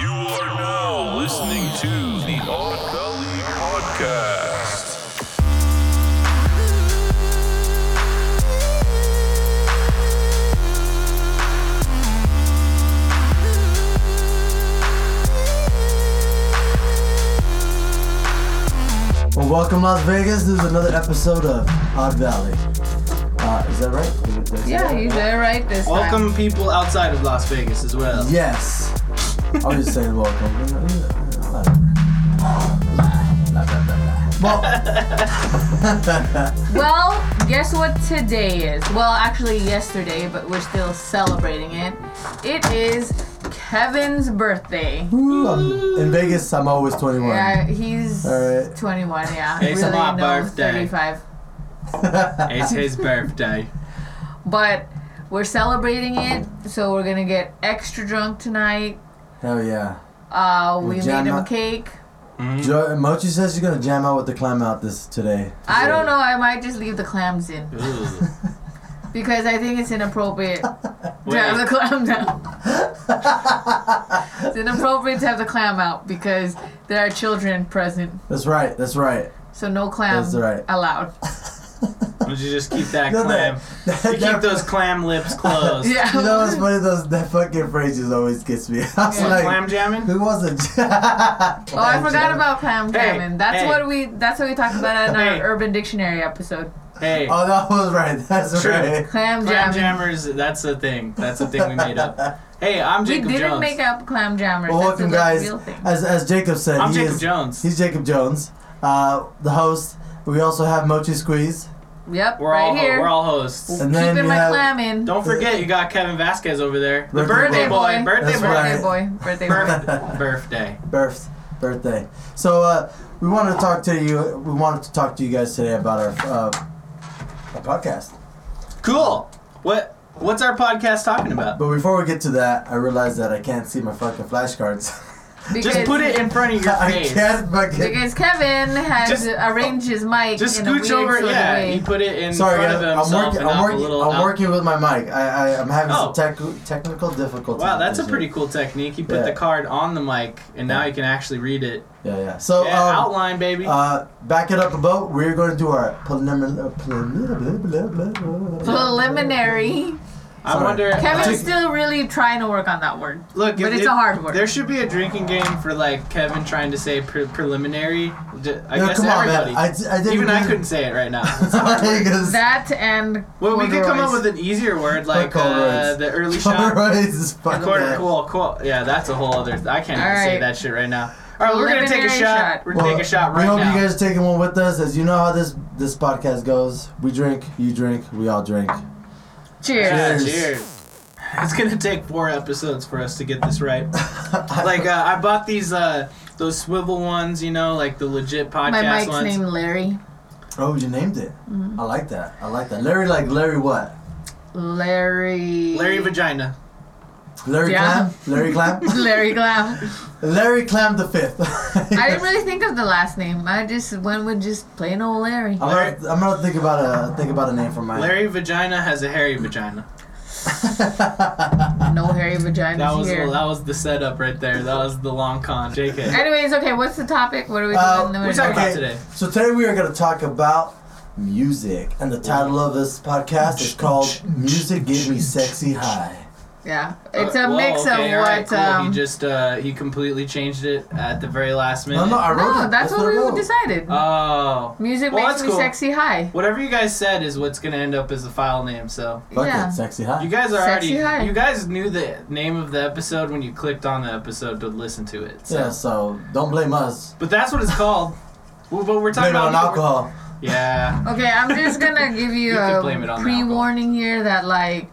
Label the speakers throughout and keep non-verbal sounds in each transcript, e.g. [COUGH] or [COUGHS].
Speaker 1: You are now listening to the Odd Valley Podcast.
Speaker 2: Well, welcome Las Vegas. This is another episode of Odd Valley. Uh, is that right? Did- did I say
Speaker 3: Yeah,
Speaker 2: that?
Speaker 3: you did it right this time.
Speaker 4: Welcome people outside of Las Vegas as well.
Speaker 2: Yes. I was just saying welcome. [LAUGHS] Well,
Speaker 3: Well, guess what today is? Well, actually yesterday, but we're still celebrating it. It is Kevin's birthday.
Speaker 2: ooh, I'm- in Vegas, I'm always 21.
Speaker 3: Yeah, he's
Speaker 2: Alright.
Speaker 3: 21. Yeah,
Speaker 4: It's
Speaker 3: really
Speaker 4: my
Speaker 3: no
Speaker 4: birthday.
Speaker 3: 35.
Speaker 4: It's
Speaker 2: [LAUGHS]
Speaker 4: his birthday.
Speaker 3: But we're celebrating it, so we're gonna get extra drunk tonight.
Speaker 2: Hell yeah.
Speaker 3: Uh, we
Speaker 2: Well, Jan-
Speaker 3: made him a cake.
Speaker 2: Jo- Mochi says you're gonna jam out with the clam out this today.
Speaker 3: I don't know. I might just leave the clams in
Speaker 4: Ooh.
Speaker 3: because I think
Speaker 2: [LAUGHS]
Speaker 3: it's inappropriate to have the
Speaker 4: Wait,
Speaker 3: clam down. it's inappropriate to have the clam out because there are children present,
Speaker 2: That's right. That's right.
Speaker 3: so no clams
Speaker 2: That's right. [LAUGHS]
Speaker 3: allowed.
Speaker 4: would you just keep that
Speaker 2: No,
Speaker 4: clam?
Speaker 2: that- that-
Speaker 4: You keep those clam
Speaker 2: [LAUGHS]
Speaker 4: lips closed.
Speaker 3: Yeah.
Speaker 2: You know what's funny? Those that fucking phrases always gets me. [LAUGHS] I was
Speaker 3: Yeah.
Speaker 2: like,
Speaker 4: Clam jamming?
Speaker 2: who was [LAUGHS] it?
Speaker 3: Oh, I forgot about clam
Speaker 4: Hey,
Speaker 3: jamming. that's
Speaker 4: hey.
Speaker 3: what we that's what we talked about in
Speaker 4: Hey.
Speaker 3: our Urban Dictionary episode.
Speaker 4: Hey,
Speaker 2: Oh, that was right. That's
Speaker 4: True.
Speaker 2: right.
Speaker 3: Clam,
Speaker 4: clam
Speaker 3: jamming.
Speaker 4: jammers, that's a thing. That's a thing we
Speaker 2: [LAUGHS]
Speaker 4: made up. Hey, I'm
Speaker 3: We
Speaker 4: Jacob
Speaker 3: didn't
Speaker 4: Jones.
Speaker 3: make up clam jammers.
Speaker 2: Well,
Speaker 3: that's a
Speaker 2: welcome,
Speaker 3: like,
Speaker 2: guys. [LAUGHS]
Speaker 3: real thing.
Speaker 2: As, as Jacob said,
Speaker 4: I'm
Speaker 2: he
Speaker 4: Jacob
Speaker 2: is,
Speaker 4: Jones.
Speaker 2: he's Jacob Jones, uh, the host. We also have Mochi Squeeze,
Speaker 3: Yep,
Speaker 4: we're,
Speaker 3: right
Speaker 4: all,
Speaker 3: here.
Speaker 4: we're all hosts.
Speaker 2: and then
Speaker 3: Keeping
Speaker 2: we
Speaker 3: my
Speaker 2: have
Speaker 3: clam in.
Speaker 4: Don't forget, you got Kevin Vasquez over there. The
Speaker 2: Birthday
Speaker 4: birthday boy.
Speaker 3: boy.
Speaker 4: Birthday
Speaker 2: That's
Speaker 4: boy.
Speaker 2: right.
Speaker 3: birthday boy. Birthday boy.
Speaker 2: [LAUGHS]
Speaker 4: Birth- birthday.
Speaker 2: birth birthday. So uh, we wanted to talk to you. We wanted to talk to you guys today about our, uh, our podcast.
Speaker 4: Cool. What? What's our podcast talking about?
Speaker 2: But before we get to that, I realized that I can't see my fucking flashcards.
Speaker 3: Because,
Speaker 4: Just put it in front of [LAUGHS] your
Speaker 2: [LAUGHS] I
Speaker 4: face.
Speaker 2: can't fucking.
Speaker 3: Because Kevin has
Speaker 4: Just-
Speaker 3: arranged his mic
Speaker 4: Just
Speaker 3: in a weird
Speaker 4: scooch over.
Speaker 3: sort
Speaker 4: Yeah,
Speaker 3: of way.
Speaker 4: he put it in
Speaker 2: Sorry,
Speaker 4: front
Speaker 2: guys.
Speaker 4: of
Speaker 2: I'm
Speaker 4: himself
Speaker 2: working.
Speaker 4: and
Speaker 2: I'm
Speaker 4: off
Speaker 2: working.
Speaker 4: a little.
Speaker 2: I'm
Speaker 4: out.
Speaker 2: working with my mic. I, I I'm having
Speaker 4: Oh.
Speaker 2: some tech, technical difficulties.
Speaker 4: Wow, that's a
Speaker 2: this
Speaker 4: pretty
Speaker 2: year.
Speaker 4: cool technique. You put
Speaker 2: Yeah.
Speaker 4: the card on the mic, and now you can actually read it.
Speaker 2: Yeah, yeah. So
Speaker 4: yeah,
Speaker 2: um,
Speaker 4: outline, baby.
Speaker 2: Uh, back it up a boat. We're going to do our preliminary. uh, preliminary.
Speaker 3: Preliminary.
Speaker 4: I
Speaker 2: sorry.
Speaker 4: wonder.
Speaker 3: Kevin's
Speaker 4: like,
Speaker 3: still really trying to work on that word.
Speaker 4: look,
Speaker 3: but
Speaker 4: if-
Speaker 3: it's
Speaker 4: if-
Speaker 3: a hard word.
Speaker 4: There should be a drinking game for like Kevin trying to say pre- preliminary. D- I
Speaker 2: No,
Speaker 4: guess
Speaker 2: come on,
Speaker 4: everybody.
Speaker 2: man. I, I didn't
Speaker 4: even I
Speaker 2: mean- [LAUGHS]
Speaker 4: couldn't say it right now. [LAUGHS]
Speaker 2: Because- [LAUGHS]
Speaker 3: That and
Speaker 4: well, we could come up
Speaker 3: corduroys.
Speaker 4: with an easier word like uh,
Speaker 2: corduroys.
Speaker 4: the early shot.
Speaker 2: Corduroys is fucking
Speaker 4: Quarter,
Speaker 2: bad.
Speaker 4: cool, cool. Yeah, that's a whole other. I can't even
Speaker 3: All
Speaker 4: say
Speaker 3: right.
Speaker 4: that shit right now. All right, we're gonna take a
Speaker 3: Preliminary
Speaker 4: shot.
Speaker 3: shot.
Speaker 4: We're gonna
Speaker 2: Well,
Speaker 4: take a shot
Speaker 2: we
Speaker 4: right
Speaker 2: hope
Speaker 4: now.
Speaker 2: you guys are taking one with us. As you know how this this podcast goes, we drink, you drink, we all drink. [LAUGHS]
Speaker 3: Cheers.
Speaker 4: Yeah,
Speaker 2: Cheers.
Speaker 4: cheers. It's gonna take four episodes for us to get this right. like uh, I bought these uh those swivel ones, you know, like the legit podcast
Speaker 3: My mic's
Speaker 4: ones.
Speaker 3: named Larry.
Speaker 2: Oh, you named it.
Speaker 3: Mm-hmm.
Speaker 2: I like that. I like that. Larry, like Larry, what?
Speaker 3: Larry.
Speaker 4: Larry Vagina.
Speaker 2: Larry
Speaker 3: Yeah.
Speaker 2: Clam. Larry
Speaker 3: [LAUGHS]
Speaker 2: Clam.
Speaker 3: Larry Glam.
Speaker 2: Larry Clam the fifth.
Speaker 3: I didn't really think of the last name. I just went with just plain old Larry.
Speaker 2: I'm
Speaker 4: Larry-
Speaker 2: gonna, I'm gonna think about a think about a name for mine.
Speaker 4: Larry Vagina has a hairy vagina.
Speaker 3: No hairy vaginas
Speaker 4: That was
Speaker 3: here.
Speaker 4: that was the setup right there. That was the long con. JK.
Speaker 3: Anyways, okay, what's the topic? What are we
Speaker 2: Uh,
Speaker 3: doing?
Speaker 4: We're
Speaker 3: Then
Speaker 4: talking
Speaker 3: we're-
Speaker 4: about today.
Speaker 2: So today we are going to talk about music, and the title of this podcast is called "Music Gave Me Sexy High."
Speaker 3: Yeah, it's
Speaker 4: Uh,
Speaker 3: a
Speaker 4: whoa,
Speaker 3: mix
Speaker 4: okay,
Speaker 3: of
Speaker 4: all right,
Speaker 3: what.
Speaker 4: cool.
Speaker 3: um,
Speaker 4: he just uh he completely changed it at the very last minute.
Speaker 2: No, no, I wrote
Speaker 3: no,
Speaker 2: it.
Speaker 3: Oh, that's what
Speaker 2: I
Speaker 3: we
Speaker 2: wrote.
Speaker 3: decided.
Speaker 4: oh.
Speaker 3: Music
Speaker 4: Well,
Speaker 3: makes
Speaker 4: that's
Speaker 3: me
Speaker 4: cool.
Speaker 3: sexy high.
Speaker 4: Whatever you guys said is what's gonna end up as the file name, so
Speaker 2: Fuck
Speaker 3: yeah.
Speaker 2: it, sexy high.
Speaker 4: You guys are
Speaker 3: Sexy
Speaker 4: already.
Speaker 3: high.
Speaker 4: You guys knew the name of the episode when you clicked on the episode to listen to it. So.
Speaker 2: yeah, so don't blame us.
Speaker 4: But that's what
Speaker 3: [LAUGHS]
Speaker 4: it's called. well, but we're talking
Speaker 2: Blame it
Speaker 4: about
Speaker 2: on alcohol.
Speaker 4: Yeah.
Speaker 3: Okay, I'm just
Speaker 4: [LAUGHS]
Speaker 3: gonna give you,
Speaker 4: You can blame it
Speaker 3: a
Speaker 4: on the
Speaker 3: pre-warning here that like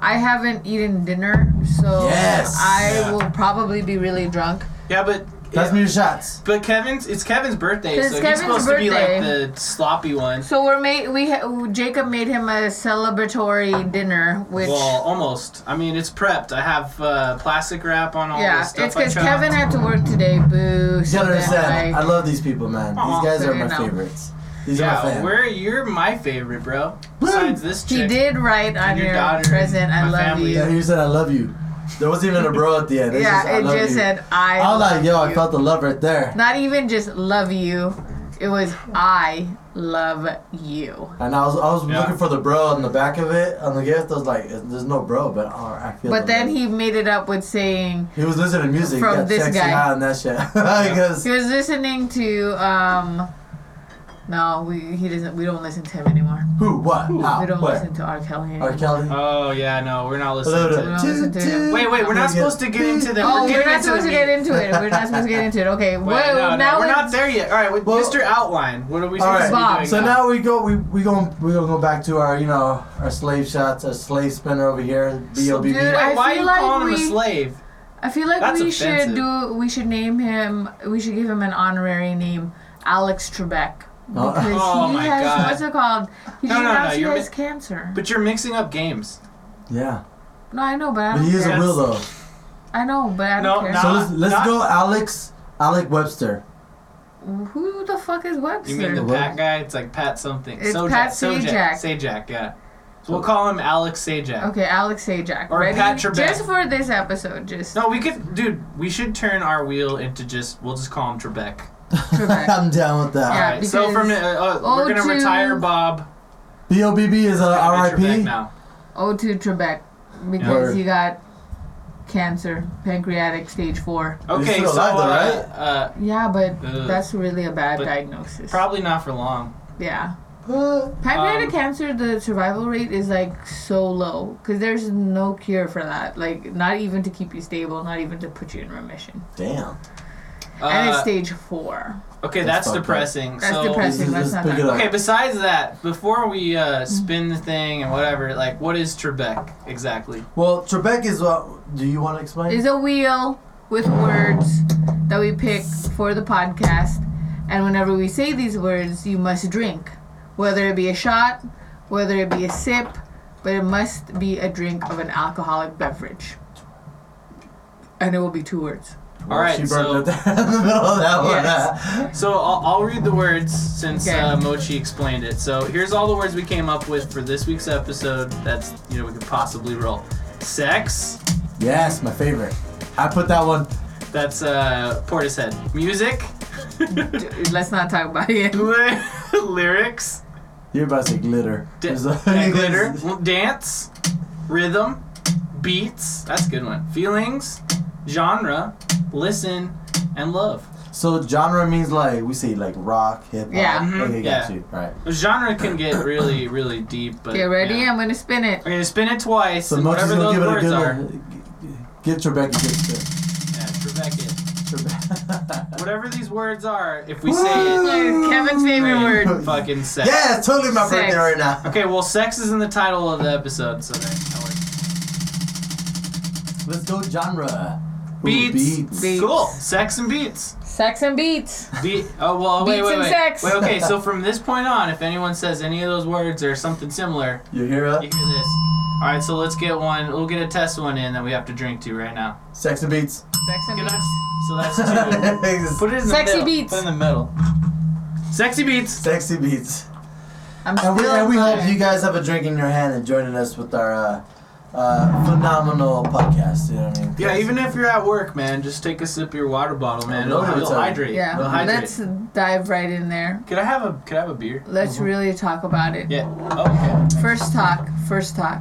Speaker 3: I haven't eaten dinner, so
Speaker 2: Yes.
Speaker 3: I
Speaker 4: Yeah.
Speaker 3: will probably be really drunk.
Speaker 4: Yeah, but.
Speaker 2: That's me your shots.
Speaker 4: But Kevin's. It's Kevin's birthday,
Speaker 3: It's
Speaker 4: so
Speaker 3: Kevin's
Speaker 4: he's supposed to be like
Speaker 3: birthday.
Speaker 4: the sloppy one.
Speaker 3: So we're made. We ha- Jacob made him a celebratory dinner, which
Speaker 4: Well, almost. I mean, it's prepped. I have uh, plastic wrap on all
Speaker 3: yeah,
Speaker 4: this stuff.
Speaker 3: it's
Speaker 4: I
Speaker 3: because
Speaker 4: chopped.
Speaker 3: Kevin had to work today. Boo.
Speaker 2: You
Speaker 3: So
Speaker 2: gotta
Speaker 3: then,
Speaker 2: understand. I
Speaker 3: like,
Speaker 2: love these people, man.
Speaker 4: Aw,
Speaker 2: These guys
Speaker 3: so
Speaker 2: are
Speaker 3: you
Speaker 2: my
Speaker 3: know.
Speaker 2: favorites. These
Speaker 4: Yeah,
Speaker 2: are my fans.
Speaker 4: where you're my favorite, bro. Besides this chick.
Speaker 3: he did write on
Speaker 4: your
Speaker 3: your
Speaker 4: daughter and
Speaker 3: present. I
Speaker 4: my
Speaker 3: love
Speaker 4: family.
Speaker 2: Yeah,
Speaker 3: you.
Speaker 2: you said I love you. There wasn't even a bro at the end. It's
Speaker 3: yeah,
Speaker 2: "I
Speaker 3: it
Speaker 2: love
Speaker 3: just
Speaker 2: you."
Speaker 3: said I.
Speaker 2: I was
Speaker 3: love
Speaker 2: like, yo, I
Speaker 3: you."
Speaker 2: felt the love right there.
Speaker 3: Not even just love you. It was I love you.
Speaker 2: And I was I was
Speaker 4: Yeah.
Speaker 2: looking for the bro on the back of it on the gift. I was like, there's no bro, but oh, I feel.
Speaker 3: But
Speaker 2: the
Speaker 3: then
Speaker 2: love.
Speaker 3: he made it up with saying
Speaker 2: he was listening to music.
Speaker 3: From
Speaker 2: From got
Speaker 3: this
Speaker 2: sexy
Speaker 3: guy.
Speaker 2: high on that shit. [LAUGHS] Because
Speaker 3: he was listening to um. No, we he doesn't. We don't listen to him anymore.
Speaker 2: who, what, how,
Speaker 3: we don't
Speaker 2: where?
Speaker 3: listen to R. Kelly anymore.
Speaker 2: R. Kelly.
Speaker 4: Oh yeah, no, we're not listening
Speaker 2: Hello,
Speaker 4: to
Speaker 2: hello.
Speaker 4: it.
Speaker 3: don't listen to him.
Speaker 4: Wait, wait, we're not supposed to get into that.
Speaker 3: Oh, we're
Speaker 4: getting
Speaker 3: not
Speaker 4: into
Speaker 3: supposed
Speaker 4: the
Speaker 3: to get
Speaker 4: meat.
Speaker 3: into it. We're not supposed to get
Speaker 4: [LAUGHS]
Speaker 3: into it. Okay.
Speaker 4: Wait,
Speaker 3: well,
Speaker 4: no, no,
Speaker 3: now
Speaker 4: we're
Speaker 3: it's-
Speaker 4: not there yet. All right, with
Speaker 2: Well-
Speaker 4: Mr. Outline, what are we
Speaker 2: All
Speaker 4: supposed
Speaker 3: right,
Speaker 4: to be doing?
Speaker 2: So now we go we we going we gonna go back to our you know our slave shots our slave spinner over here B O B B.
Speaker 3: Dude, I
Speaker 4: Wait, why are
Speaker 3: feel
Speaker 4: you
Speaker 3: like
Speaker 4: calling him a
Speaker 3: we-
Speaker 4: slave?
Speaker 3: I feel like
Speaker 4: That's
Speaker 3: we should
Speaker 4: offensive.
Speaker 3: do. We should name him. We should give him an honorary name, Alex Trebek,
Speaker 2: Oh.
Speaker 3: because
Speaker 4: Oh
Speaker 3: he
Speaker 4: my
Speaker 3: has
Speaker 4: God.
Speaker 3: what's it called? He just
Speaker 4: No, no, no,
Speaker 3: announced he
Speaker 4: you're
Speaker 3: has
Speaker 4: mi-
Speaker 3: cancer.
Speaker 4: But you're mixing up games.
Speaker 2: Yeah,
Speaker 3: no, I know, but I
Speaker 2: but
Speaker 3: don't
Speaker 2: he is
Speaker 3: care.
Speaker 2: a real though.
Speaker 3: I know, but I don't
Speaker 4: No,
Speaker 3: care.
Speaker 4: no.
Speaker 2: So let's let's
Speaker 4: Not-
Speaker 2: go Alex Alec Webster. [LAUGHS]
Speaker 3: Who the fuck is Webster?
Speaker 4: You mean the
Speaker 2: What?
Speaker 4: Pat guy? It's like Pat something.
Speaker 3: It's
Speaker 4: Sojak,
Speaker 3: Pat
Speaker 4: Sojak. Sajak, yeah. So we'll call him Alex Sajak.
Speaker 3: okay, Alex Sajak.
Speaker 4: Or
Speaker 3: Ready?
Speaker 4: Pat Trebek.
Speaker 3: Just for this episode, just
Speaker 4: No, we could, dude. We should turn our wheel into just. We'll just call him Trebek.
Speaker 2: [LAUGHS]
Speaker 3: Trebek.
Speaker 2: I'm down with
Speaker 3: Yeah.
Speaker 2: that.
Speaker 4: All right. So
Speaker 3: because
Speaker 4: from uh, uh, we're gonna
Speaker 3: O2
Speaker 4: retire Bob.
Speaker 2: B O B B is
Speaker 3: Uh,
Speaker 2: a
Speaker 4: and
Speaker 2: R I
Speaker 4: Trebek
Speaker 2: P.
Speaker 4: now.
Speaker 3: O2 Oh, Trebek, because
Speaker 2: Yeah.
Speaker 3: he got cancer, pancreatic stage four.
Speaker 4: Okay,
Speaker 2: still
Speaker 4: so
Speaker 2: alive though,
Speaker 4: uh, uh,
Speaker 3: Yeah, but
Speaker 4: Ugh.
Speaker 3: that's really a bad
Speaker 4: But
Speaker 3: diagnosis.
Speaker 4: probably not for long.
Speaker 3: yeah.
Speaker 2: Uh,
Speaker 3: Pancreatic
Speaker 4: Um,
Speaker 3: cancer, the survival rate is like so low because there's no cure for that. Like, not even to keep you stable, not even to put you in remission.
Speaker 2: Damn.
Speaker 4: Uh,
Speaker 3: and it's stage four.
Speaker 4: okay,
Speaker 2: That's
Speaker 4: that's,
Speaker 2: fucked up.
Speaker 4: depressing.
Speaker 3: That's
Speaker 4: so,
Speaker 3: depressing.
Speaker 2: Let's- let's
Speaker 3: that's not
Speaker 2: pick
Speaker 3: that-
Speaker 2: it up.
Speaker 4: Okay, besides that, before we uh, spin the thing and whatever, like, what is Trebek exactly?
Speaker 2: Well, Trebek is what. Do you want to explain?
Speaker 3: Is a wheel with words that we pick for the podcast. And whenever we say these words, you must drink. Whether it be a shot, whether it be a sip, but it must be a drink of an alcoholic beverage. And it will be two words.
Speaker 2: Well,
Speaker 4: All right,
Speaker 2: She
Speaker 4: so-
Speaker 2: burned it [LAUGHS] there in the middle of that one.
Speaker 3: Yes.
Speaker 4: So I'll, I'll read the words since
Speaker 3: Okay.
Speaker 4: uh, Mochi explained it. So here's all the words we came up with for this week's episode. That's you know we could possibly roll. Sex.
Speaker 2: Yes, my favorite. I put that one.
Speaker 4: That's uh, Portishead. Music. [LAUGHS]
Speaker 3: Dude, Let's not talk about it.
Speaker 4: Lyrics.
Speaker 2: You're about to say glitter.
Speaker 4: D-
Speaker 2: [LAUGHS] There's a-
Speaker 4: glitter. Dance. Rhythm. Beats. That's a good one. Feelings. Genre. Listen. And love.
Speaker 2: So genre means like we say like rock, hip hop.
Speaker 3: Yeah.
Speaker 4: Mhm.
Speaker 2: Okay, got
Speaker 4: Yeah.
Speaker 2: you. All right. [COUGHS]
Speaker 4: Genre can get really, really deep, but
Speaker 3: Okay, ready?
Speaker 4: yeah.
Speaker 3: I'm gonna spin it.
Speaker 4: We're gonna spin it twice,
Speaker 2: So
Speaker 4: and
Speaker 2: Mochi's
Speaker 4: whatever
Speaker 2: gonna
Speaker 4: those
Speaker 2: give it a
Speaker 4: words
Speaker 2: good
Speaker 4: are.
Speaker 2: one. Give Trebek a good spin.
Speaker 4: Yeah, Trebek it.
Speaker 2: Trebek.
Speaker 4: Whatever these words are, if we say it,
Speaker 3: Yes, Kevin's favorite
Speaker 4: great.
Speaker 3: word.
Speaker 4: [LAUGHS] fucking sex.
Speaker 2: [LAUGHS] yeah, it's totally my
Speaker 3: Sex.
Speaker 2: birthday right now.
Speaker 4: Okay, well, sex is in the title of the episode, so that, that works.
Speaker 2: Let's go genre. Ooh,
Speaker 4: Beats.
Speaker 3: Beats.
Speaker 4: Cool. Sex and beats.
Speaker 3: Sex and beats.
Speaker 4: Beat. Oh well. Wait.
Speaker 3: Beats
Speaker 4: wait.
Speaker 3: and
Speaker 4: wait.
Speaker 3: sex.
Speaker 4: Wait.
Speaker 3: [LAUGHS]
Speaker 4: Okay. So from this point on, if anyone says any of those words or something similar,
Speaker 2: You hear
Speaker 4: you
Speaker 2: that?
Speaker 4: hear this. All right. So let's get one. We'll get a test one in that we have to drink to right now.
Speaker 2: Sex and beats.
Speaker 3: Sex and
Speaker 4: Okay,
Speaker 3: beats.
Speaker 4: that's, so
Speaker 3: [LAUGHS]
Speaker 4: that's two. Put it in the
Speaker 3: Sexy
Speaker 4: middle.
Speaker 3: beats.
Speaker 4: Put it in the middle. Sexy beats.
Speaker 2: [LAUGHS] Sexy beats.
Speaker 3: I'm
Speaker 2: And we,
Speaker 3: still [LAUGHS]
Speaker 2: and we hope
Speaker 3: tired.
Speaker 2: you guys have a drink in your hand and joining us with our uh, uh, phenomenal podcast. You know what I mean?
Speaker 4: Yeah. Even if you're at work, man, just take a sip of your water bottle, man. It'll,
Speaker 2: Loaded
Speaker 4: it'll
Speaker 2: time.
Speaker 4: hydrate.
Speaker 3: Yeah.
Speaker 4: It'll hydrate.
Speaker 3: Let's dive right in there.
Speaker 4: Could I have a could I have a beer?
Speaker 3: Let's really talk about it.
Speaker 4: Yeah. Oh, okay.
Speaker 3: First talk. First talk.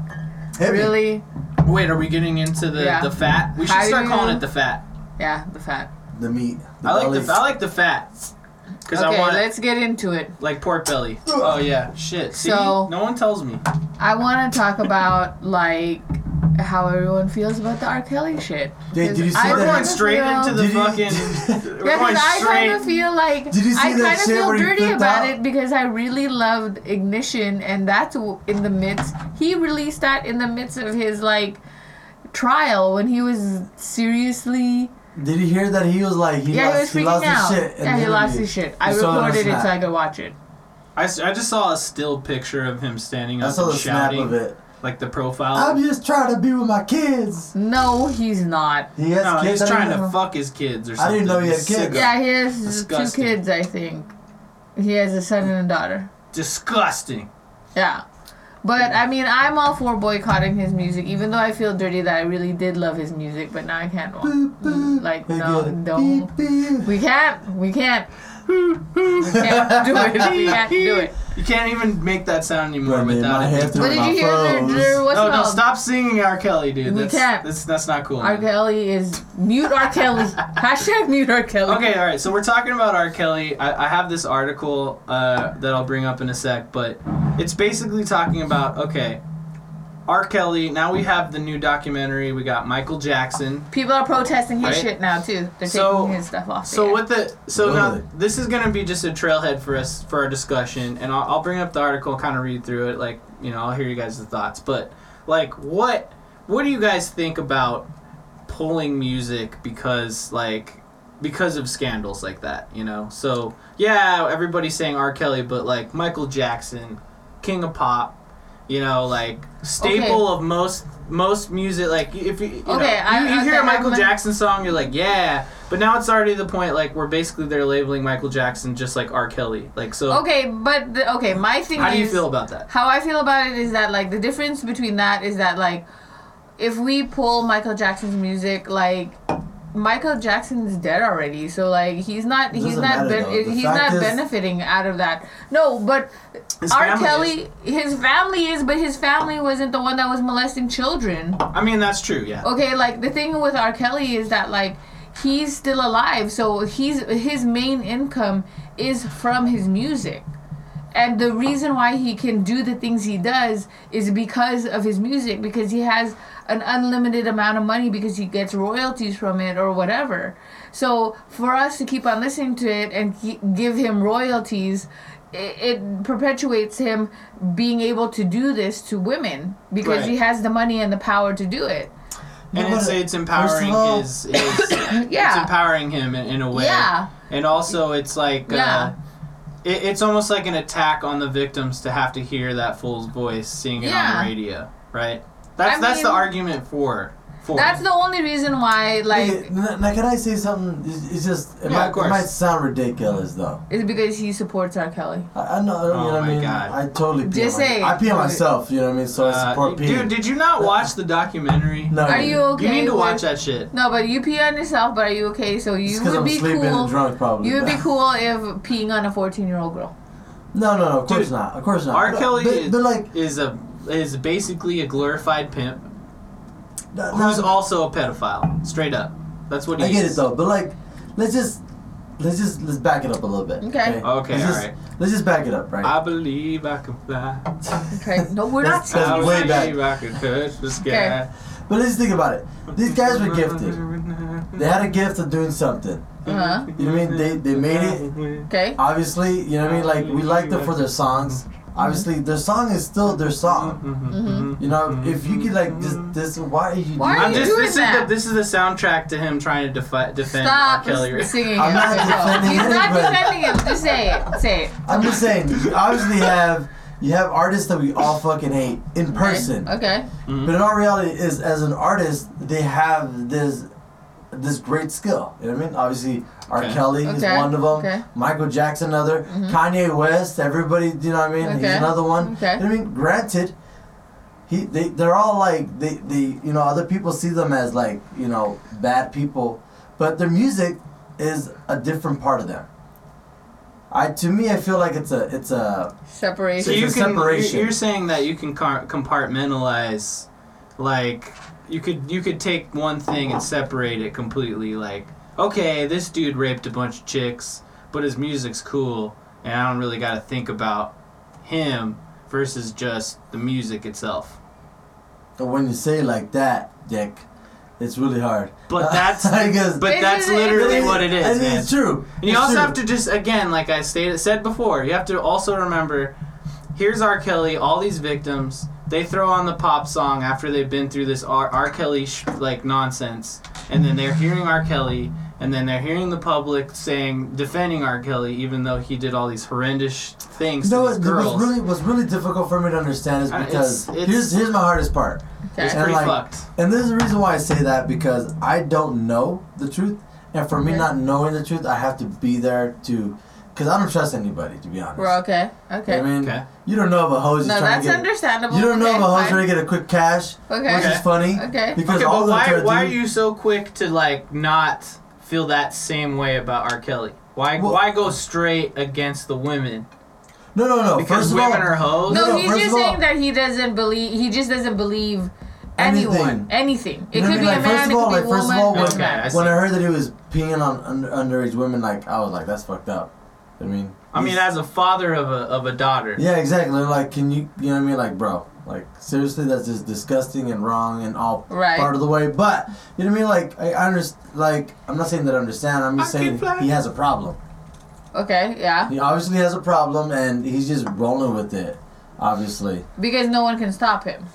Speaker 2: Hit me.
Speaker 3: Really?
Speaker 4: Wait, are we getting into the,
Speaker 3: Yeah.
Speaker 4: the fat? We should
Speaker 3: How do
Speaker 4: start
Speaker 3: you-
Speaker 4: calling it the fat.
Speaker 3: Yeah, the fat.
Speaker 2: the meat. The
Speaker 4: I like
Speaker 2: belly.
Speaker 4: the I like the fat. Cause
Speaker 3: Okay,
Speaker 4: I want
Speaker 3: let's get into it.
Speaker 4: like pork belly. Oh yeah, shit. See,
Speaker 3: So-
Speaker 4: no one tells me.
Speaker 3: I want to talk about like how everyone feels about the R. Kelly shit.
Speaker 2: Did- did you
Speaker 3: 'Cause
Speaker 2: see
Speaker 3: I
Speaker 4: We're
Speaker 2: that-
Speaker 4: going
Speaker 3: kinda
Speaker 4: straight
Speaker 3: feel-
Speaker 4: into the
Speaker 2: Did [LAUGHS] you-
Speaker 4: fucking.
Speaker 3: Yeah,
Speaker 4: we're going
Speaker 3: because I kind
Speaker 4: straight.
Speaker 3: of feel like
Speaker 2: Did you see
Speaker 3: I
Speaker 2: that
Speaker 3: kind of
Speaker 2: shit
Speaker 3: feel
Speaker 2: where he
Speaker 3: dirty
Speaker 2: flipped
Speaker 3: about
Speaker 2: out?
Speaker 3: it because I really loved Ignition, and that's w- in the midst. He released that in the midst of his like trial when he was seriously.
Speaker 2: Did you hear that he was like he
Speaker 3: yeah,
Speaker 2: lost,
Speaker 3: he was freaking
Speaker 2: lost
Speaker 3: out.
Speaker 2: his shit? in
Speaker 3: yeah,
Speaker 2: the
Speaker 3: he lost
Speaker 2: interview.
Speaker 3: his shit.
Speaker 2: You
Speaker 3: I
Speaker 2: saw it on
Speaker 3: recorded it so
Speaker 2: Snap.
Speaker 3: I could watch it.
Speaker 4: I, s- I just saw a still picture of him standing
Speaker 2: I
Speaker 4: up
Speaker 2: saw
Speaker 4: and
Speaker 2: the snap
Speaker 4: shouting,
Speaker 2: of it.
Speaker 4: like the profile.
Speaker 2: I'm just trying to be with my kids.
Speaker 3: No, he's not.
Speaker 2: He has
Speaker 4: no,
Speaker 2: kids.
Speaker 4: he's
Speaker 2: I
Speaker 4: trying
Speaker 2: didn't
Speaker 4: to
Speaker 2: know.
Speaker 4: fuck his kids or
Speaker 2: I
Speaker 4: something.
Speaker 2: didn't know he had
Speaker 4: He's
Speaker 2: kids.
Speaker 4: sicko.
Speaker 3: Yeah, he has
Speaker 4: Disgusting.
Speaker 3: two kids, I think. He has a son and a daughter.
Speaker 4: Disgusting.
Speaker 3: Yeah. But I mean, I'm all for boycotting his music, even though I feel dirty that I really did love his music, but now I can't. wa- Like,
Speaker 2: They
Speaker 3: no,
Speaker 2: get it. Beep,
Speaker 3: don't.
Speaker 2: beep.
Speaker 3: We can't. We can't. we can't do it. We can't do it.
Speaker 4: You can't even make that sound anymore
Speaker 2: Brendan, my
Speaker 4: without
Speaker 2: hair
Speaker 4: it.
Speaker 2: through
Speaker 3: But did
Speaker 2: my
Speaker 3: you hear their,
Speaker 2: froze.
Speaker 3: their what's
Speaker 4: No, no,
Speaker 3: called?
Speaker 4: stop singing R. Kelly, dude.
Speaker 3: We
Speaker 4: That's,
Speaker 3: can't.
Speaker 4: That's, that's not cool.
Speaker 3: R.
Speaker 4: man.
Speaker 3: Kelly is mute R.
Speaker 4: [LAUGHS]
Speaker 3: Kelly. Hashtag mute R. Kelly.
Speaker 4: Okay, all right. So we're talking about R. Kelly. I, I have this article uh, that I'll bring up in a sec, but it's basically talking about okay, R. Kelly. Now we have the new documentary. We got Michael Jackson.
Speaker 3: People are protesting his
Speaker 4: Right?
Speaker 3: shit now too. They're
Speaker 4: So-
Speaker 3: taking his stuff off.
Speaker 4: So
Speaker 3: yeah.
Speaker 4: what the so now
Speaker 2: Really?
Speaker 4: this is gonna be just a trailhead for us for our discussion, and I'll, I'll bring up the article, kind of read through it, like you know, I'll hear you guys' thoughts. But like, what what do you guys think about pulling music because like because of scandals like that? You know, so yeah, everybody's saying R. Kelly, but like Michael Jackson, King of Pop, you know, like staple of most most music. Like if you you, know,
Speaker 3: Okay, I-
Speaker 4: you, you
Speaker 3: I-
Speaker 4: hear a
Speaker 3: I'm
Speaker 4: Michael
Speaker 3: gonna-
Speaker 4: Jackson song, you're like, yeah. But now it's already the point like where basically they're labeling Michael Jackson just like R. Kelly. Like so,
Speaker 3: Okay, but the, okay, my thing
Speaker 4: how
Speaker 3: is
Speaker 4: do you feel about that?
Speaker 3: how I feel about it is that like the difference between that is that like if we pull Michael Jackson's music like Michael Jackson's dead already, so like he's not he's
Speaker 2: doesn't
Speaker 3: not
Speaker 2: matter,
Speaker 3: ben-
Speaker 2: though. The
Speaker 3: he's
Speaker 2: fact
Speaker 3: not
Speaker 2: is-
Speaker 3: benefiting out of that. No, but
Speaker 4: His
Speaker 3: R.
Speaker 4: family
Speaker 3: Kelly, his family is, but his family wasn't the one that was molesting children.
Speaker 4: I mean, that's true. Yeah.
Speaker 3: Okay, like the thing with R. Kelly is that like he's still alive, so he's his main income is from his music. And the reason why he can do the things he does is because of his music, because he has an unlimited amount of money because he gets royalties from it or whatever. So for us to keep on listening to it and he- give him royalties, it, it perpetuates him being able to do this to women because he
Speaker 4: Right.
Speaker 3: has the money and the power to do it.
Speaker 4: And it's, it's empowering
Speaker 2: all-
Speaker 3: [COUGHS]
Speaker 4: his, his it's
Speaker 3: Yeah.
Speaker 4: empowering him in, in a way.
Speaker 3: Yeah.
Speaker 4: And also, it's like
Speaker 3: Yeah.
Speaker 4: uh, it, it's almost like an attack on the victims to have to hear that fool's voice singing
Speaker 3: Yeah.
Speaker 4: on the radio, right? That's
Speaker 3: I
Speaker 4: that's the
Speaker 3: mean,
Speaker 4: argument for for
Speaker 3: That's the only reason
Speaker 2: Hey, [LAUGHS]
Speaker 3: why, like,
Speaker 2: n- now can I say something? It's, it's just it,
Speaker 4: Yeah,
Speaker 2: might,
Speaker 4: of course.
Speaker 2: it might sound ridiculous though.
Speaker 3: is because he supports R. Kelly.
Speaker 2: I, I know. I
Speaker 4: Oh
Speaker 2: you know what
Speaker 4: my
Speaker 2: I mean?
Speaker 4: God.
Speaker 2: I totally pee.
Speaker 3: Just
Speaker 2: on my-
Speaker 3: say-
Speaker 2: I pee on myself. You know what I mean? So I
Speaker 4: uh,
Speaker 2: support pee.
Speaker 4: dude. Did you not watch the documentary?
Speaker 2: no,
Speaker 3: Are you okay?
Speaker 4: You need to
Speaker 3: with-
Speaker 4: watch that shit.
Speaker 3: No, but you pee on yourself. But are you okay? So
Speaker 2: It's
Speaker 3: you
Speaker 2: 'cause
Speaker 3: would
Speaker 2: I'm
Speaker 3: be
Speaker 2: sleeping
Speaker 3: cool.
Speaker 2: and drunk, probably.
Speaker 3: you would be cool if peeing on a fourteen-year-old girl.
Speaker 2: No, no, no. Of course
Speaker 4: Dude,
Speaker 2: not. Of course not.
Speaker 4: R.
Speaker 2: But-
Speaker 4: Kelly
Speaker 2: but,
Speaker 4: is,
Speaker 2: but like,
Speaker 4: is a is basically a glorified pimp
Speaker 2: no,
Speaker 4: who's
Speaker 2: no,
Speaker 4: also a pedophile. Straight up, that's what he
Speaker 2: I get
Speaker 4: is.
Speaker 2: it though, but like, let's just let's just let's back it up a little bit.
Speaker 3: Okay.
Speaker 4: Okay,
Speaker 2: Let's just,
Speaker 4: alright.
Speaker 2: Let's just back it up, right? [LAUGHS]
Speaker 4: I believe I can fly.
Speaker 3: Okay. No, we're not.
Speaker 2: That's-
Speaker 4: I
Speaker 2: way
Speaker 3: Saying that.
Speaker 2: back.
Speaker 4: believe I can touch the
Speaker 3: Okay.
Speaker 4: sky.
Speaker 2: but let's think about it. These guys were gifted. They
Speaker 4: gifted.
Speaker 2: had a gift of doing something.
Speaker 3: Uh-huh.
Speaker 2: You know what I mean? They they made it.
Speaker 3: Okay.
Speaker 2: Obviously, you know what I mean. Like we like them for their songs. Obviously, their song is still their song. You know, if you could like just this, why are you?
Speaker 3: Mm-hmm. Why are
Speaker 2: doing
Speaker 4: I'm
Speaker 3: you
Speaker 2: this?
Speaker 4: just
Speaker 3: doing
Speaker 4: this is
Speaker 3: that?
Speaker 4: the this is the soundtrack to him trying to defi- defend
Speaker 3: Stop
Speaker 4: R. Kelly. right-
Speaker 3: singing.
Speaker 2: I'm not
Speaker 3: it. No.
Speaker 2: defending
Speaker 3: He's not
Speaker 2: anybody.
Speaker 3: defending him. Just say it. Say it.
Speaker 2: I'm just saying. You obviously have you have artists that we all fucking hate in person.
Speaker 3: Okay.
Speaker 2: But in all reality, is as an artist, they have this this great skill. You know what I mean? Obviously, R.
Speaker 4: Okay.
Speaker 2: Kelly is
Speaker 3: Okay,
Speaker 2: one of them.
Speaker 3: okay. Mm-hmm.
Speaker 2: Michael Jackson, another. Kanye West, everybody. You know what I mean?
Speaker 3: Okay,
Speaker 2: He's another one.
Speaker 3: okay.
Speaker 2: You know what I mean? Granted, he they they're all like they they you know other people see them as like you know bad people, but their music is a different part of them. I to me, I feel like it's a it's a
Speaker 4: So
Speaker 3: Separation.
Speaker 2: It's
Speaker 4: you
Speaker 2: a
Speaker 4: can
Speaker 2: separation.
Speaker 4: you're saying that you can car- compartmentalize, like you could you could take one thing and separate it completely. Like okay, this dude raped a bunch of chicks, but his music's cool, and I don't really got to think about him versus just the music itself.
Speaker 2: when you say it like that, Dick, it's really hard. [LAUGHS]
Speaker 4: But that's
Speaker 2: I guess-
Speaker 4: but
Speaker 3: It
Speaker 4: that's
Speaker 3: is- it
Speaker 4: literally
Speaker 3: is-
Speaker 4: what it
Speaker 2: I
Speaker 4: is,
Speaker 2: mean,
Speaker 4: man.
Speaker 2: It's true.
Speaker 4: And you
Speaker 2: It's
Speaker 4: also
Speaker 2: true.
Speaker 4: have to just again, like I stated said before, you have to also remember here's R. Kelly, all these victims. They throw on the pop song after they've been through this R. R. Kelly sh- like nonsense, and then they're hearing R. Kelly, and then they're hearing the public saying defending R. Kelly, even though he did all these horrendous things
Speaker 2: No,
Speaker 4: to
Speaker 2: it
Speaker 4: these
Speaker 2: it was
Speaker 4: girls.
Speaker 2: really was really difficult for me to understand is
Speaker 4: Uh,
Speaker 2: because
Speaker 4: it's- it's-
Speaker 2: here's here's my hardest part.
Speaker 3: Okay.
Speaker 4: it's
Speaker 2: And,
Speaker 4: pretty
Speaker 2: like,
Speaker 4: fucked.
Speaker 2: And there's a reason why I say that because I don't know the truth, and for me
Speaker 3: Okay.
Speaker 2: not knowing the truth, I have to be there to Because I don't trust anybody, to be honest.
Speaker 3: We're okay. Okay.
Speaker 2: I mean,
Speaker 4: Okay.
Speaker 2: you don't know if a hoe is
Speaker 3: no,
Speaker 2: trying
Speaker 3: that's
Speaker 2: to get.
Speaker 3: understandable.
Speaker 2: You don't know
Speaker 3: okay,
Speaker 2: if a hoe's
Speaker 3: fine.
Speaker 2: trying to get a quick cash,
Speaker 3: Okay.
Speaker 2: which is
Speaker 4: Okay.
Speaker 2: funny.
Speaker 3: Okay.
Speaker 2: Because
Speaker 4: Okay,
Speaker 2: all
Speaker 4: but
Speaker 2: the
Speaker 4: why,
Speaker 2: dudes-
Speaker 4: why are you so quick to like not feel that same way about R. Kelly? Why
Speaker 2: Well-
Speaker 4: why go straight against the women?
Speaker 2: No, no, no.
Speaker 4: Because
Speaker 2: First of all,
Speaker 4: women are hoes.
Speaker 3: No,
Speaker 2: No, no,
Speaker 3: he's
Speaker 2: first
Speaker 3: just
Speaker 2: of all-
Speaker 3: saying that he doesn't believe. He just doesn't believe
Speaker 2: Anything.
Speaker 3: anyone, anything. It
Speaker 2: You know
Speaker 3: could be
Speaker 2: what I
Speaker 3: a
Speaker 2: mean? Like,
Speaker 3: man, it could
Speaker 2: first of all,
Speaker 3: be a woman.
Speaker 2: like,
Speaker 3: it
Speaker 2: first
Speaker 3: doesn't
Speaker 2: of all, when,
Speaker 4: Okay, I
Speaker 3: matter.
Speaker 4: see.
Speaker 2: when I heard that he was peeing on under, underage women, like I was like, that's fucked up. I mean,
Speaker 4: I mean,
Speaker 2: he's-
Speaker 4: as a father of a of a daughter.
Speaker 2: yeah, exactly. Like, can you, you know what I mean? Like, bro, like seriously, that's just disgusting and wrong and all
Speaker 3: Right.
Speaker 2: part of the way. But you know what I mean? Like, I, I understand. Like, I'm not saying that I understand. I'm just
Speaker 4: I
Speaker 2: saying
Speaker 4: keep lying.
Speaker 2: he has a problem.
Speaker 3: Okay, yeah,
Speaker 2: He obviously has a problem, and he's just rolling with it. Obviously,
Speaker 3: because no one can stop him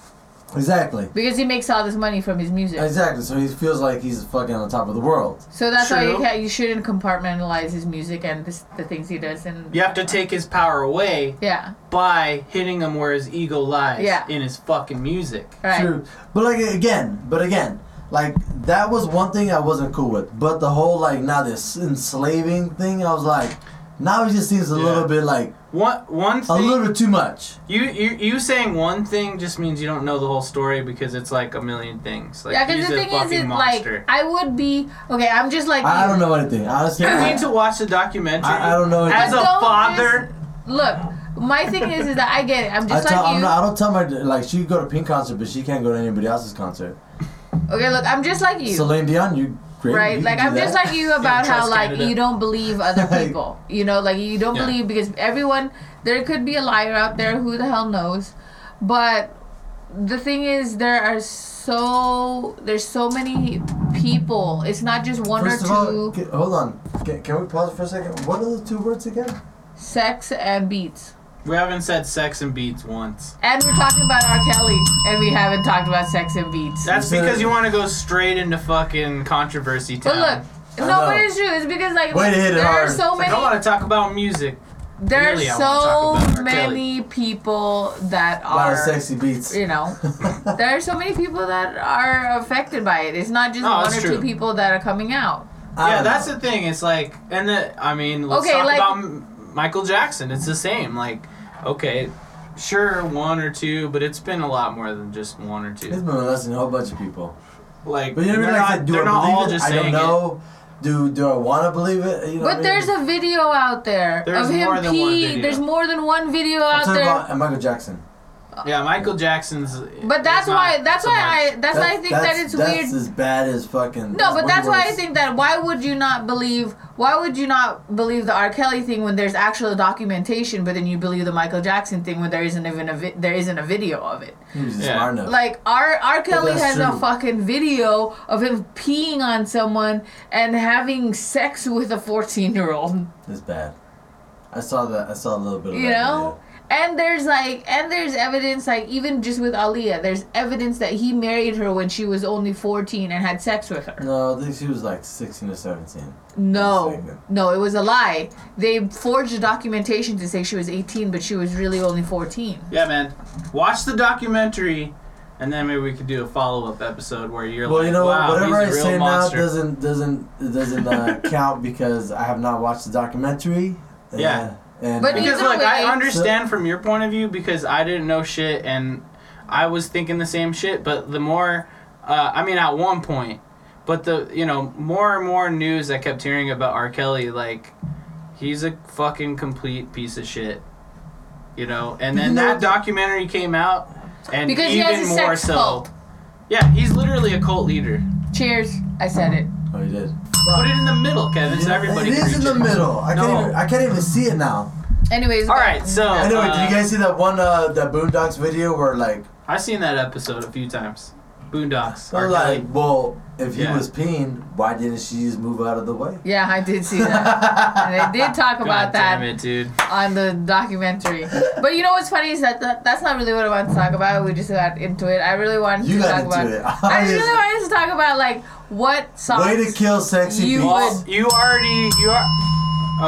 Speaker 2: exactly,
Speaker 3: because he makes all this money from his music.
Speaker 2: exactly. So he feels like he's fucking on top of the world.
Speaker 3: So that's why you
Speaker 4: True.
Speaker 3: can't, you shouldn't compartmentalize his music and this, the things he does. And
Speaker 4: You have to take his power away
Speaker 3: yeah,
Speaker 4: by hitting him where his ego lies
Speaker 3: Yeah.
Speaker 4: in his fucking music.
Speaker 3: right.
Speaker 2: True. But like again, but again, like that was one thing I wasn't cool with. But the whole like now this enslaving thing, I was like, now it just seems a
Speaker 4: Yeah.
Speaker 2: little bit like
Speaker 4: One one
Speaker 2: a
Speaker 4: thing
Speaker 2: little bit too much.
Speaker 4: you, you you saying one thing just means you don't know the whole story because it's like a million things. Like
Speaker 3: yeah,
Speaker 4: he's
Speaker 3: because the
Speaker 4: a
Speaker 3: thing is,
Speaker 4: fucking
Speaker 3: it, like
Speaker 4: monster.
Speaker 3: I would be okay. I'm just like
Speaker 2: I, I
Speaker 3: you.
Speaker 2: don't know anything. Honestly,
Speaker 4: you
Speaker 2: I,
Speaker 4: need to watch the documentary.
Speaker 2: I, I don't know
Speaker 4: As
Speaker 2: anything.
Speaker 4: a
Speaker 3: But don't
Speaker 4: father,
Speaker 3: Look, my thing is, is that I get it. I'm
Speaker 2: I
Speaker 3: just
Speaker 2: tell
Speaker 3: like
Speaker 2: I'm
Speaker 3: you.
Speaker 2: not, I don't tell my like she could go to Pink concert, but she can't go to anybody else's concert.
Speaker 3: okay, look, I'm just like you.
Speaker 2: Celine Dion, you great.
Speaker 3: right
Speaker 2: you
Speaker 3: like
Speaker 2: can do
Speaker 3: i'm just
Speaker 2: that.
Speaker 3: like you about how
Speaker 4: trust
Speaker 3: like
Speaker 4: Canada.
Speaker 3: you don't believe other
Speaker 2: [LAUGHS] Like-
Speaker 3: people you know like you don't
Speaker 4: Yeah.
Speaker 3: believe because everyone there could be a liar out there who the hell knows but the thing is there are so there's so many people it's not just one
Speaker 2: First
Speaker 3: or
Speaker 2: of
Speaker 3: two
Speaker 2: all, ca- hold on. Can, can we pause for a second? What are the two words again?
Speaker 3: sex and beats
Speaker 4: we haven't said sex and beats once.
Speaker 3: and we're talking about r kelly and we haven't talked about sex and beats
Speaker 4: That's
Speaker 2: Is it-
Speaker 4: because you want to go straight into fucking controversy
Speaker 3: but
Speaker 4: town.
Speaker 3: look
Speaker 2: I
Speaker 3: no, but
Speaker 2: know.
Speaker 3: it's true. It's because like
Speaker 2: Way to hit it
Speaker 3: there are
Speaker 2: hard.
Speaker 3: so
Speaker 4: It's like,
Speaker 3: many.
Speaker 4: I want to talk about music.
Speaker 3: There's
Speaker 4: Really, I wanna
Speaker 3: so
Speaker 4: talk about R. Kelly.
Speaker 3: many people that
Speaker 2: A lot
Speaker 3: are,
Speaker 2: of sexy beats. [LAUGHS]
Speaker 3: you know, there are so many people that are affected by it. It's not just
Speaker 4: No,
Speaker 3: one
Speaker 4: that's
Speaker 3: or two
Speaker 4: true.
Speaker 3: people that are coming out.
Speaker 2: I
Speaker 4: yeah,
Speaker 2: don't know.
Speaker 4: that's the thing. It's like, and the, I mean, let's
Speaker 3: Okay,
Speaker 4: talk
Speaker 3: like-
Speaker 4: about M- Michael Jackson. It's the same. Like, okay, sure, one or two, but it's been a lot more than just one or
Speaker 2: It's
Speaker 4: two.
Speaker 2: been molesting a whole bunch of people.
Speaker 4: Like,
Speaker 2: But you know
Speaker 4: they're
Speaker 2: what I mean? Like, I
Speaker 4: not,
Speaker 2: said, do
Speaker 4: they're
Speaker 2: I
Speaker 4: not
Speaker 2: believe
Speaker 4: all
Speaker 2: it?
Speaker 4: just
Speaker 2: I
Speaker 4: saying
Speaker 2: don't
Speaker 4: it.
Speaker 2: know. Do do I want to believe it? You know what I mean?
Speaker 3: But there's a video out there
Speaker 4: There's
Speaker 3: of him
Speaker 4: more than one
Speaker 3: pee.
Speaker 4: video.
Speaker 3: There's more than one video
Speaker 2: I'm
Speaker 3: out
Speaker 2: talking
Speaker 3: there.
Speaker 2: about Michael Jackson.
Speaker 4: Yeah, Michael Jackson's.
Speaker 3: but that's why. That's why I. That's, why I think that
Speaker 2: that's-
Speaker 3: it's
Speaker 2: that's
Speaker 3: weird.
Speaker 2: as bad as fucking.
Speaker 3: No, but
Speaker 2: way
Speaker 3: that's why I
Speaker 2: worse.
Speaker 3: think that why would you not believe why would you not believe the R. Kelly thing when there's actual documentation, but then you believe the Michael Jackson thing when there isn't even a vi- there isn't a video of it.
Speaker 2: he was just
Speaker 4: Yeah.
Speaker 2: smart enough.
Speaker 3: Like R. R. Kelly
Speaker 2: that's
Speaker 3: has a
Speaker 2: true.
Speaker 3: fucking video of him peeing on someone and having sex with a fourteen year old.
Speaker 2: it's bad. I saw that. I saw a little bit. Of
Speaker 3: You
Speaker 2: that
Speaker 3: know? And there's like and there's evidence like even just with Aaliyah, there's evidence that he married her when she was only fourteen and had sex with her.
Speaker 2: video. No, I think she was like 16 or 17.
Speaker 3: No,
Speaker 2: Mistaken.
Speaker 3: no, it was a lie. They forged the documentation to say she was 18, but she was really only 14.
Speaker 4: Yeah, man. Watch the documentary, and then maybe we could do a follow up episode where you're
Speaker 2: Well,
Speaker 4: like,
Speaker 2: you know
Speaker 4: wow,
Speaker 2: what? Whatever
Speaker 4: he's
Speaker 2: I
Speaker 4: a real
Speaker 2: say
Speaker 4: monster.
Speaker 2: now doesn't doesn't it doesn't
Speaker 3: [LAUGHS]
Speaker 2: uh, count because I have not watched the documentary. and-
Speaker 4: Yeah.
Speaker 2: And
Speaker 3: But
Speaker 4: Because
Speaker 3: Either
Speaker 4: look, I
Speaker 3: way-
Speaker 4: understand from your point of view because I didn't know shit and I was thinking the same shit. But the more, uh, I mean, at one point, but the you know more and more news I kept hearing about R. Kelly, like he's a fucking complete piece of shit, you know. And then
Speaker 2: No.
Speaker 4: that documentary came out, and
Speaker 3: Because he
Speaker 4: even
Speaker 3: has a
Speaker 4: more
Speaker 3: sex
Speaker 4: so.
Speaker 3: cult.
Speaker 4: Yeah, he's literally a cult leader.
Speaker 3: Cheers. I said it.
Speaker 2: oh, you did.
Speaker 4: Put it in the middle, Kevin, so everybody
Speaker 2: it
Speaker 4: can
Speaker 2: is in
Speaker 4: reach
Speaker 2: the
Speaker 4: it.
Speaker 2: middle. I
Speaker 4: No.
Speaker 2: can't. Even, I can't even see it now.
Speaker 3: Anyways.
Speaker 4: All right, so
Speaker 2: Anyway,
Speaker 4: uh,
Speaker 2: did you
Speaker 3: Um,
Speaker 2: guys see that one uh that Boondocks video where like
Speaker 4: I've seen that episode a few times.
Speaker 3: Oh,
Speaker 4: Boondocks.
Speaker 2: they're
Speaker 4: R.
Speaker 2: like,
Speaker 4: Kelly.
Speaker 2: well, if he
Speaker 4: Yeah.
Speaker 2: was peeing, why didn't she just move out of the way?
Speaker 3: Yeah, I did see that. and they did talk about
Speaker 4: [LAUGHS] God damn
Speaker 3: that
Speaker 4: it, dude.
Speaker 3: on the documentary. But you know what's funny is that, that that's not really what I want to talk about. We just got into it. I really wanted
Speaker 2: [LAUGHS] You
Speaker 3: to
Speaker 2: got
Speaker 3: talk
Speaker 2: into it,
Speaker 3: about. I just really
Speaker 2: obviously.
Speaker 3: wanted to talk about like what songs.
Speaker 2: Way to kill sexy
Speaker 3: You
Speaker 2: beats.
Speaker 3: would-
Speaker 4: Well, you already you are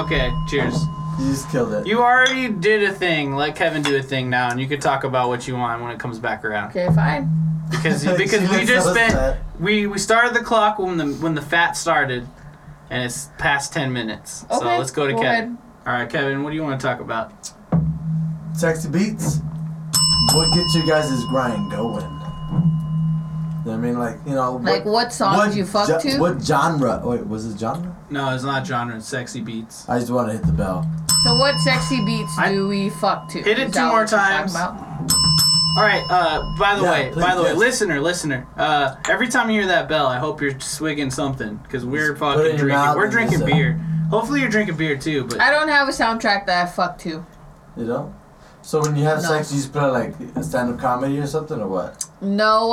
Speaker 4: okay. Cheers.
Speaker 2: You just killed it.
Speaker 4: You already did a thing. Let Kevin do a thing now, and you can talk about what you want when it comes back around.
Speaker 3: Okay, fine. [LAUGHS]
Speaker 2: [LAUGHS]
Speaker 4: Because
Speaker 2: She
Speaker 4: because we
Speaker 2: looks
Speaker 4: just
Speaker 2: so
Speaker 4: spent
Speaker 2: sad.
Speaker 4: we we started the clock when the when the fat started, and it's past ten minutes.
Speaker 3: Okay.
Speaker 4: So let's go to
Speaker 3: well
Speaker 4: Kevin.
Speaker 3: then.
Speaker 4: All right, Kevin, what do you want to talk about?
Speaker 2: Sexy beats. What gets you guys' grind going? I mean, like you know,
Speaker 3: Like what songs you fuck
Speaker 2: ge-
Speaker 3: to?
Speaker 2: What genre? Wait, was it genre?
Speaker 4: No, it's not genre. It's sexy beats.
Speaker 2: I just want to hit the bell.
Speaker 3: So what sexy beats
Speaker 4: I-
Speaker 3: do we fuck to?
Speaker 4: Hit it
Speaker 3: Is
Speaker 4: two
Speaker 3: that
Speaker 4: more
Speaker 3: what you're talking
Speaker 4: times.
Speaker 3: about?
Speaker 4: All right. Uh, by the
Speaker 2: Yeah,
Speaker 4: way,
Speaker 2: please,
Speaker 4: by the way,
Speaker 2: yes.
Speaker 4: listener, listener. Uh, every time you hear that bell, I hope you're swigging something because
Speaker 2: put it
Speaker 4: we're
Speaker 2: in
Speaker 4: fucking
Speaker 2: your
Speaker 4: drinking.
Speaker 2: mouth
Speaker 4: We're
Speaker 2: and uh,
Speaker 4: drinking
Speaker 2: listen.
Speaker 4: beer. Hopefully, you're drinking beer too. But
Speaker 3: I don't have a soundtrack that I fuck to.
Speaker 2: You know. So when you have
Speaker 3: No.
Speaker 2: sex, you just play like stand-up comedy or something, or what?
Speaker 3: No,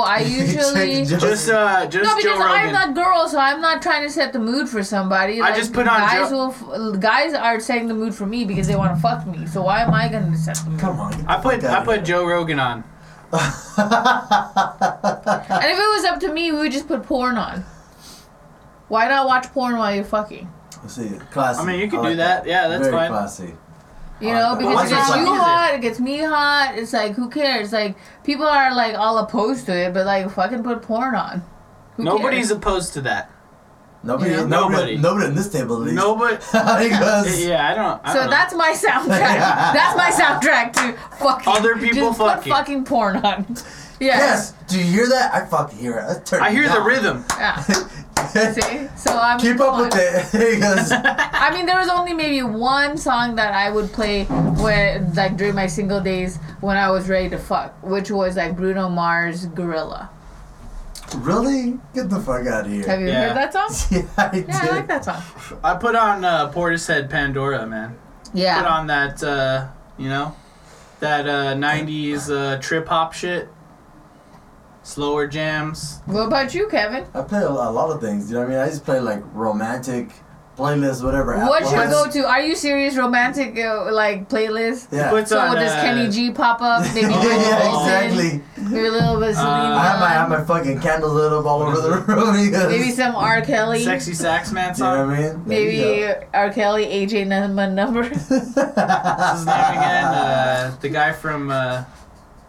Speaker 2: [LAUGHS]
Speaker 3: I usually.
Speaker 2: Check-
Speaker 4: just uh, just
Speaker 3: No, because
Speaker 4: Joe Rogan.
Speaker 3: I'm not girl, so I'm not trying to set the mood for somebody.
Speaker 4: I just put on
Speaker 3: guys.
Speaker 4: Joe-
Speaker 3: will f- guys are setting the mood for me because they want to fuck me. So why am I gonna set the mood?
Speaker 2: Come on. get the
Speaker 4: I put
Speaker 2: fuck
Speaker 4: I
Speaker 2: outta
Speaker 4: put
Speaker 2: here.
Speaker 4: Joe Rogan on.
Speaker 3: And if it was up to me, we would just put porn on. Why not watch porn while you're fucking?
Speaker 2: Let's [LAUGHS] see, classy.
Speaker 4: I mean, you can
Speaker 2: like
Speaker 4: do that. Yeah, that's
Speaker 2: Very
Speaker 4: fine.
Speaker 2: classy.
Speaker 3: You
Speaker 2: I
Speaker 4: Oh,
Speaker 3: know,
Speaker 2: like that.
Speaker 3: because it
Speaker 2: Why
Speaker 3: gets
Speaker 2: not?
Speaker 3: you
Speaker 4: Music.
Speaker 3: hot, it gets me hot. It's like who cares? Like people are like all opposed to it, but like fucking put porn on. Who
Speaker 4: Nobody's
Speaker 3: cares?
Speaker 4: opposed to that.
Speaker 2: Nobody,
Speaker 3: Yeah.
Speaker 2: nobody,
Speaker 4: Nobody.
Speaker 2: nobody in this table at least. [LAUGHS]
Speaker 4: Nobody.
Speaker 2: because
Speaker 4: Yeah, I don't. I
Speaker 3: so
Speaker 4: don't know.
Speaker 3: that's my
Speaker 4: [LAUGHS]
Speaker 3: soundtrack. that's my soundtrack to fucking
Speaker 4: Other people
Speaker 3: just put
Speaker 4: fucking.
Speaker 3: fucking porn on. [LAUGHS] Yes.
Speaker 2: yes, do you hear that? I fucking hear it. Let's turn
Speaker 4: I hear
Speaker 2: it
Speaker 4: the
Speaker 2: down.
Speaker 4: rhythm.
Speaker 3: Yeah.
Speaker 2: [LAUGHS]
Speaker 3: See, so I'm
Speaker 2: Keep up with it. [LAUGHS] because
Speaker 3: I mean, there was only maybe one song that I would play when, like, during my single days when I was ready to fuck, which was like Bruno Mars Gorilla.
Speaker 2: really, get the fuck out of here.
Speaker 3: Have you
Speaker 4: Yeah.
Speaker 3: heard that song?
Speaker 2: [LAUGHS] yeah, I did.
Speaker 3: Yeah, I like that song.
Speaker 4: I put on uh, Portishead Pandora, man. Put
Speaker 3: Yeah.
Speaker 4: on that, uh, you know, that uh, '90s uh, trip hop shit. Slower jams.
Speaker 3: What about you, Kevin?
Speaker 2: I play a, a lot of things. You know what I mean? I just play like romantic playlists, whatever. app
Speaker 3: What's your
Speaker 2: was.
Speaker 3: go-to? Are you serious romantic uh, like playlist?
Speaker 2: Yeah.
Speaker 4: Puts
Speaker 3: So
Speaker 4: on,
Speaker 3: does
Speaker 4: uh,
Speaker 3: Kenny G
Speaker 2: [LAUGHS]
Speaker 3: pop up? Maybe
Speaker 2: yeah,
Speaker 3: Whitney
Speaker 2: yeah,
Speaker 3: Houston,
Speaker 2: exactly.
Speaker 3: Maybe a little
Speaker 4: Uh,
Speaker 3: bit of Selena.
Speaker 2: I have my I have my fucking candles lit up all over the room. [LAUGHS] because-
Speaker 3: maybe some R. Kelly.
Speaker 4: Sexy Sax Man
Speaker 2: you know
Speaker 4: song.
Speaker 2: what I mean? There
Speaker 3: Maybe
Speaker 2: you
Speaker 3: R. Kelly, AJ Number Number. [LAUGHS]
Speaker 2: go.
Speaker 4: What's his name again? Uh, the guy from. Uh,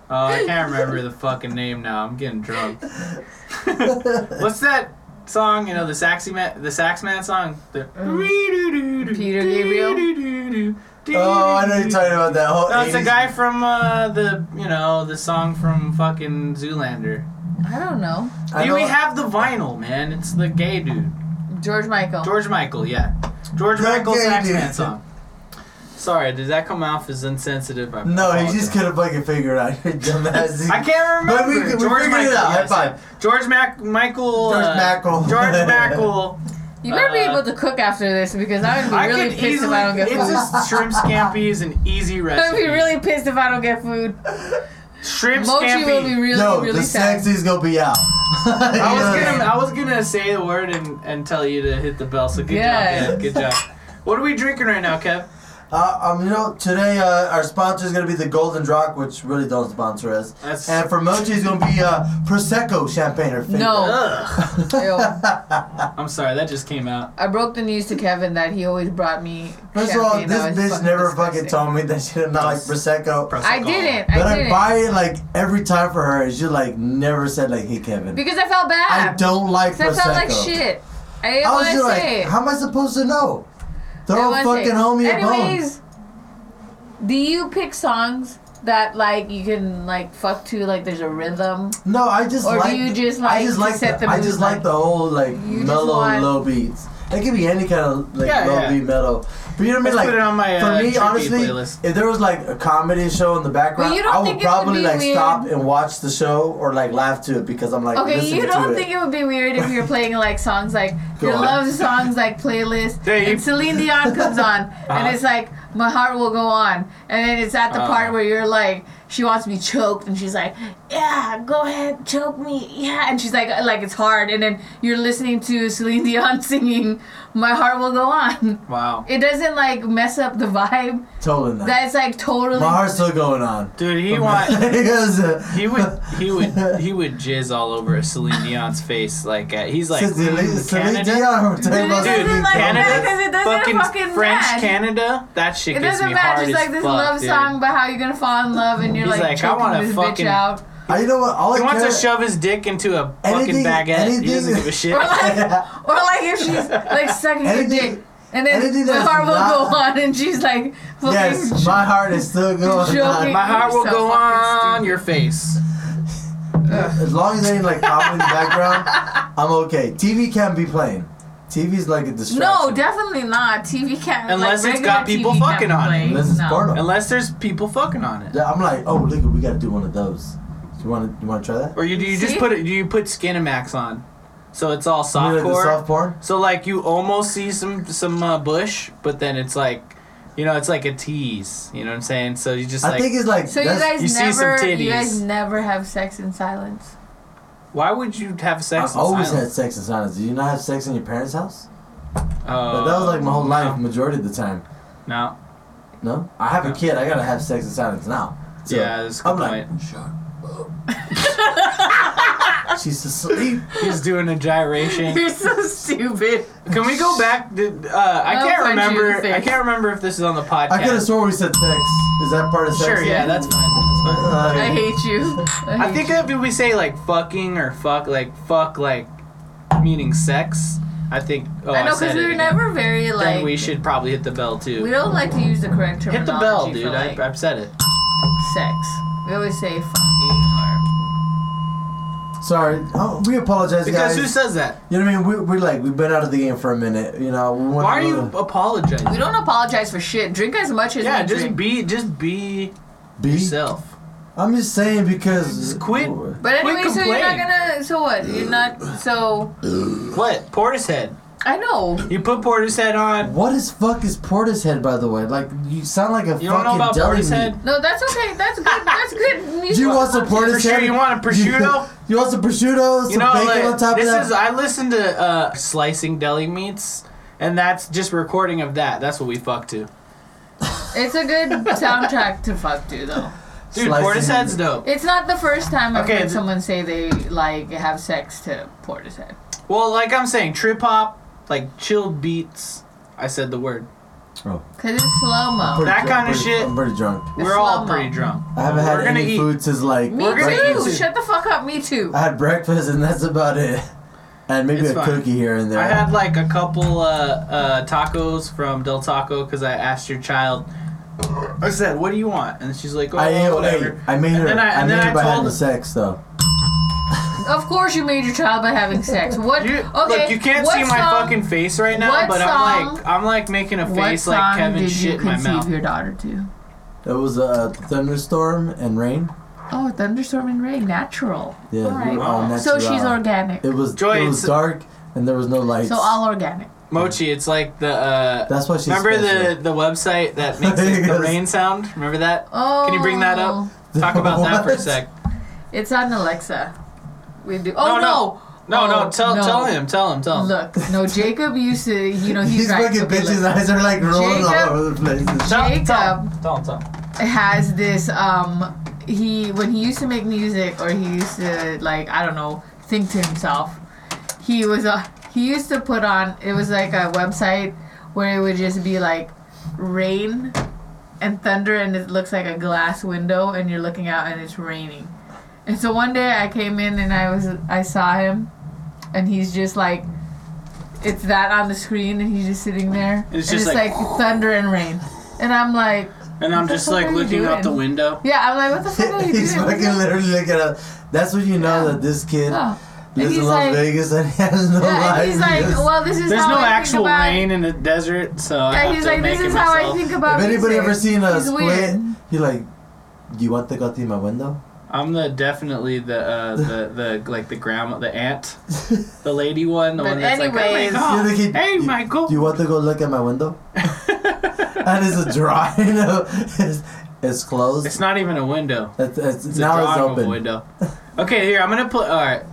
Speaker 4: oh,
Speaker 3: [LAUGHS]
Speaker 4: I can't remember the fucking name now. I'm getting drunk. What's that song? You know the saxy man, the sax man song. The
Speaker 3: Uh, Peter Gabriel?
Speaker 2: [LAUGHS] oh, I know you're talking about that whole.
Speaker 4: No, it's the
Speaker 2: 80s
Speaker 4: guy from uh, the you know the song from fucking Zoolander.
Speaker 3: I don't know.
Speaker 2: I
Speaker 4: Dude,
Speaker 2: know-
Speaker 4: we have the vinyl, man. It's the gay dude,
Speaker 3: George Michael.
Speaker 4: George Michael. Yeah, George
Speaker 2: The
Speaker 4: Michael
Speaker 2: gay
Speaker 4: sax
Speaker 2: dude.
Speaker 4: man song. Sorry, did that come off as insensitive? I
Speaker 2: No, he
Speaker 4: apologize.
Speaker 2: just couldn't fucking figure it out. [LAUGHS] You're dumbass.
Speaker 4: I can't remember.
Speaker 2: But we- we
Speaker 4: George
Speaker 2: figured it
Speaker 4: Michael.
Speaker 2: out. High
Speaker 4: yes,
Speaker 2: five.
Speaker 4: yeah. George Mac- Michael.
Speaker 2: George
Speaker 4: uh,
Speaker 2: Mackle. [LAUGHS]
Speaker 4: George Mackle.
Speaker 3: You better be
Speaker 4: Uh,
Speaker 3: able to cook after this because I'm gonna
Speaker 4: I
Speaker 3: be really
Speaker 4: could
Speaker 3: pissed
Speaker 4: easily.
Speaker 3: if I don't get
Speaker 4: it's
Speaker 3: food. [LAUGHS]
Speaker 4: just shrimp scampi is an easy
Speaker 3: I'm gonna
Speaker 4: recipe.
Speaker 3: be really pissed if I don't get food.
Speaker 4: shrimp
Speaker 3: Mochi
Speaker 4: scampi.
Speaker 3: will be really,
Speaker 2: Yo,
Speaker 3: really
Speaker 2: the
Speaker 3: sad.
Speaker 2: sexy's gonna be out.
Speaker 4: I
Speaker 2: [LAUGHS] You know what
Speaker 4: was
Speaker 2: I
Speaker 4: gonna
Speaker 2: mean?
Speaker 4: I was gonna say the word and, and tell you to hit the bell. So good
Speaker 3: Yes.
Speaker 4: job, man. Good job. What are we drinking right
Speaker 2: [LAUGHS]
Speaker 4: now, Kev?
Speaker 2: Uh, um, you know, today uh, our sponsor is gonna be the Golden Rock, which really don't sponsor us.
Speaker 4: That's
Speaker 2: And for Mochi, it's gonna be uh, Prosecco champagne or favorite.
Speaker 3: No.
Speaker 4: Ugh.
Speaker 3: Ew.
Speaker 4: I'm sorry, that just came out.
Speaker 3: I broke the news to Kevin that he always brought me.
Speaker 2: First of all,
Speaker 3: champagne
Speaker 2: this
Speaker 3: that was
Speaker 2: bitch never fucking
Speaker 3: disgusting.
Speaker 2: told me that she did not like Prosecco.
Speaker 4: Prosecco.
Speaker 3: I didn't.
Speaker 2: but
Speaker 3: I
Speaker 2: I,
Speaker 3: didn't.
Speaker 2: buy it like every time for her, and she like never said like, "Hey, Kevin,
Speaker 3: because I felt
Speaker 2: I
Speaker 3: bad.
Speaker 2: don't like
Speaker 3: Because I
Speaker 2: Prosecco."
Speaker 3: felt like shit. I didn't
Speaker 2: I
Speaker 3: want
Speaker 2: was
Speaker 3: to
Speaker 2: just like,
Speaker 3: say it.
Speaker 2: "How am I supposed to know?" They're all
Speaker 3: I wanna say
Speaker 2: fucking
Speaker 3: it.
Speaker 2: homie at home.
Speaker 3: Anyways, do you pick songs that like you can like fuck to? Like there's a rhythm.
Speaker 2: No, I just
Speaker 3: Or do
Speaker 2: like.
Speaker 3: you just
Speaker 2: I
Speaker 3: like
Speaker 2: just
Speaker 3: to
Speaker 2: like
Speaker 3: set
Speaker 2: the,
Speaker 3: the
Speaker 2: I
Speaker 3: mood,
Speaker 2: just like,
Speaker 3: like-
Speaker 2: the whole like
Speaker 3: You just
Speaker 2: mellow
Speaker 3: want-
Speaker 2: low beats. It could be any kind of like
Speaker 4: Yeah,
Speaker 2: low
Speaker 4: yeah.
Speaker 2: beat metal. But you know what I mean?
Speaker 4: Let's
Speaker 2: Like
Speaker 4: put it on my,
Speaker 2: for
Speaker 4: uh,
Speaker 2: me,
Speaker 4: trippy
Speaker 2: honestly,
Speaker 4: playlist.
Speaker 2: if there was like a comedy show in the background,
Speaker 3: you don't
Speaker 2: I would
Speaker 3: think it would
Speaker 2: probably
Speaker 3: be
Speaker 2: like
Speaker 3: weird?
Speaker 2: stop and watch the show or like laugh to it because I'm like
Speaker 3: Okay,
Speaker 2: listening
Speaker 3: you
Speaker 2: to
Speaker 3: don't
Speaker 2: it.
Speaker 3: think it would be weird if you're playing like songs like
Speaker 2: [LAUGHS] Go
Speaker 3: your
Speaker 2: on.
Speaker 3: love songs like playlist
Speaker 4: Yeah, you-
Speaker 3: and Celine Dion comes on
Speaker 4: [LAUGHS]
Speaker 3: and it's like my heart will go on and then it's at the part
Speaker 4: Uh.
Speaker 3: where you're like she wants me choked and she's like yeah go ahead choke me yeah and she's like like it's hard and then you're listening to Celine Dion [LAUGHS] singing my heart will go on
Speaker 4: Wow.
Speaker 3: it doesn't like mess up the vibe
Speaker 2: totally not.
Speaker 3: that's like totally
Speaker 2: My heart's still going on. [LAUGHS]
Speaker 4: Dude, he want
Speaker 2: Because, uh,
Speaker 4: he would
Speaker 2: [LAUGHS]
Speaker 4: he would he would jizz all over Celine Dion's face like at, he's [LAUGHS] like
Speaker 2: since Celine-
Speaker 4: mm,
Speaker 2: Celine
Speaker 4: Canada.
Speaker 2: Dion, we're talking about
Speaker 3: Dude,
Speaker 4: Dude,
Speaker 2: Celine
Speaker 3: like
Speaker 2: Dion.
Speaker 3: that. because it
Speaker 4: Canada,
Speaker 3: doesn't
Speaker 4: fucking,
Speaker 3: fucking
Speaker 4: French
Speaker 3: match.
Speaker 4: Canada, that shit
Speaker 3: It
Speaker 4: gets
Speaker 3: doesn't
Speaker 4: me
Speaker 3: match.
Speaker 4: hard
Speaker 3: It's
Speaker 4: as
Speaker 3: like this
Speaker 4: fuck,
Speaker 3: love
Speaker 4: dude.
Speaker 3: song about how you're gonna fall in love, and you're
Speaker 4: He's
Speaker 3: like,
Speaker 4: like, I
Speaker 3: choking
Speaker 4: wanna
Speaker 3: this
Speaker 4: fucking-
Speaker 3: bitch out. [LAUGHS]
Speaker 2: Uh, you know what? All
Speaker 4: He
Speaker 2: I
Speaker 4: wants
Speaker 2: care,
Speaker 4: to shove his dick into a fucking
Speaker 2: Anything-
Speaker 4: baguette.
Speaker 2: anything-
Speaker 4: he doesn't give a shit.
Speaker 3: Or like, or like if she's like sucking your
Speaker 2: anything,
Speaker 3: dick. And then
Speaker 2: Anything
Speaker 3: my
Speaker 2: that's
Speaker 3: heart will
Speaker 2: not-
Speaker 3: go on, and she's like, [LAUGHS]
Speaker 2: [LAUGHS]
Speaker 3: fucking
Speaker 2: Yes, my heart is still going
Speaker 3: [LAUGHS] Joking.
Speaker 2: on.
Speaker 4: [LAUGHS] My heart will
Speaker 3: You're so
Speaker 4: go
Speaker 3: fucking
Speaker 4: on
Speaker 3: stupid.
Speaker 4: your face.
Speaker 2: As long as there ain't like comedy in the
Speaker 3: [LAUGHS]
Speaker 2: background, I'm okay. TV can't be playing. TV's like a distraction.
Speaker 3: No, definitely not. TV can't.
Speaker 4: Unless
Speaker 3: like,
Speaker 4: it's got
Speaker 3: regular
Speaker 4: people
Speaker 3: TV
Speaker 4: fucking
Speaker 3: can't
Speaker 4: on it.
Speaker 3: play.
Speaker 2: Unless it's
Speaker 3: no.
Speaker 2: porno.
Speaker 4: Unless there's people fucking on it.
Speaker 2: Yeah, I'm like, oh, look, we gotta do one of those. Do you want to? You want to try that?
Speaker 4: Or you do you just
Speaker 3: See?
Speaker 4: put it? Do you put Skinamax on? So it's all
Speaker 2: You know, like the
Speaker 4: softcore.
Speaker 2: soft porn.
Speaker 4: so like you almost see some some uh, bush, but then it's like, you know, it's like a tease. You know what I'm saying? So you just
Speaker 2: I
Speaker 4: like.
Speaker 2: think it's like.
Speaker 3: So you
Speaker 2: that's-
Speaker 3: guys
Speaker 4: you see some
Speaker 3: never, you guys
Speaker 4: titties.
Speaker 3: never have sex in
Speaker 4: [LAUGHS]
Speaker 3: silence.
Speaker 4: why would you have sex?
Speaker 2: I always
Speaker 4: in
Speaker 2: had sex in silence. Did you not have sex in your parents' house?
Speaker 4: Had, uh,
Speaker 2: But that was like my whole
Speaker 4: no,
Speaker 2: life, majority of the time.
Speaker 4: No.
Speaker 2: No, I have a
Speaker 4: No.
Speaker 2: kid. I gotta have sex in silence now. So,
Speaker 4: yeah, that's a good
Speaker 2: I'm
Speaker 4: point.
Speaker 2: like, shut
Speaker 3: [LAUGHS]
Speaker 2: up. She's asleep.
Speaker 4: He's doing a gyration.
Speaker 3: You're so stupid.
Speaker 4: Can we go back? To, uh, I
Speaker 3: I'll
Speaker 4: can't
Speaker 3: punch you in
Speaker 4: remember.
Speaker 3: the
Speaker 4: I
Speaker 3: face.
Speaker 4: can't remember if this is on the podcast.
Speaker 2: I could have sworn we said sex. Is that part of sex?
Speaker 4: Sure, yeah, that's fine. That's fine.
Speaker 2: Uh,
Speaker 3: I hate you. I, hate
Speaker 4: I think
Speaker 3: you.
Speaker 4: if we say like fucking or fuck, like fuck, like meaning sex, I think. Oh,
Speaker 3: I know
Speaker 4: said
Speaker 3: because
Speaker 4: it
Speaker 3: we were
Speaker 4: again.
Speaker 3: never very like.
Speaker 4: Then we should probably hit the bell too.
Speaker 3: we don't like to use the correct terminology
Speaker 4: hit the bell, dude.
Speaker 3: for like
Speaker 4: I, I've said it.
Speaker 3: sex. We always say fucking
Speaker 2: Sorry. Oh, we apologize, guys.
Speaker 4: Because who says that?
Speaker 2: you know what I mean? We, we're like we've been out of the game for a minute. You know. We wanna
Speaker 4: Why are you
Speaker 2: go to
Speaker 3: or. We
Speaker 4: apologizing?
Speaker 3: don't apologize for shit. Drink as much as
Speaker 4: Yeah,
Speaker 3: we
Speaker 4: just
Speaker 3: drink.
Speaker 4: be, just be
Speaker 2: be?
Speaker 4: yourself.
Speaker 2: I'm just saying because.
Speaker 4: Just quit.
Speaker 3: But
Speaker 4: Quit
Speaker 3: anyway, so you're not
Speaker 4: complaining.
Speaker 3: gonna. So what? You're not. So
Speaker 4: What? Portishead.
Speaker 3: I know.
Speaker 4: You put Portishead on.
Speaker 2: What is fuck is Portishead by the way? Like you sound like a
Speaker 4: You don't know
Speaker 2: fucking
Speaker 4: about
Speaker 2: deli meat.
Speaker 4: Portishead?
Speaker 3: No, that's okay. That's good. That's
Speaker 4: [LAUGHS]
Speaker 3: good.
Speaker 2: Do you want some Portishead?
Speaker 4: Prosciutto, you want a prosciutto?
Speaker 2: [LAUGHS] you want some prosciutto? Some
Speaker 4: You know,
Speaker 2: bacon
Speaker 4: like,
Speaker 2: on top
Speaker 4: this
Speaker 2: of that?
Speaker 4: is. I listened to uh, slicing deli meats, and that's just recording of that. That's what we fuck to.
Speaker 3: It's a good soundtrack to fuck to though.
Speaker 4: Dude,
Speaker 2: Slicing.
Speaker 4: Portishead's dope.
Speaker 3: It's not the first time I've
Speaker 4: Okay,
Speaker 3: heard
Speaker 4: th-
Speaker 3: someone say they like have sex to Portishead.
Speaker 4: Well, like I'm saying, trip hop, like chilled beats. I said the word.
Speaker 3: Cause it's slow mo.
Speaker 2: Pretty
Speaker 4: that
Speaker 2: drunk,
Speaker 4: kinda
Speaker 2: pretty-
Speaker 4: shit.
Speaker 2: I'm pretty drunk.
Speaker 4: We're all
Speaker 3: slow-mo.
Speaker 4: pretty drunk.
Speaker 2: I haven't
Speaker 4: We're
Speaker 2: had
Speaker 4: gonna
Speaker 2: any
Speaker 4: eat.
Speaker 2: food since like
Speaker 3: Me
Speaker 4: We're gonna
Speaker 3: too.
Speaker 4: eat it.
Speaker 3: Shut the fuck up. Me too.
Speaker 2: I had breakfast and that's about it. And maybe
Speaker 4: It's
Speaker 2: a
Speaker 4: fine.
Speaker 2: cookie here and there.
Speaker 4: I had like a couple uh, uh, tacos from Del Taco because I asked your child. I said, "What do you want?" And she's like, "Oh,
Speaker 2: I ate
Speaker 4: whatever."
Speaker 2: eight. I made
Speaker 4: And
Speaker 2: her.
Speaker 4: then I-
Speaker 2: I,
Speaker 4: and
Speaker 2: made
Speaker 4: then
Speaker 2: her
Speaker 4: I
Speaker 2: by
Speaker 4: told
Speaker 2: having
Speaker 4: her-
Speaker 2: sex though.
Speaker 3: Of course, you made your child by having sex. What?
Speaker 4: You,
Speaker 3: okay.
Speaker 4: look, you can't
Speaker 3: what
Speaker 4: see my
Speaker 3: song-
Speaker 4: fucking face right now,
Speaker 3: what
Speaker 4: but I'm
Speaker 3: song-
Speaker 4: like, I'm like making a
Speaker 3: What
Speaker 4: face
Speaker 3: song
Speaker 4: like Kevin
Speaker 3: did
Speaker 4: shit
Speaker 3: you
Speaker 4: in my mouth.
Speaker 3: conceive your daughter to?
Speaker 2: It was a uh, thunderstorm and rain.
Speaker 3: Oh, thunderstorm and rain, natural.
Speaker 2: Yeah.
Speaker 3: All right.
Speaker 2: we were all
Speaker 3: so
Speaker 2: natural.
Speaker 3: she's organic.
Speaker 2: It was.
Speaker 4: Joy,
Speaker 2: it was
Speaker 4: it's-
Speaker 2: dark and there was no lights.
Speaker 3: So all organic.
Speaker 4: Mochi, it's like the. Uh,
Speaker 2: That's why she's.
Speaker 4: remember
Speaker 2: special.
Speaker 4: the the website that makes like,
Speaker 2: [LAUGHS]
Speaker 4: the
Speaker 2: Yes.
Speaker 4: rain sound? Remember that?
Speaker 3: Oh.
Speaker 4: Can you bring that up? Talk about that for
Speaker 2: [LAUGHS]
Speaker 4: a
Speaker 2: What?
Speaker 4: sec.
Speaker 3: It's on Alexa. We do. Oh
Speaker 4: No,
Speaker 3: no.
Speaker 4: no. No, no,
Speaker 3: Oh,
Speaker 4: tell
Speaker 3: no.
Speaker 4: tell him, tell him, tell him.
Speaker 3: Look, no, Jacob used to, you know, he's
Speaker 2: These
Speaker 3: right.
Speaker 2: fucking
Speaker 3: Okay,
Speaker 2: bitches'
Speaker 3: look.
Speaker 2: eyes are like rolling
Speaker 3: Jacob-
Speaker 2: all over the place. and shit.
Speaker 4: tell, tell him,
Speaker 3: Jacob.
Speaker 4: tell him, tell him.
Speaker 3: has this um he when he used to make music or he used to like I don't know think to himself he was uh, he used to put on it was like a website where it would just be like rain and thunder and it looks like a glass window and you're looking out and it's raining and so one day I came in and I was I saw him and he's just like it's that on the screen and he's just sitting there
Speaker 4: It's
Speaker 3: and
Speaker 4: just
Speaker 3: it's
Speaker 4: like-
Speaker 3: like thunder and rain and I'm like
Speaker 4: And I'm
Speaker 3: What the
Speaker 4: just
Speaker 3: fuck
Speaker 4: like
Speaker 3: are you
Speaker 4: looking out the
Speaker 3: doing?
Speaker 4: window.
Speaker 3: yeah, I'm like, what
Speaker 2: [LAUGHS]
Speaker 3: the fuck are you
Speaker 2: he's
Speaker 3: doing? What
Speaker 2: fucking
Speaker 3: the-
Speaker 2: literally looking at. That's when you know
Speaker 3: Yeah.
Speaker 2: that this kid [LAUGHS]
Speaker 3: Oh. And
Speaker 2: lives in
Speaker 3: he's
Speaker 2: Las
Speaker 3: like-
Speaker 2: Vegas and he has no life.
Speaker 3: Yeah, and he's like,
Speaker 2: He just-
Speaker 3: well, this is
Speaker 4: There's
Speaker 3: how
Speaker 4: no
Speaker 3: I
Speaker 4: actual
Speaker 3: think about,
Speaker 4: rain in the desert, so I
Speaker 3: Yeah,
Speaker 4: have
Speaker 3: he's
Speaker 4: to
Speaker 3: like,
Speaker 4: make
Speaker 3: this is
Speaker 4: it
Speaker 3: how I
Speaker 4: myself.
Speaker 3: think about.
Speaker 2: if anybody
Speaker 3: music.
Speaker 2: ever seen a
Speaker 3: He's
Speaker 2: split,
Speaker 3: weird.
Speaker 2: you're like, you want the got in my window? [LAUGHS]
Speaker 4: I'm the definitely the uh, the the like the grandma, the aunt, the lady one, the
Speaker 3: But
Speaker 4: one that's
Speaker 3: anyways-
Speaker 4: like, oh
Speaker 2: You're
Speaker 4: my
Speaker 2: the kid-
Speaker 4: god, hey
Speaker 2: you-
Speaker 4: Michael.
Speaker 2: Do you want to go look at my window? and it's a [LAUGHS] drawing of it's, it's closed.
Speaker 4: [LAUGHS] it's not even a window.
Speaker 2: It's, it's,
Speaker 4: It's
Speaker 2: now
Speaker 4: a
Speaker 2: it's
Speaker 4: drawing of a
Speaker 2: open.
Speaker 4: window. Okay, here I'm gonna play. All right,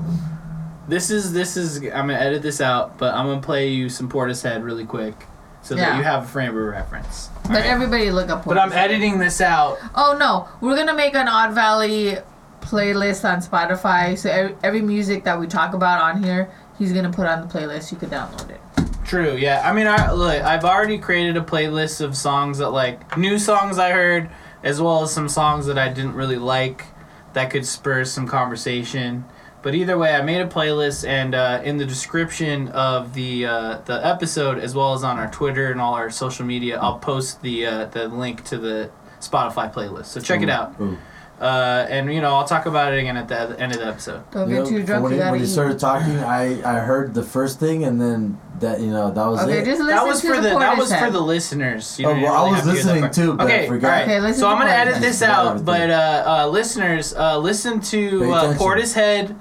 Speaker 4: this is this is. I'm gonna edit this out, but I'm gonna play you some Portishead really quick, so that
Speaker 3: Yeah.
Speaker 4: you have a frame of reference. All
Speaker 3: But
Speaker 4: right?
Speaker 3: everybody look up.
Speaker 4: But I'm
Speaker 3: Portishead.
Speaker 4: editing this out.
Speaker 3: Oh no, we're gonna make an Odd Valley playlist on Spotify. So every, every music that we talk about on here, he's gonna put on the playlist. You could download it.
Speaker 4: True. Yeah. I mean, I look. I've already created a playlist of songs that like new songs I heard, as well as some songs that I didn't really like, that could spur some conversation. But either way, I made a playlist, and uh, in the description of the uh, the episode, as well as on our Twitter and all our social media, I'll post the uh, the link to the Spotify playlist. So
Speaker 2: Mm.
Speaker 4: check it out,
Speaker 2: Ooh.
Speaker 4: uh, and you know I'll talk about it again at the end of the episode.
Speaker 3: Don't
Speaker 2: You
Speaker 3: get
Speaker 2: know,
Speaker 3: too drunk.
Speaker 2: When,
Speaker 3: You
Speaker 2: he,
Speaker 3: gotta
Speaker 2: when he
Speaker 3: eat.
Speaker 2: started talking, I, I heard the first thing, and then that you know that was
Speaker 3: okay,
Speaker 2: it.
Speaker 3: just listen
Speaker 4: that was
Speaker 3: to
Speaker 4: for
Speaker 3: the,
Speaker 4: the, that was
Speaker 3: Portishead.
Speaker 4: for the listeners. You
Speaker 2: Oh,
Speaker 4: know, you
Speaker 2: well, I
Speaker 4: really
Speaker 2: was
Speaker 4: have to get that
Speaker 2: listening
Speaker 4: part.
Speaker 2: too, but I
Speaker 4: Okay,
Speaker 2: forgot.
Speaker 4: all right.
Speaker 3: Okay, listen
Speaker 4: so
Speaker 3: to
Speaker 4: I'm gonna
Speaker 3: Portishead.
Speaker 4: edit this out, but uh, uh, listeners, uh, listen
Speaker 2: Pay
Speaker 4: to uh,
Speaker 2: attention.
Speaker 4: Portishead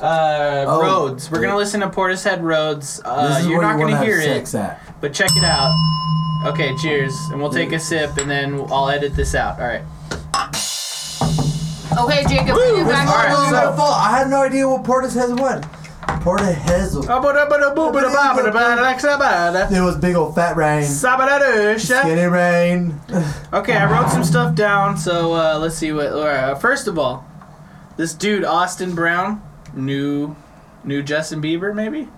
Speaker 4: uh,
Speaker 2: Oh,
Speaker 4: Roads. We're gonna
Speaker 2: wait.
Speaker 4: listen to Portishead Roads.
Speaker 2: this
Speaker 4: Uh,
Speaker 2: is
Speaker 4: you're
Speaker 2: where
Speaker 4: not
Speaker 2: you wanna
Speaker 4: gonna
Speaker 2: have
Speaker 4: hear
Speaker 2: sex
Speaker 4: it,
Speaker 2: at.
Speaker 4: but check it out. Okay, cheers, and we'll take a sip, and then I'll edit this out. All right.
Speaker 3: okay, Jacob, you
Speaker 2: It's
Speaker 3: got
Speaker 2: not
Speaker 4: Alright,
Speaker 2: really
Speaker 4: so-
Speaker 2: my fault. I had no idea what Portis has won. Portis has.
Speaker 3: Oh.
Speaker 2: [LAUGHS] It was big old fat rain. Skinny rain. [LAUGHS]
Speaker 4: Okay, I wrote some stuff down, so uh, let's see what. All right, uh, first of all, this dude Austin Brown, new, new Justin Bieber maybe.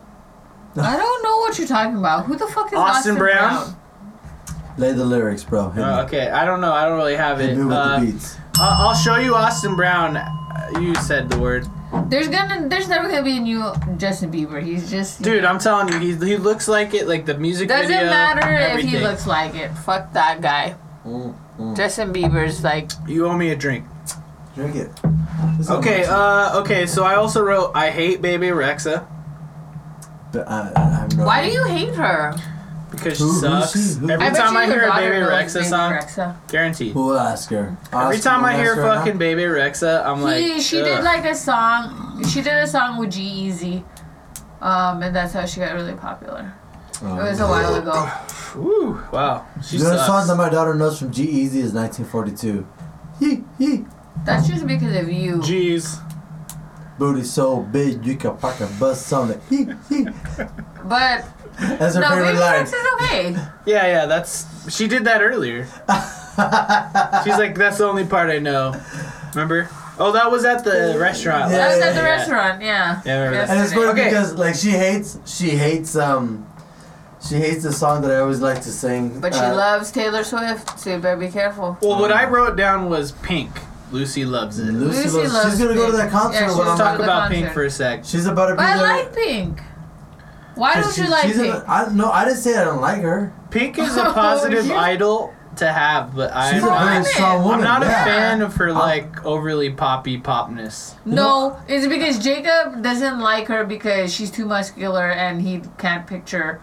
Speaker 3: I don't know what you're talking about. Who the fuck is Austin,
Speaker 4: Austin Brown?
Speaker 2: Play the lyrics, bro. Hit
Speaker 4: Uh,
Speaker 2: me.
Speaker 4: okay, I don't know. I don't really have
Speaker 2: Hit
Speaker 4: it.
Speaker 2: me with
Speaker 4: Uh,
Speaker 2: the beats.
Speaker 4: I- I'll show you Austin Brown. Uh, You said the word,
Speaker 3: There's gonna, there's never gonna be a new Justin Bieber. He's just
Speaker 4: dude. I'm telling you, he, he looks like it. Like the music
Speaker 3: Doesn't
Speaker 4: video.
Speaker 3: matter if he
Speaker 4: uh, everything.
Speaker 3: looks like it. Fuck that guy.
Speaker 2: Mm, mm.
Speaker 3: Justin Bieber's like
Speaker 4: You owe me a drink.
Speaker 2: Drink it.
Speaker 4: Okay. Uh. Okay. So I also wrote I hate Baby Rexa
Speaker 2: But I, I have no
Speaker 3: Why do you hate her?
Speaker 4: because
Speaker 2: Who-
Speaker 4: she
Speaker 2: who's
Speaker 4: sucks.
Speaker 2: she? Who-
Speaker 4: Every
Speaker 2: I
Speaker 4: time
Speaker 3: you
Speaker 4: I
Speaker 3: your
Speaker 4: hear a
Speaker 3: daughter
Speaker 4: Baby
Speaker 3: loves
Speaker 4: Rexa
Speaker 3: Baby
Speaker 4: song,
Speaker 3: Rexa.
Speaker 4: guaranteed.
Speaker 2: Who will ask her?
Speaker 4: Every
Speaker 2: Ask-
Speaker 4: time
Speaker 2: will
Speaker 4: I hear
Speaker 2: ask her or
Speaker 4: fucking
Speaker 2: not?
Speaker 4: Baby Rexa, I'm like,
Speaker 3: He, she
Speaker 4: ugh.
Speaker 3: did like a song. She did a song with G Easy, um, and that's how she got really popular. It
Speaker 2: Oh,
Speaker 3: was a while ago.
Speaker 4: Ooh, wow, she
Speaker 2: The only song
Speaker 4: sucks.
Speaker 2: that my daughter knows from G Easy is 1942. Hee hee.
Speaker 3: That's just because of you.
Speaker 4: Jeez.
Speaker 2: Booty so big you can fucking bust something. Hee hee.
Speaker 3: But
Speaker 2: That's her
Speaker 3: no,
Speaker 2: favorite
Speaker 3: Baby
Speaker 2: line.
Speaker 3: Rex is okay.
Speaker 4: Yeah, yeah, that's she did
Speaker 2: [LAUGHS]
Speaker 4: that earlier. She's like, that's the only part I know. Remember? Oh, that was at the restaurant.
Speaker 2: Yeah,
Speaker 3: I was at the
Speaker 4: yeah.
Speaker 3: restaurant. Yeah.
Speaker 4: Yeah, I remember that.
Speaker 2: And it's
Speaker 3: Yesterday.
Speaker 2: funny
Speaker 4: Okay.
Speaker 2: because like she hates she hates um she hates the song that I always like to sing.
Speaker 3: But she
Speaker 2: uh,
Speaker 3: loves Taylor Swift, so you better be careful.
Speaker 4: Well, what I wrote down was Pink. Lucy loves it.
Speaker 2: Lucy,
Speaker 3: Lucy
Speaker 2: loves,
Speaker 3: loves
Speaker 2: She's gonna go to
Speaker 3: Pink.
Speaker 2: that concert
Speaker 3: Yeah, she's
Speaker 2: when
Speaker 4: Let's
Speaker 2: I'm like,
Speaker 3: talking
Speaker 4: talk
Speaker 3: the
Speaker 4: about
Speaker 3: concert.
Speaker 4: Pink for a sec.
Speaker 2: she's about to be
Speaker 3: But I
Speaker 2: there.
Speaker 3: like Pink. Why don't you like
Speaker 2: she's
Speaker 3: Pink?
Speaker 2: An, I no, I didn't say I don't like her.
Speaker 4: Pink
Speaker 3: [LAUGHS]
Speaker 4: is a positive
Speaker 3: Oh, She's-
Speaker 4: idol to have, but I'm
Speaker 2: She's a
Speaker 4: not,
Speaker 2: very
Speaker 3: it.
Speaker 2: strong woman.
Speaker 4: I'm not a
Speaker 2: yeah.
Speaker 4: fan of her like overly poppy popness.
Speaker 3: No, it's because Jacob doesn't like her because she's too muscular and he can't picture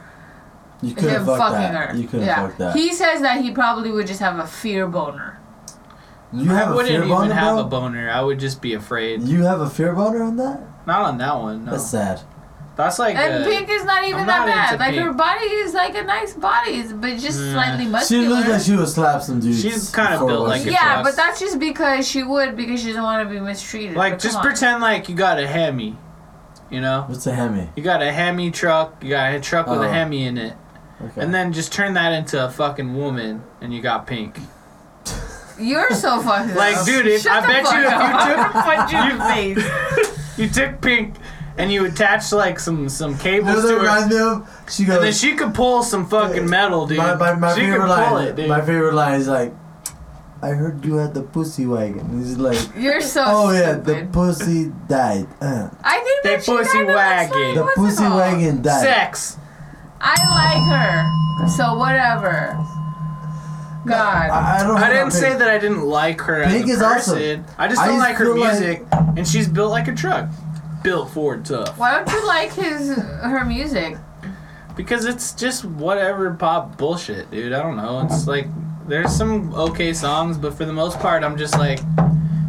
Speaker 2: You could
Speaker 3: him
Speaker 2: have fucked
Speaker 3: fucking
Speaker 2: that.
Speaker 3: her.
Speaker 2: You could have
Speaker 3: yeah.
Speaker 2: fucked that.
Speaker 3: He says that he probably would just have a fear boner.
Speaker 2: you have
Speaker 4: I
Speaker 2: a
Speaker 4: wouldn't
Speaker 2: fear
Speaker 4: even
Speaker 2: boner,
Speaker 4: have a
Speaker 2: bro?
Speaker 4: boner. I would just be afraid.
Speaker 2: You have a fear boner on that?
Speaker 4: Not on that one. No.
Speaker 2: That's sad.
Speaker 4: That's like
Speaker 3: And
Speaker 4: a,
Speaker 3: Pink is not even
Speaker 4: I'm
Speaker 3: that
Speaker 4: not
Speaker 3: bad.
Speaker 4: into
Speaker 3: Like
Speaker 4: Pink.
Speaker 3: her body is like a nice body, it's- but just
Speaker 4: Mm.
Speaker 3: slightly muscular.
Speaker 2: She looks like she would slap some dudes.
Speaker 4: She's kinda
Speaker 2: before
Speaker 4: built
Speaker 2: work.
Speaker 4: like a-
Speaker 3: yeah,
Speaker 4: Cross.
Speaker 3: but that's just because she would because she doesn't want to be mistreated.
Speaker 4: like
Speaker 3: But
Speaker 4: just
Speaker 3: come on.
Speaker 4: pretend like you got a Hemi, you know.
Speaker 2: What's a hemi?
Speaker 4: You got a Hemi truck. You got a truck with a
Speaker 2: Oh.
Speaker 4: Hemi in it,
Speaker 2: Okay.
Speaker 4: and then just turn that into a fucking woman, and you got Pink.
Speaker 3: You're so
Speaker 4: [LAUGHS]
Speaker 3: fucked
Speaker 4: Like,
Speaker 3: up.
Speaker 4: dude, if,
Speaker 3: Shut
Speaker 4: I
Speaker 3: the
Speaker 4: bet
Speaker 3: fuck
Speaker 4: you
Speaker 3: up. [LAUGHS]
Speaker 4: if you took [LAUGHS] you, took Pink, and you attached like some some
Speaker 2: you know
Speaker 4: cables
Speaker 2: what that
Speaker 4: to her,
Speaker 2: reminds me of? She goes.
Speaker 4: and then she could pull some fucking metal, dude.
Speaker 2: My, my, my
Speaker 4: she could
Speaker 2: favorite
Speaker 4: pull
Speaker 2: line.
Speaker 4: it, dude.
Speaker 2: My favorite line is like, "I heard you had the pussy wagon." And he's like,
Speaker 3: You're so
Speaker 2: "Oh yeah, the
Speaker 3: stupid.
Speaker 2: pussy died. Uh,
Speaker 3: I think
Speaker 4: They
Speaker 3: that she
Speaker 4: pussy
Speaker 3: died on
Speaker 4: wagging.
Speaker 3: slide,
Speaker 2: the
Speaker 3: wasn't
Speaker 2: pussy
Speaker 3: it?
Speaker 2: wagon died."
Speaker 4: Sex.
Speaker 3: I like her, so whatever. God,
Speaker 2: I, I don't.
Speaker 4: I
Speaker 2: have
Speaker 4: didn't
Speaker 2: a
Speaker 4: say
Speaker 2: pick.
Speaker 4: that I didn't like her as
Speaker 2: Pink
Speaker 4: a
Speaker 2: is awesome.
Speaker 4: person. I just
Speaker 2: I
Speaker 4: don't
Speaker 2: used
Speaker 4: like
Speaker 2: to
Speaker 4: her
Speaker 2: feel like-
Speaker 4: music, and she's built like a truck, built Ford tough.
Speaker 3: why don't you like his her music?
Speaker 4: Because it's just whatever pop bullshit, dude. I don't know. It's like there's some okay songs, but for the most part, I'm just like,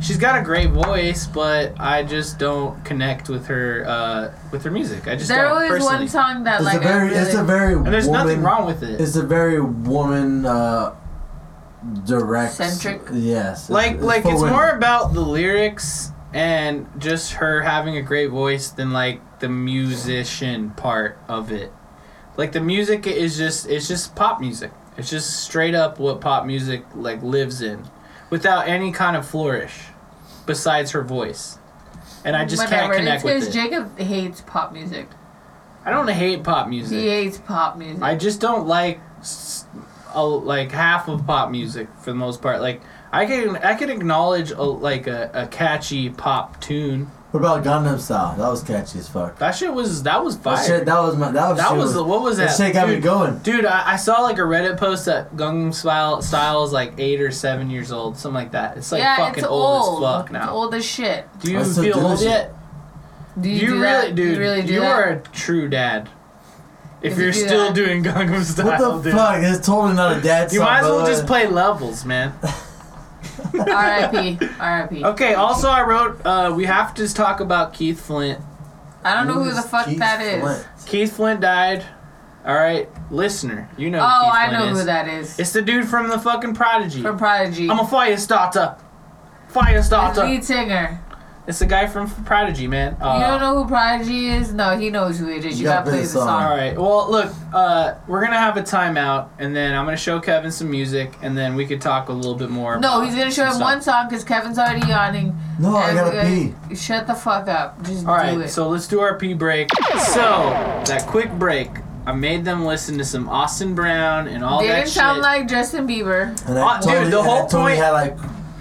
Speaker 4: she's got a great voice, but I just don't connect with her uh, with her music. I just
Speaker 3: There
Speaker 4: don't
Speaker 3: was
Speaker 4: personally.
Speaker 3: one song that
Speaker 2: It's
Speaker 3: like
Speaker 2: a very,
Speaker 3: I really,
Speaker 2: it's a very
Speaker 4: and there's
Speaker 2: woman,
Speaker 4: nothing wrong with it.
Speaker 2: It's a very woman uh, direct.
Speaker 3: Centric.
Speaker 2: Yes.
Speaker 4: like like
Speaker 2: for
Speaker 4: it's
Speaker 2: women.
Speaker 4: more about the lyrics and just her having a great voice than like the musician part of it like the music is just it's just pop music it's just straight up what pop music like lives in without any kind of flourish besides her voice and i just
Speaker 3: whatever.
Speaker 4: can't connect
Speaker 3: it's
Speaker 4: with it
Speaker 3: because Jacob hates pop music.
Speaker 4: i don't hate pop music
Speaker 3: He hates pop music.
Speaker 4: I just don't like s- a, like half of pop music for the most part. Like I can I can acknowledge a, like a, a catchy pop tune,
Speaker 2: What about Gundam Style? That was catchy as fuck.
Speaker 4: That shit was that was fire.
Speaker 2: That shit, that was my. That was.
Speaker 4: That
Speaker 2: shit
Speaker 4: was the what was that?
Speaker 2: That shit got
Speaker 4: dude,
Speaker 2: me going.
Speaker 4: Dude, I, I saw like a Reddit post that Gangnam Style Style is like eight or seven years old, something like that. It's like
Speaker 3: yeah,
Speaker 4: fucking
Speaker 3: it's old.
Speaker 4: old. as fuck now.
Speaker 3: It's old as shit.
Speaker 4: Do you
Speaker 2: I still
Speaker 4: feel
Speaker 2: do
Speaker 4: old
Speaker 2: that
Speaker 4: yet?
Speaker 3: Do you,
Speaker 4: you
Speaker 3: do
Speaker 4: really,
Speaker 3: that?
Speaker 4: dude.
Speaker 3: You really do
Speaker 4: you
Speaker 3: that?
Speaker 4: are a true dad. If
Speaker 3: If you
Speaker 4: you're
Speaker 3: do
Speaker 4: still
Speaker 3: that.
Speaker 4: doing Gangnam Style,
Speaker 2: What the
Speaker 4: dude.
Speaker 2: fuck? It's totally not a dad song.
Speaker 4: You might as
Speaker 2: by the
Speaker 4: well
Speaker 2: way.
Speaker 4: just play levels, man. [LAUGHS]
Speaker 3: R.I.P. R.I.P.
Speaker 4: Okay. Also, I wrote uh, we have to talk about Keith Flint.
Speaker 3: I don't know who
Speaker 2: Who's
Speaker 3: the fuck
Speaker 2: Keith
Speaker 3: that is.
Speaker 2: Flint?
Speaker 4: Keith Flint died. All right, listener, you know.
Speaker 3: Oh,
Speaker 4: who Keith
Speaker 3: I
Speaker 4: Flint
Speaker 3: know
Speaker 4: is.
Speaker 3: who that is.
Speaker 4: It's the dude from the fucking Prodigy.
Speaker 3: From Prodigy.
Speaker 4: I'm a fire starter. Fire
Speaker 3: The
Speaker 4: starter.
Speaker 3: lead singer.
Speaker 4: It's the guy from Prodigy, man. Uh,
Speaker 3: You don't know who Prodigy is? No, he knows who it is. You
Speaker 2: Yeah,
Speaker 3: gotta play the
Speaker 2: play the song.
Speaker 3: song.
Speaker 4: All right. Well, look, uh, we're gonna have a timeout, and then I'm gonna show Kevin some music, and then we could talk a little bit more.
Speaker 3: No,
Speaker 4: about
Speaker 3: he's gonna show
Speaker 4: some
Speaker 3: him one
Speaker 4: stuff.
Speaker 3: song because Kevin's already yawning.
Speaker 2: No, I
Speaker 3: And we
Speaker 2: gotta pee.
Speaker 3: Shut the fuck up. Just
Speaker 4: All
Speaker 3: do
Speaker 4: right.
Speaker 3: it.
Speaker 4: So let's do our pee break. So that quick break, I made them listen to some Austin Brown and all
Speaker 3: they
Speaker 4: that
Speaker 3: didn't
Speaker 4: shit.
Speaker 3: sound like Justin Bieber.
Speaker 2: And
Speaker 4: Ah,
Speaker 2: I
Speaker 4: dude,
Speaker 2: totally,
Speaker 4: the
Speaker 2: and I
Speaker 4: whole
Speaker 2: totally
Speaker 4: point-
Speaker 2: had like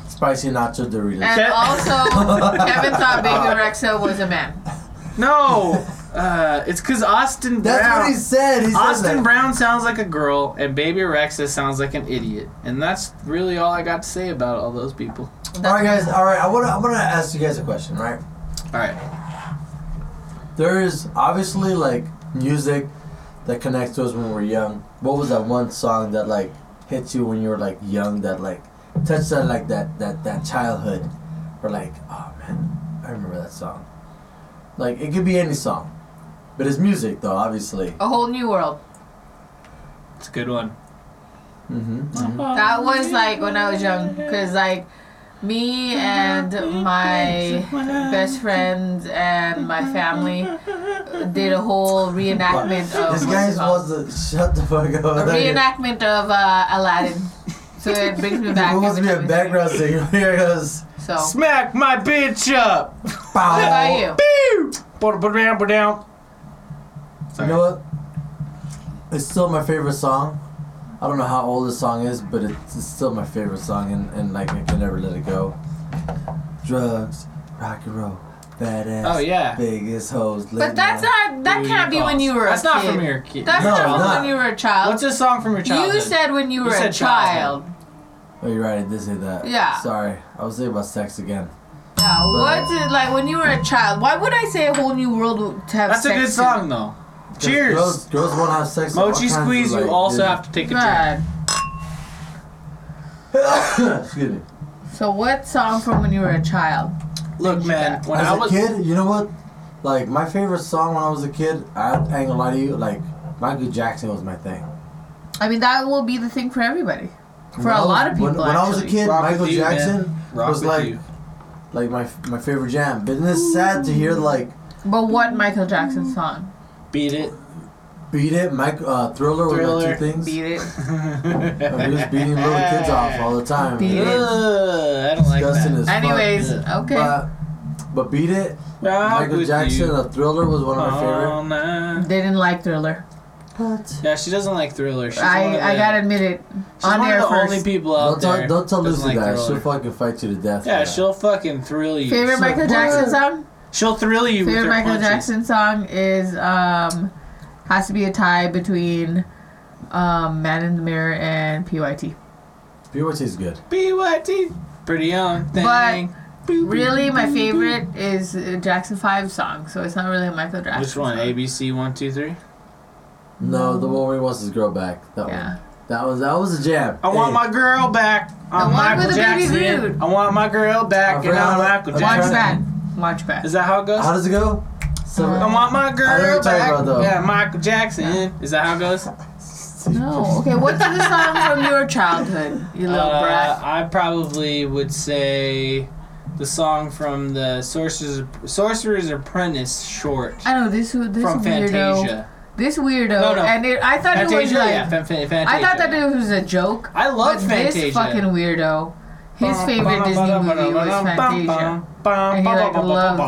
Speaker 2: spicy nacho Doritos.
Speaker 3: And
Speaker 2: [LAUGHS]
Speaker 4: Kev-
Speaker 3: also, Kevin thought Bacon Rexha was a man.
Speaker 4: no, uh, it's because Austin
Speaker 2: That's
Speaker 4: Brown.
Speaker 2: what he said. He said
Speaker 4: Austin
Speaker 2: that.
Speaker 4: Brown sounds like a girl, and Baby Rexa sounds like an idiot, and that's really all I got to say about all those people.
Speaker 2: All right, guys. All right, I wanna I wanna ask you guys a question, right?
Speaker 4: All right.
Speaker 2: There is obviously like music that connects to us when we're young. What was that one song that like hits you when you were like young that like touched that like that that that childhood or like oh man, I remember that song. Like it could be any song. But it's music though, obviously.
Speaker 3: A whole new world.
Speaker 4: It's a good one.
Speaker 2: Mhm. mhm.
Speaker 3: That was like when I was young, because like me and my best friends and my family did a whole reenactment
Speaker 2: This
Speaker 3: of what's it
Speaker 2: guy's
Speaker 3: called?
Speaker 2: was the shut the fuck up.
Speaker 3: um, a
Speaker 2: I thought you-
Speaker 3: reenactment of uh,
Speaker 2: [LAUGHS]
Speaker 3: Aladdin. So it brings me back.
Speaker 2: It must
Speaker 3: every
Speaker 2: be a
Speaker 3: time I think
Speaker 2: background singer. [LAUGHS] Here it goes.
Speaker 3: of it. So what
Speaker 4: Smack my bitch up.
Speaker 3: about
Speaker 2: [LAUGHS]
Speaker 3: you?
Speaker 4: Pew! Ba- ba- down, ba- down.
Speaker 2: You know what? It's still my favorite song. I don't know how old this song is, but it's, it's still my favorite song, and, and like I can never let it go. Drugs, rock and roll, badass.
Speaker 4: Oh, yeah.
Speaker 2: Biggest hoes.
Speaker 3: But that's not that
Speaker 4: Dude,
Speaker 3: can't be when
Speaker 4: boss.
Speaker 3: you were
Speaker 4: That's
Speaker 3: a
Speaker 4: not
Speaker 3: kid.
Speaker 4: from your kid.
Speaker 3: That's
Speaker 2: No,
Speaker 3: not
Speaker 2: it's
Speaker 3: from
Speaker 2: not.
Speaker 3: when you were a child.
Speaker 4: What's a song from your childhood?
Speaker 3: you said when you were a
Speaker 4: said
Speaker 3: child.
Speaker 4: childhood.
Speaker 2: Oh, you're right. I did say that.
Speaker 3: Yeah.
Speaker 2: Sorry, I was thinking about sex again.
Speaker 3: Yeah,
Speaker 2: Right.
Speaker 3: what's it like when you were a child? Why would I say a whole new world would- to have
Speaker 4: That's a
Speaker 3: sex
Speaker 4: good
Speaker 3: to?
Speaker 4: song though.
Speaker 2: 'Cause
Speaker 4: Cheers.
Speaker 2: Girls, girls want to have sex. with all
Speaker 4: Mochi
Speaker 2: kinds of,
Speaker 4: squeeze.
Speaker 2: like,
Speaker 4: you also
Speaker 2: dude-
Speaker 4: have to take a drink.
Speaker 3: God.
Speaker 2: [COUGHS] Excuse me.
Speaker 3: So what song from when you were a child?
Speaker 4: Look,
Speaker 3: Change
Speaker 4: man.
Speaker 3: that.
Speaker 4: When
Speaker 2: As
Speaker 4: I
Speaker 2: a
Speaker 4: was
Speaker 2: kid, you know what? Like my favorite song when I was a kid, I, I ain't gonna lie to you. Like Michael Jackson was my thing.
Speaker 3: I mean, that will be the thing for everybody. For
Speaker 2: When I
Speaker 3: a
Speaker 2: was-
Speaker 3: lot of people,
Speaker 2: When, when I was a
Speaker 3: actually.
Speaker 2: kid,
Speaker 4: Rock with
Speaker 2: Michael
Speaker 4: you, man.
Speaker 2: Jackson
Speaker 4: Rock
Speaker 2: was
Speaker 4: with
Speaker 2: like
Speaker 4: you.
Speaker 2: like my my favorite jam. But then it's sad to hear like
Speaker 3: But what Michael Jackson song?
Speaker 2: [LAUGHS]
Speaker 4: beat it.
Speaker 2: beat it, Mike uh, Thriller, were my
Speaker 4: Thriller,
Speaker 2: two things.
Speaker 3: Beat it.
Speaker 2: And we was beating little kids off all
Speaker 4: [LAUGHS]
Speaker 2: the time.
Speaker 3: [LAUGHS] Beat
Speaker 2: man.
Speaker 3: it.
Speaker 4: Ugh, I don't like
Speaker 2: Disgusting
Speaker 4: that.
Speaker 2: as fuck.
Speaker 3: Anyways,
Speaker 4: yeah.
Speaker 3: okay.
Speaker 2: But, but beat it,
Speaker 4: Rock
Speaker 2: Michael
Speaker 4: with
Speaker 2: Jackson,
Speaker 4: you Oh.
Speaker 2: a Thriller was one of my
Speaker 4: all
Speaker 2: favorite.
Speaker 4: night.
Speaker 3: they didn't like Thriller.
Speaker 2: What?
Speaker 4: Yeah, she doesn't like Thriller. She's one
Speaker 3: I,
Speaker 4: of
Speaker 3: I
Speaker 4: the-
Speaker 3: gotta admit it.
Speaker 4: she's
Speaker 3: on
Speaker 4: one
Speaker 3: air
Speaker 4: of the
Speaker 3: first.
Speaker 4: only people out
Speaker 2: Don't tell,
Speaker 4: there.
Speaker 2: don't tell
Speaker 4: doesn't
Speaker 2: Lucy
Speaker 4: like
Speaker 2: that.
Speaker 4: Thriller.
Speaker 2: She'll fucking fight you to death. for
Speaker 4: Yeah,
Speaker 2: that.
Speaker 4: she'll fucking thrill you.
Speaker 3: Favorite
Speaker 2: So
Speaker 3: Michael
Speaker 2: what?
Speaker 3: Jackson song?
Speaker 4: She'll thrill you with
Speaker 3: Favorite
Speaker 4: her
Speaker 3: Michael
Speaker 4: punches.
Speaker 3: Jackson song is um has to be a tie between um Man in the Mirror and PYT.
Speaker 2: PYT's good.
Speaker 4: BYT, pretty young thing. Boop,
Speaker 3: Really,
Speaker 4: boop,
Speaker 3: my
Speaker 4: boop,
Speaker 3: favorite is uh, Jackson Five song, so it's not really a Michael
Speaker 4: boop.
Speaker 3: Jackson.
Speaker 4: Which one?
Speaker 3: song.
Speaker 4: ABC one two three.
Speaker 2: No, the one where he wants his girl back. That
Speaker 3: Yeah.
Speaker 2: one. That was that was a jam.
Speaker 4: I want my girl back. I'm
Speaker 3: The one
Speaker 4: Michael
Speaker 3: with the baby
Speaker 4: Jackson.
Speaker 3: Groot.
Speaker 4: I want my girl back,
Speaker 2: I
Speaker 4: and I'm
Speaker 2: forgot-
Speaker 4: Michael
Speaker 2: I
Speaker 4: Jackson.
Speaker 3: Watch
Speaker 2: Jackson.
Speaker 3: that. Watch that.
Speaker 4: Is that how it goes?
Speaker 2: How does it go? So,
Speaker 3: Uh,
Speaker 4: I want my
Speaker 2: I know
Speaker 4: girl
Speaker 2: what you're talking
Speaker 4: back.
Speaker 2: about, though.
Speaker 4: yeah, Michael Jackson. Is that how it goes?
Speaker 3: No. Okay. What's the song from your childhood, you little
Speaker 4: Uh,
Speaker 3: brat?
Speaker 4: I probably would say the song from the Sorcerer's, Sorcerer's Apprentice short
Speaker 3: I know this. This
Speaker 4: from
Speaker 3: weirdo.
Speaker 4: Fantasia.
Speaker 3: This weirdo.
Speaker 4: No, no.
Speaker 3: And it, I thought it was
Speaker 4: Fantasia,
Speaker 3: like.
Speaker 4: yeah, Fan- Fan- Fantasia.
Speaker 3: I thought that it was a joke.
Speaker 4: I love
Speaker 3: but
Speaker 4: Fantasia.
Speaker 3: This fucking weirdo. His favorite Disney movie was Fantasia.
Speaker 4: And
Speaker 3: he, like, loved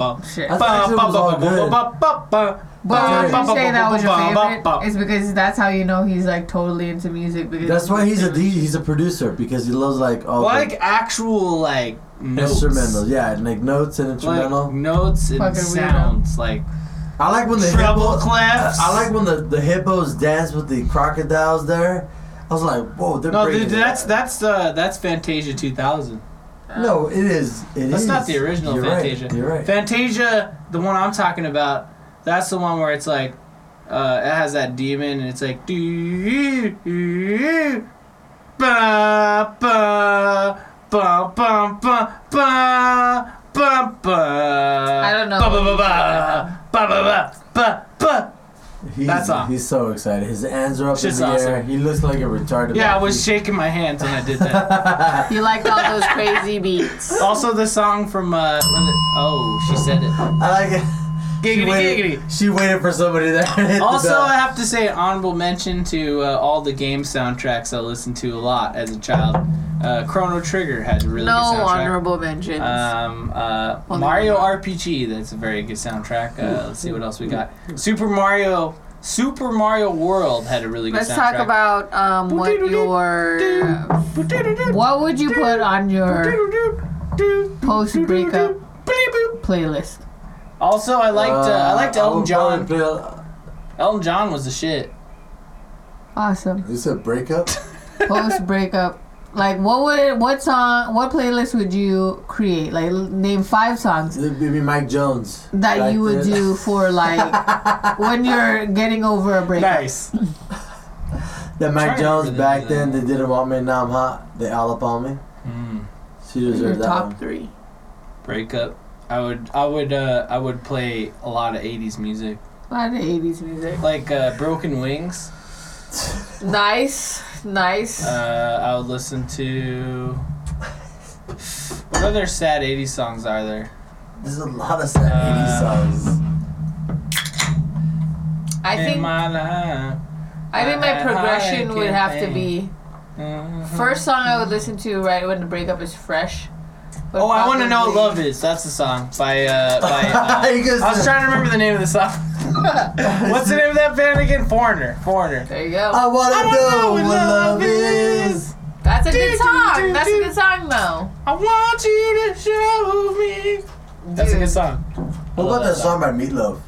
Speaker 3: that. Shit.
Speaker 2: I thought it was all good.
Speaker 3: But when you say that was your favorite, it's
Speaker 4: It's
Speaker 3: because that's how you know he's like totally into music. Because
Speaker 2: That's why he's a DJ, he's a producer because he loves like all.
Speaker 4: like
Speaker 2: the,
Speaker 4: actual like notes.
Speaker 2: Instrumentals, yeah, like notes and instrumental.
Speaker 4: Like notes and
Speaker 3: Fucking weirdo.
Speaker 4: sounds. Like
Speaker 2: I like when the
Speaker 4: treble
Speaker 2: hippo-
Speaker 4: clefs.
Speaker 2: I like when the, the hippos dance with the crocodiles there. I was like, whoa, they're
Speaker 4: No,
Speaker 2: breaking
Speaker 4: dude, that's
Speaker 2: it.
Speaker 4: that's uh that's Fantasia 2000.
Speaker 2: no, it is. It is.
Speaker 4: That's not the original
Speaker 2: You're
Speaker 4: Fantasia.
Speaker 2: Right, you're right.
Speaker 4: Fantasia, the one I'm talking about, that's the one where it's like, uh, it has that demon and it's like, doo-doo-doo, ba ba ba ba ba ba ba ba.
Speaker 3: I don't know.
Speaker 4: Ba ba ba ba ba ba ba ba.
Speaker 2: he's,
Speaker 4: that song.
Speaker 2: He's so excited. His hands are up
Speaker 4: Shit's
Speaker 2: in the air.
Speaker 4: awesome.
Speaker 2: He looks like a retarded.
Speaker 4: Yeah, I
Speaker 2: monkey.
Speaker 4: was shaking my hands when I did that.
Speaker 2: [LAUGHS]
Speaker 3: You liked all those crazy beats.
Speaker 4: Also, the song from uh, was it- oh, she said it.
Speaker 2: I like it.
Speaker 4: [LAUGHS] Giggity
Speaker 2: she waited,
Speaker 4: giggity.
Speaker 2: She waited for somebody there. to hit the
Speaker 4: Also,
Speaker 2: bell.
Speaker 4: I have to say honorable mention to uh, all the game soundtracks I listened to a lot as a child. Uh, Chrono Trigger had a
Speaker 3: [LAUGHS]
Speaker 4: really
Speaker 3: No
Speaker 4: good soundtrack.
Speaker 3: honorable mentions.
Speaker 4: Um, uh,
Speaker 3: Well,
Speaker 4: Mario
Speaker 3: they-
Speaker 4: RPG. That's a very good soundtrack. Uh, let's see what else we got.
Speaker 2: Mm-hmm.
Speaker 4: Super Mario. Super Mario World had a really good
Speaker 3: Let's
Speaker 4: soundtrack.
Speaker 3: talk about um, what your what would you put on your post breakup playlist?
Speaker 4: Also, I liked uh, I liked
Speaker 2: Uh, I
Speaker 4: Elton
Speaker 2: would probably play
Speaker 4: John.
Speaker 2: a-
Speaker 4: Elton John was the shit.
Speaker 3: Awesome.
Speaker 2: Is this a
Speaker 4: [LAUGHS]
Speaker 2: breakup?
Speaker 3: Post breakup. Like what would it, what song what playlist would you create? Like l- name five songs
Speaker 2: It'd be Mike Jones.
Speaker 3: that
Speaker 2: Like
Speaker 3: you would
Speaker 2: this.
Speaker 3: do for like
Speaker 4: [LAUGHS]
Speaker 3: when you're getting over a breakup.
Speaker 4: Nice.
Speaker 2: That Mike
Speaker 4: Trying to
Speaker 2: Jones
Speaker 4: remember
Speaker 2: back
Speaker 4: that.
Speaker 2: then, they didn't want me, now I'm hot. They all up on me.
Speaker 4: Mm.
Speaker 2: She
Speaker 3: Your
Speaker 2: deserved that
Speaker 3: top
Speaker 2: one.
Speaker 3: three.
Speaker 4: Breakup. I would I would uh, I would play a lot of '80s music,
Speaker 3: A lot of 80s music.
Speaker 4: like uh, Broken Wings.
Speaker 3: Nice, nice.
Speaker 4: Uh, I would listen to. What other sad '80s songs are there?
Speaker 2: There's a lot of sad
Speaker 4: Uh,
Speaker 2: 80s songs.
Speaker 3: I
Speaker 4: In
Speaker 3: think
Speaker 4: my life.
Speaker 3: I think my
Speaker 4: I- I
Speaker 3: progression would
Speaker 4: can't
Speaker 3: have to
Speaker 4: think.
Speaker 3: be
Speaker 4: Mhm.
Speaker 3: first song I would listen to right when the breakup is fresh. would
Speaker 4: Oh, I want to know what
Speaker 3: probably-
Speaker 4: love is. That's the song by uh, by. Uh,
Speaker 2: You guys-
Speaker 4: I was trying to remember the name of the song. [LAUGHS] What's the name of that band again? Foreigner. Foreigner.
Speaker 3: There you go.
Speaker 2: I wanna
Speaker 4: I wanna
Speaker 2: know what love is.
Speaker 3: That's a good
Speaker 4: do,
Speaker 3: song.
Speaker 4: do,
Speaker 3: That's a
Speaker 4: do.
Speaker 3: good song though.
Speaker 4: I want you to show me. That's a good song.
Speaker 2: What
Speaker 4: love
Speaker 2: about
Speaker 4: that
Speaker 2: that song by Meatloaf?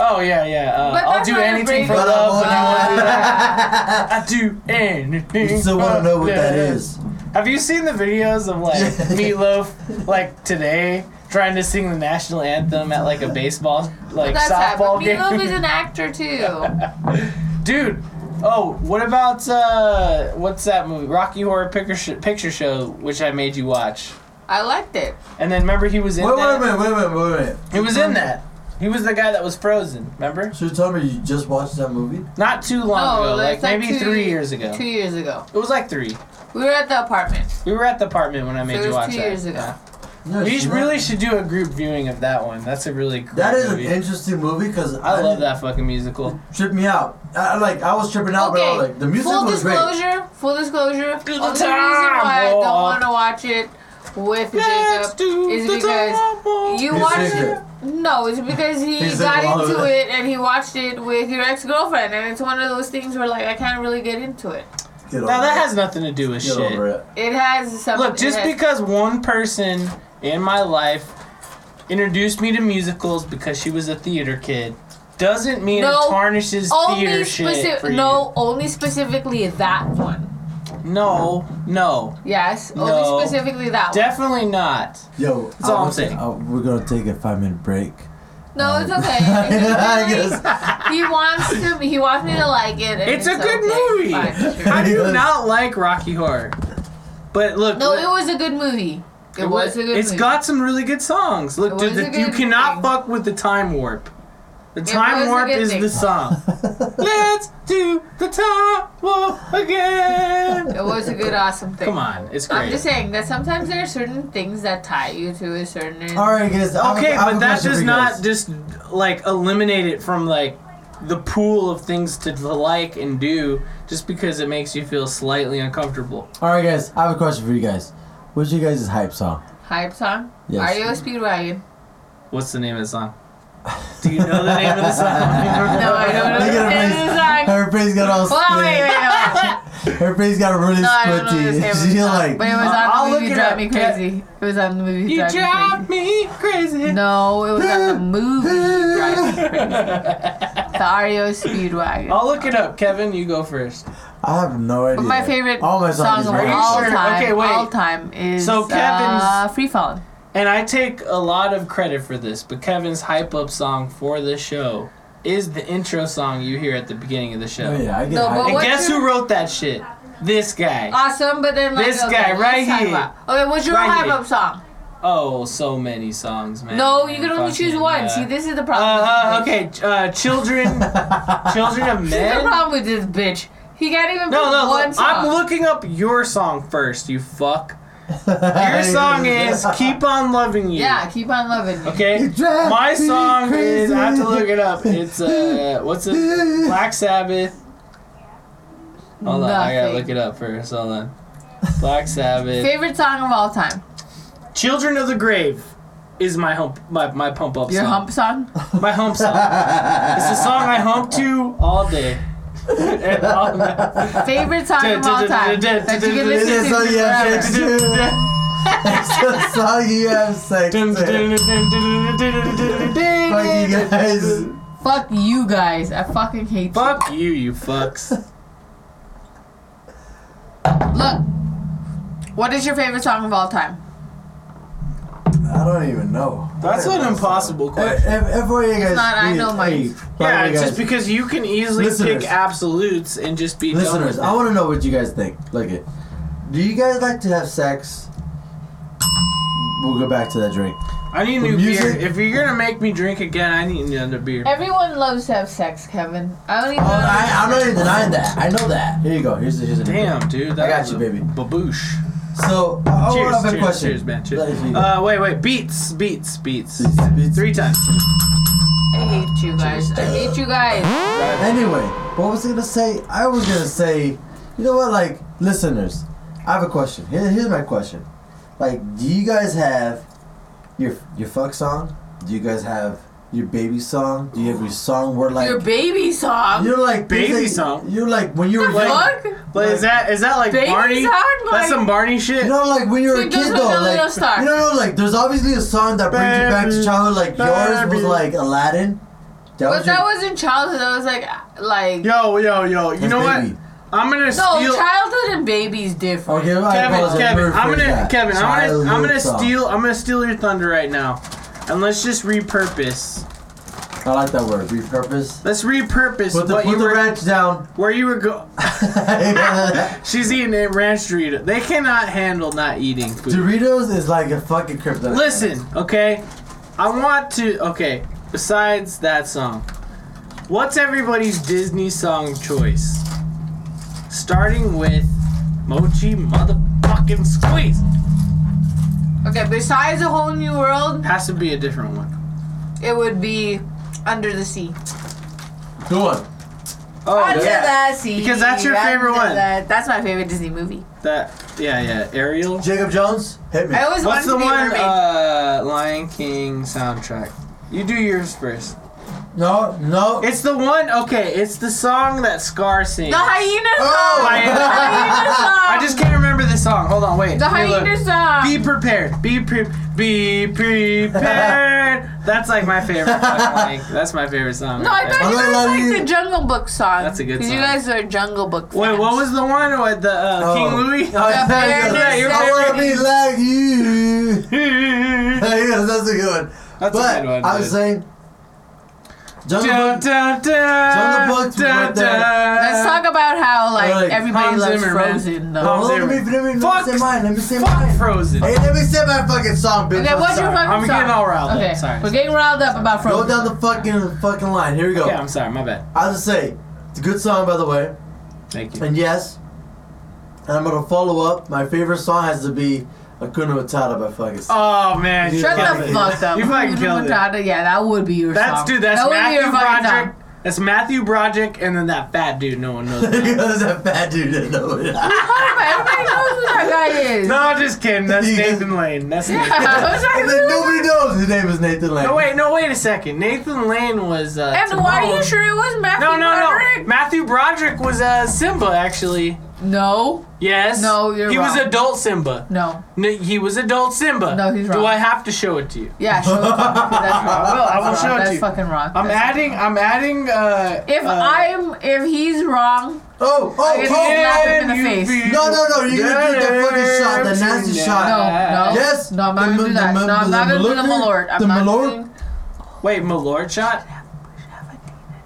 Speaker 4: Oh yeah, yeah. Uh,
Speaker 3: But
Speaker 4: I'll
Speaker 3: that's
Speaker 4: do
Speaker 3: not a
Speaker 4: anything for
Speaker 3: breakup.
Speaker 4: love.
Speaker 3: But I
Speaker 4: I
Speaker 3: won't
Speaker 4: do
Speaker 3: do
Speaker 4: anything.
Speaker 2: [LAUGHS] I
Speaker 4: I do anything.
Speaker 2: still wanna
Speaker 4: for
Speaker 2: know what that
Speaker 4: love.
Speaker 2: is.
Speaker 4: Have you seen the videos of like Meatloaf, like today, trying to sing the national anthem at like a baseball, like
Speaker 3: That's that. But
Speaker 4: softball game?
Speaker 3: Meatloaf is an actor too.
Speaker 4: [LAUGHS] Dude, oh, what about uh, what's that movie? Rocky Horror Picture Sh- Picture Show, which I made you watch.
Speaker 3: I liked it.
Speaker 4: And then remember he was in
Speaker 2: Wait, wait
Speaker 4: that.
Speaker 2: a minute, wait a minute, wait a minute.
Speaker 4: He was in that. He was the guy that was frozen. Remember?
Speaker 2: So you're telling me you just watched that movie?
Speaker 4: Not too long
Speaker 3: no,
Speaker 4: ago,
Speaker 3: Oh, that's
Speaker 4: like, maybe
Speaker 3: two-
Speaker 4: three years ago.
Speaker 3: Two years ago,
Speaker 4: It was like three.
Speaker 3: we were at the apartment.
Speaker 4: We were at the apartment when I made
Speaker 3: So it
Speaker 4: you
Speaker 3: was
Speaker 4: watch
Speaker 3: two
Speaker 4: that.
Speaker 3: years ago.
Speaker 4: Yeah.
Speaker 2: No,
Speaker 4: We
Speaker 2: she-
Speaker 4: really should do a group viewing of that one. That's a really cool
Speaker 2: That is an
Speaker 4: movie.
Speaker 2: interesting movie because
Speaker 4: I love that fucking musical.
Speaker 2: Trip me out. I, I like I was tripping out, but I was like the music
Speaker 3: full
Speaker 2: was great.
Speaker 3: disclosure, full disclosure.
Speaker 4: Do the
Speaker 3: Only reason
Speaker 4: time
Speaker 3: why I don't
Speaker 4: warp.
Speaker 3: want to watch it with Jacob is because
Speaker 4: you.
Speaker 3: you
Speaker 2: He's
Speaker 3: watched it.
Speaker 2: ignorant.
Speaker 3: No, it's because he
Speaker 2: He's
Speaker 3: got
Speaker 2: ignorant.
Speaker 3: into it and he watched it with your ex girlfriend, and it's one of those things where like I can't really get into it.
Speaker 2: Get over
Speaker 4: Now that
Speaker 2: it.
Speaker 4: has nothing to do with
Speaker 2: Get
Speaker 4: shit.
Speaker 2: over it.
Speaker 3: It has something.
Speaker 4: Look, just
Speaker 3: it has-
Speaker 4: because one person in my life introduced me to musicals because she was a theater kid doesn't mean
Speaker 3: No,
Speaker 4: it tarnishes theater
Speaker 3: only
Speaker 4: shit for
Speaker 3: specific. No, only specifically that one.
Speaker 4: you. No, no,
Speaker 3: Yes,
Speaker 4: No.
Speaker 3: only specifically that one.
Speaker 4: definitely not.
Speaker 2: Yo,
Speaker 4: That's all
Speaker 2: I
Speaker 4: I'm
Speaker 2: was-
Speaker 4: saying.
Speaker 2: I- we're gonna take a five minute break. [LAUGHS]
Speaker 3: No, it's okay.
Speaker 2: Um, I
Speaker 3: He really-
Speaker 2: guess-
Speaker 3: he wants to. He wants me to like it. and
Speaker 4: It's a good movie.
Speaker 3: fine, sure.
Speaker 4: I do
Speaker 2: Yes.
Speaker 4: not like Rocky Horror, but look,
Speaker 3: No,
Speaker 4: look-
Speaker 3: it was a good movie. It, was, a good
Speaker 4: It's
Speaker 3: movie.
Speaker 4: got some really good songs. Look,
Speaker 3: It
Speaker 4: dude,
Speaker 3: was a
Speaker 4: the, you
Speaker 3: good
Speaker 4: cannot
Speaker 3: thing.
Speaker 4: fuck with the time warp. The
Speaker 3: was
Speaker 4: time
Speaker 3: a
Speaker 4: warp
Speaker 3: good
Speaker 4: is
Speaker 3: thing.
Speaker 4: the
Speaker 2: [LAUGHS]
Speaker 4: song. Let's do the time warp again.
Speaker 3: it was a good, awesome thing.
Speaker 4: Come on, it's
Speaker 3: I'm
Speaker 4: great.
Speaker 3: just saying that sometimes there are certain things that tie you to a certain.
Speaker 2: all right, guys. I have a- I
Speaker 4: okay,
Speaker 2: have a
Speaker 4: but that
Speaker 2: question
Speaker 4: does
Speaker 2: for you
Speaker 4: not
Speaker 2: guys.
Speaker 4: just like eliminate it from like the pool of things to like and do just because it makes you feel slightly uncomfortable.
Speaker 2: All right, guys. I have a question for you guys. What's your guys' hype song?
Speaker 3: Hype song.
Speaker 2: Yes.
Speaker 3: Are you a speedwagon?
Speaker 4: What's the name of the song? Do you know the name of the song?
Speaker 3: [LAUGHS] No, I don't know
Speaker 2: Look
Speaker 3: the
Speaker 2: at
Speaker 3: name of
Speaker 2: her
Speaker 3: the
Speaker 2: face.
Speaker 3: song.
Speaker 2: Her face got all
Speaker 3: Hold on, wait,
Speaker 2: scared. [LAUGHS]
Speaker 3: wait, wait.
Speaker 2: Her face got really
Speaker 3: No, I don't know
Speaker 2: squinty. [LAUGHS]
Speaker 3: this hair was
Speaker 2: She's
Speaker 3: on,
Speaker 2: like,
Speaker 3: but it was
Speaker 2: "I'll-
Speaker 3: on
Speaker 2: I'll
Speaker 3: the movie
Speaker 2: look at
Speaker 3: Drive
Speaker 2: her."
Speaker 3: Me Crazy. It was on the movie
Speaker 4: You
Speaker 3: Drive Me Crazy.
Speaker 4: drive me crazy.
Speaker 3: No, it was on the
Speaker 4: [LAUGHS]
Speaker 3: movie Drive Me Crazy. The REO Speedwagon.
Speaker 4: I'll look it up, Kevin. You go first.
Speaker 2: I have no idea.
Speaker 3: But my favorite
Speaker 2: All my
Speaker 3: song
Speaker 2: songs
Speaker 3: of
Speaker 2: are
Speaker 3: all
Speaker 4: Are you sure?
Speaker 3: time,
Speaker 4: Okay, wait.
Speaker 3: all time is
Speaker 4: So Kevin's-
Speaker 3: uh, Free Falling.
Speaker 4: And I take a lot of credit for this, but Kevin's hype up song for the show is the intro song you hear at the beginning of the show.
Speaker 2: Oh, yeah, I get
Speaker 3: No,
Speaker 2: hyped.
Speaker 3: but
Speaker 4: And
Speaker 3: what- What's
Speaker 4: guess
Speaker 3: your- Uh,
Speaker 4: who wrote that shit? This guy.
Speaker 3: Awesome, but then like
Speaker 4: This
Speaker 3: okay,
Speaker 4: guy right
Speaker 3: let's talk
Speaker 4: here.
Speaker 3: about- Okay, what's your
Speaker 4: Right
Speaker 3: hype
Speaker 4: here.
Speaker 3: up song?
Speaker 4: Oh, so many songs, man.
Speaker 3: No, you can only
Speaker 4: Fucking,
Speaker 3: choose one.
Speaker 4: uh,
Speaker 3: See, this is the
Speaker 4: Uh,
Speaker 3: problem.
Speaker 4: uh,
Speaker 3: with this bitch.
Speaker 4: okay, uh,
Speaker 3: [LAUGHS]
Speaker 4: children, children of
Speaker 3: This is the
Speaker 4: men.
Speaker 3: problem with this bitch. He can't even
Speaker 4: No,
Speaker 3: pick
Speaker 4: no,
Speaker 3: one
Speaker 4: look,
Speaker 3: song.
Speaker 4: I'm looking up your song first. You fuck.
Speaker 2: [LAUGHS]
Speaker 4: Your song is "Keep on Loving You."
Speaker 3: Yeah, keep on loving me.
Speaker 4: Okay.
Speaker 2: You drive
Speaker 4: My
Speaker 2: me
Speaker 4: song is I have to look it up.
Speaker 2: crazy.
Speaker 4: It's uh what's it? Black Sabbath. Hold on, I gotta
Speaker 3: Nothing.
Speaker 4: look it up first. Hold on. Black Sabbath.
Speaker 3: Favorite song of all time.
Speaker 4: Children of the Grave is my hump my, my pump up
Speaker 3: Your
Speaker 4: song.
Speaker 3: hump
Speaker 4: [LAUGHS]
Speaker 3: song?
Speaker 4: My hump song. it's the song I hump to all day. And all night.
Speaker 3: Favorite song of all
Speaker 4: [LAUGHS]
Speaker 3: time that you can
Speaker 2: Is
Speaker 3: listen
Speaker 2: it
Speaker 3: to
Speaker 2: so you have
Speaker 3: forever.
Speaker 2: sex
Speaker 3: [LAUGHS]
Speaker 2: to? It's the song you have sex to. Fuck you guys.
Speaker 3: Fuck you guys. I fucking hate
Speaker 4: Fuck you, you fucks.
Speaker 3: you. Look. What is your favorite song of all time?
Speaker 2: I don't even know.
Speaker 4: That's an impossible question.
Speaker 2: If, if all you guys
Speaker 3: not, I
Speaker 2: please,
Speaker 3: know mine.
Speaker 2: hey, by the
Speaker 4: Yeah,
Speaker 2: way,
Speaker 4: it's
Speaker 2: guys,
Speaker 4: just because you can easily
Speaker 2: Listeners.
Speaker 4: pick absolutes and just be done with
Speaker 2: listeners,
Speaker 4: it.
Speaker 2: I want to know what you guys think. Look it. Do you guys like to have sex? We'll go back to that drink.
Speaker 4: I need a
Speaker 2: The
Speaker 4: new
Speaker 2: music-
Speaker 4: beer. If you're gonna make me drink again, I need another beer.
Speaker 3: Everyone loves to have sex, Kevin. I don't even
Speaker 2: Oh,
Speaker 3: know.
Speaker 2: I, I'm not even denying that. I know that. Here you go. Here's the here's the
Speaker 4: Damn, dude.
Speaker 2: I got
Speaker 4: was
Speaker 2: you,
Speaker 4: a
Speaker 2: baby.
Speaker 4: Baboosh.
Speaker 2: So I I
Speaker 4: cheers,
Speaker 2: have a
Speaker 4: cheers,
Speaker 2: question.
Speaker 4: cheers, man. Cheers.
Speaker 2: That is legal.
Speaker 4: Uh, wait, wait. Beats, beats, beats.
Speaker 2: Beats, beats.
Speaker 4: Three times.
Speaker 3: I hate you guys. I hate you guys.
Speaker 4: Uh,
Speaker 2: Anyway, what was I gonna say? I was gonna say, you know what, like listeners, I have a question. Here, here's my question. Like, do you guys have your your fuck song? Do you guys have your baby song? Do you have your song where like
Speaker 3: Your baby song.
Speaker 2: you're like
Speaker 4: Baby
Speaker 2: you're like-
Speaker 4: song?
Speaker 2: You're like when you were
Speaker 4: Like-
Speaker 2: young.
Speaker 3: Fuck.
Speaker 4: But is that is that like
Speaker 3: Baby
Speaker 4: Barney?
Speaker 3: sound, like-
Speaker 4: That's some Barney shit.
Speaker 2: You know, like when you were a
Speaker 3: Dude, just
Speaker 2: kid
Speaker 3: look
Speaker 2: though,
Speaker 3: at Little Star.
Speaker 2: like you know, like there's obviously a song that brings you back to
Speaker 4: Baby,
Speaker 2: childhood. Like yours was
Speaker 4: baby.
Speaker 2: like Aladdin. That
Speaker 3: But
Speaker 2: was your,
Speaker 3: that was in childhood. I was like, like.
Speaker 4: Yo, yo, yo. You
Speaker 2: That's
Speaker 4: know what?
Speaker 2: baby.
Speaker 4: I'm gonna
Speaker 3: No,
Speaker 4: steal.
Speaker 3: childhood and baby's different.
Speaker 2: Okay, I
Speaker 4: Kevin,
Speaker 2: apologize.
Speaker 4: Kevin,
Speaker 2: Rephrase
Speaker 4: I'm gonna,
Speaker 2: that.
Speaker 4: Kevin, I'm gonna, I'm gonna
Speaker 2: Childhood song.
Speaker 4: steal, I'm gonna steal your thunder right now, and let's just repurpose.
Speaker 2: I like that word. Repurpose.
Speaker 4: Let's repurpose
Speaker 2: Put the,
Speaker 4: what
Speaker 2: put
Speaker 4: you
Speaker 2: the
Speaker 4: were,
Speaker 2: ranch down. [LAUGHS]
Speaker 4: where you were go. [LAUGHS] She's eating a ranch Dorito. They cannot handle not eating food.
Speaker 2: Doritos is like a fucking kryptonite.
Speaker 4: Listen, okay? I want to. Okay, besides that song, what's everybody's Disney song choice? Starting with Mochi Motherfucking Squeeze.
Speaker 3: Okay, besides a whole new world,
Speaker 4: Has to be a different one.
Speaker 3: it would be under the sea.
Speaker 2: Good one.
Speaker 4: Oh,
Speaker 3: under
Speaker 4: yeah.
Speaker 3: the sea.
Speaker 4: Because that's your
Speaker 3: under
Speaker 4: favorite one.
Speaker 3: the- that's my favorite Disney movie.
Speaker 4: That, yeah, yeah. Ariel.
Speaker 2: Jacob Jones, hit me.
Speaker 3: I always wanted
Speaker 4: What's the
Speaker 3: to be a
Speaker 4: one?
Speaker 3: mermaid.
Speaker 4: Uh, Lion King soundtrack. You do yours first.
Speaker 2: no, no.
Speaker 4: It's the one. Okay, it's the song that Scar sings.
Speaker 3: the hyena song.
Speaker 2: Oh!
Speaker 3: the hyena song.
Speaker 4: I just can't remember the song. Hold on, wait.
Speaker 3: The
Speaker 4: Let me look.
Speaker 3: hyena song.
Speaker 4: Be prepared. Be pre- Be
Speaker 3: [LAUGHS]
Speaker 4: prepared. That's like my favorite. fucking, like, that's my favorite song.
Speaker 3: No, I
Speaker 4: right
Speaker 3: thought
Speaker 4: there.
Speaker 2: I'm
Speaker 3: you
Speaker 2: gonna love
Speaker 3: guys
Speaker 2: you.
Speaker 3: liked the Jungle Book song.
Speaker 4: That's a good
Speaker 3: Because you
Speaker 4: song.
Speaker 3: guys are Jungle Book fans.
Speaker 4: Wait, what was the one with the uh,
Speaker 2: Oh.
Speaker 4: King Louis?
Speaker 2: [LAUGHS] Oh, yeah,
Speaker 3: fairness
Speaker 2: yeah,
Speaker 4: your
Speaker 2: I wanna
Speaker 4: favorite.
Speaker 2: be like you. [LAUGHS]
Speaker 4: That's
Speaker 2: yeah, that's a good one.
Speaker 4: a
Speaker 2: but
Speaker 4: good one.
Speaker 2: I was
Speaker 4: dude.
Speaker 2: saying, Jungle
Speaker 4: [LAUGHS] Dun,
Speaker 2: Book.
Speaker 4: dun, dun,
Speaker 2: Jungle Book's
Speaker 4: dun,
Speaker 2: right there.
Speaker 4: dun.
Speaker 3: Let's talk about how, like,
Speaker 2: Like,
Speaker 3: everybody
Speaker 4: Hans
Speaker 3: loves
Speaker 4: Zimmer, man.
Speaker 3: Frozen,
Speaker 4: Hans
Speaker 3: though.
Speaker 2: Hold on, let me, let me, let
Speaker 4: Fuck.
Speaker 2: me say mine. Let me say
Speaker 4: Fuck
Speaker 2: mine.
Speaker 4: Frozen.
Speaker 2: Hey, let me say my fucking song, bitch.
Speaker 3: Okay,
Speaker 2: I'm
Speaker 3: what's your
Speaker 2: sorry.
Speaker 3: fucking
Speaker 4: I'm
Speaker 3: song?
Speaker 4: getting all riled up.
Speaker 3: okay.
Speaker 4: Sorry.
Speaker 3: We're getting riled up about
Speaker 2: Go
Speaker 3: Frozen.
Speaker 2: down the fucking fucking line. Here we go.
Speaker 4: Okay, I'm sorry. My bad.
Speaker 2: I'll just say, it's a good song, by the way.
Speaker 4: Thank you.
Speaker 2: And yes, and I'm gonna follow up. My favorite song has to be "Akuna Matata" by fucking.
Speaker 4: Oh man, you
Speaker 3: Shut
Speaker 4: killed
Speaker 3: the
Speaker 4: it.
Speaker 3: fuck up.
Speaker 4: You fucking
Speaker 3: Hakuna
Speaker 4: killed it.
Speaker 3: Matata, Yeah, that would be your
Speaker 4: That's
Speaker 3: song.
Speaker 4: dude. That's
Speaker 3: that would be
Speaker 4: Matthew
Speaker 3: your fucking song.
Speaker 4: Broderick. That's Matthew Broderick, and then that fat dude. No one knows.
Speaker 3: [LAUGHS]
Speaker 4: about.
Speaker 2: [LAUGHS] Because that fat dude didn't know
Speaker 4: [LAUGHS]
Speaker 2: it.
Speaker 3: Everybody knows who that guy is. [LAUGHS]
Speaker 4: no, just kidding. That's Nathan Lane. That's Nathan.
Speaker 3: I was like,
Speaker 2: and then nobody knows his name is Nathan Lane.
Speaker 4: No wait, no wait a second. Nathan Lane was. Uh,
Speaker 3: and why are you
Speaker 4: Timon.
Speaker 3: sure it was Matthew
Speaker 4: No, no, no.
Speaker 3: Broderick?
Speaker 4: Matthew Broderick was uh, Simba actually.
Speaker 3: No.
Speaker 4: Yes.
Speaker 3: No, you're
Speaker 4: He was
Speaker 3: wrong.
Speaker 4: adult Simba.
Speaker 3: No.
Speaker 4: No, he was adult Simba.
Speaker 3: No, he's
Speaker 4: Do
Speaker 3: wrong.
Speaker 4: I have to show it to you?
Speaker 3: Yeah, show it to me, 'cause
Speaker 4: [LAUGHS]
Speaker 3: that's wrong.
Speaker 4: I will. I will
Speaker 3: That's
Speaker 4: show
Speaker 3: wrong.
Speaker 4: it to
Speaker 3: That's
Speaker 4: you.
Speaker 3: fucking wrong.
Speaker 4: I'm
Speaker 3: That's
Speaker 4: adding. I'm adding. Uh,
Speaker 3: If
Speaker 4: uh,
Speaker 3: I'm, if he's wrong,
Speaker 2: Oh, oh,
Speaker 3: It's
Speaker 2: oh!
Speaker 3: not- him in the
Speaker 4: you
Speaker 3: face.
Speaker 4: be-
Speaker 2: No, no, no, you're gonna do the fucking shot, the
Speaker 4: Yes,
Speaker 2: nasty
Speaker 4: you
Speaker 2: shot.
Speaker 3: no, no,
Speaker 4: nasty.
Speaker 2: Yes,
Speaker 3: no, I'm not
Speaker 2: the
Speaker 3: gonna
Speaker 2: ma-
Speaker 3: do
Speaker 2: the
Speaker 3: that.
Speaker 2: ma-
Speaker 3: No, I'm
Speaker 2: the
Speaker 3: not gonna do the
Speaker 2: malort-
Speaker 3: malort. I'm
Speaker 2: the
Speaker 3: not
Speaker 2: malort-
Speaker 3: doing-
Speaker 4: Wait, Malord shot.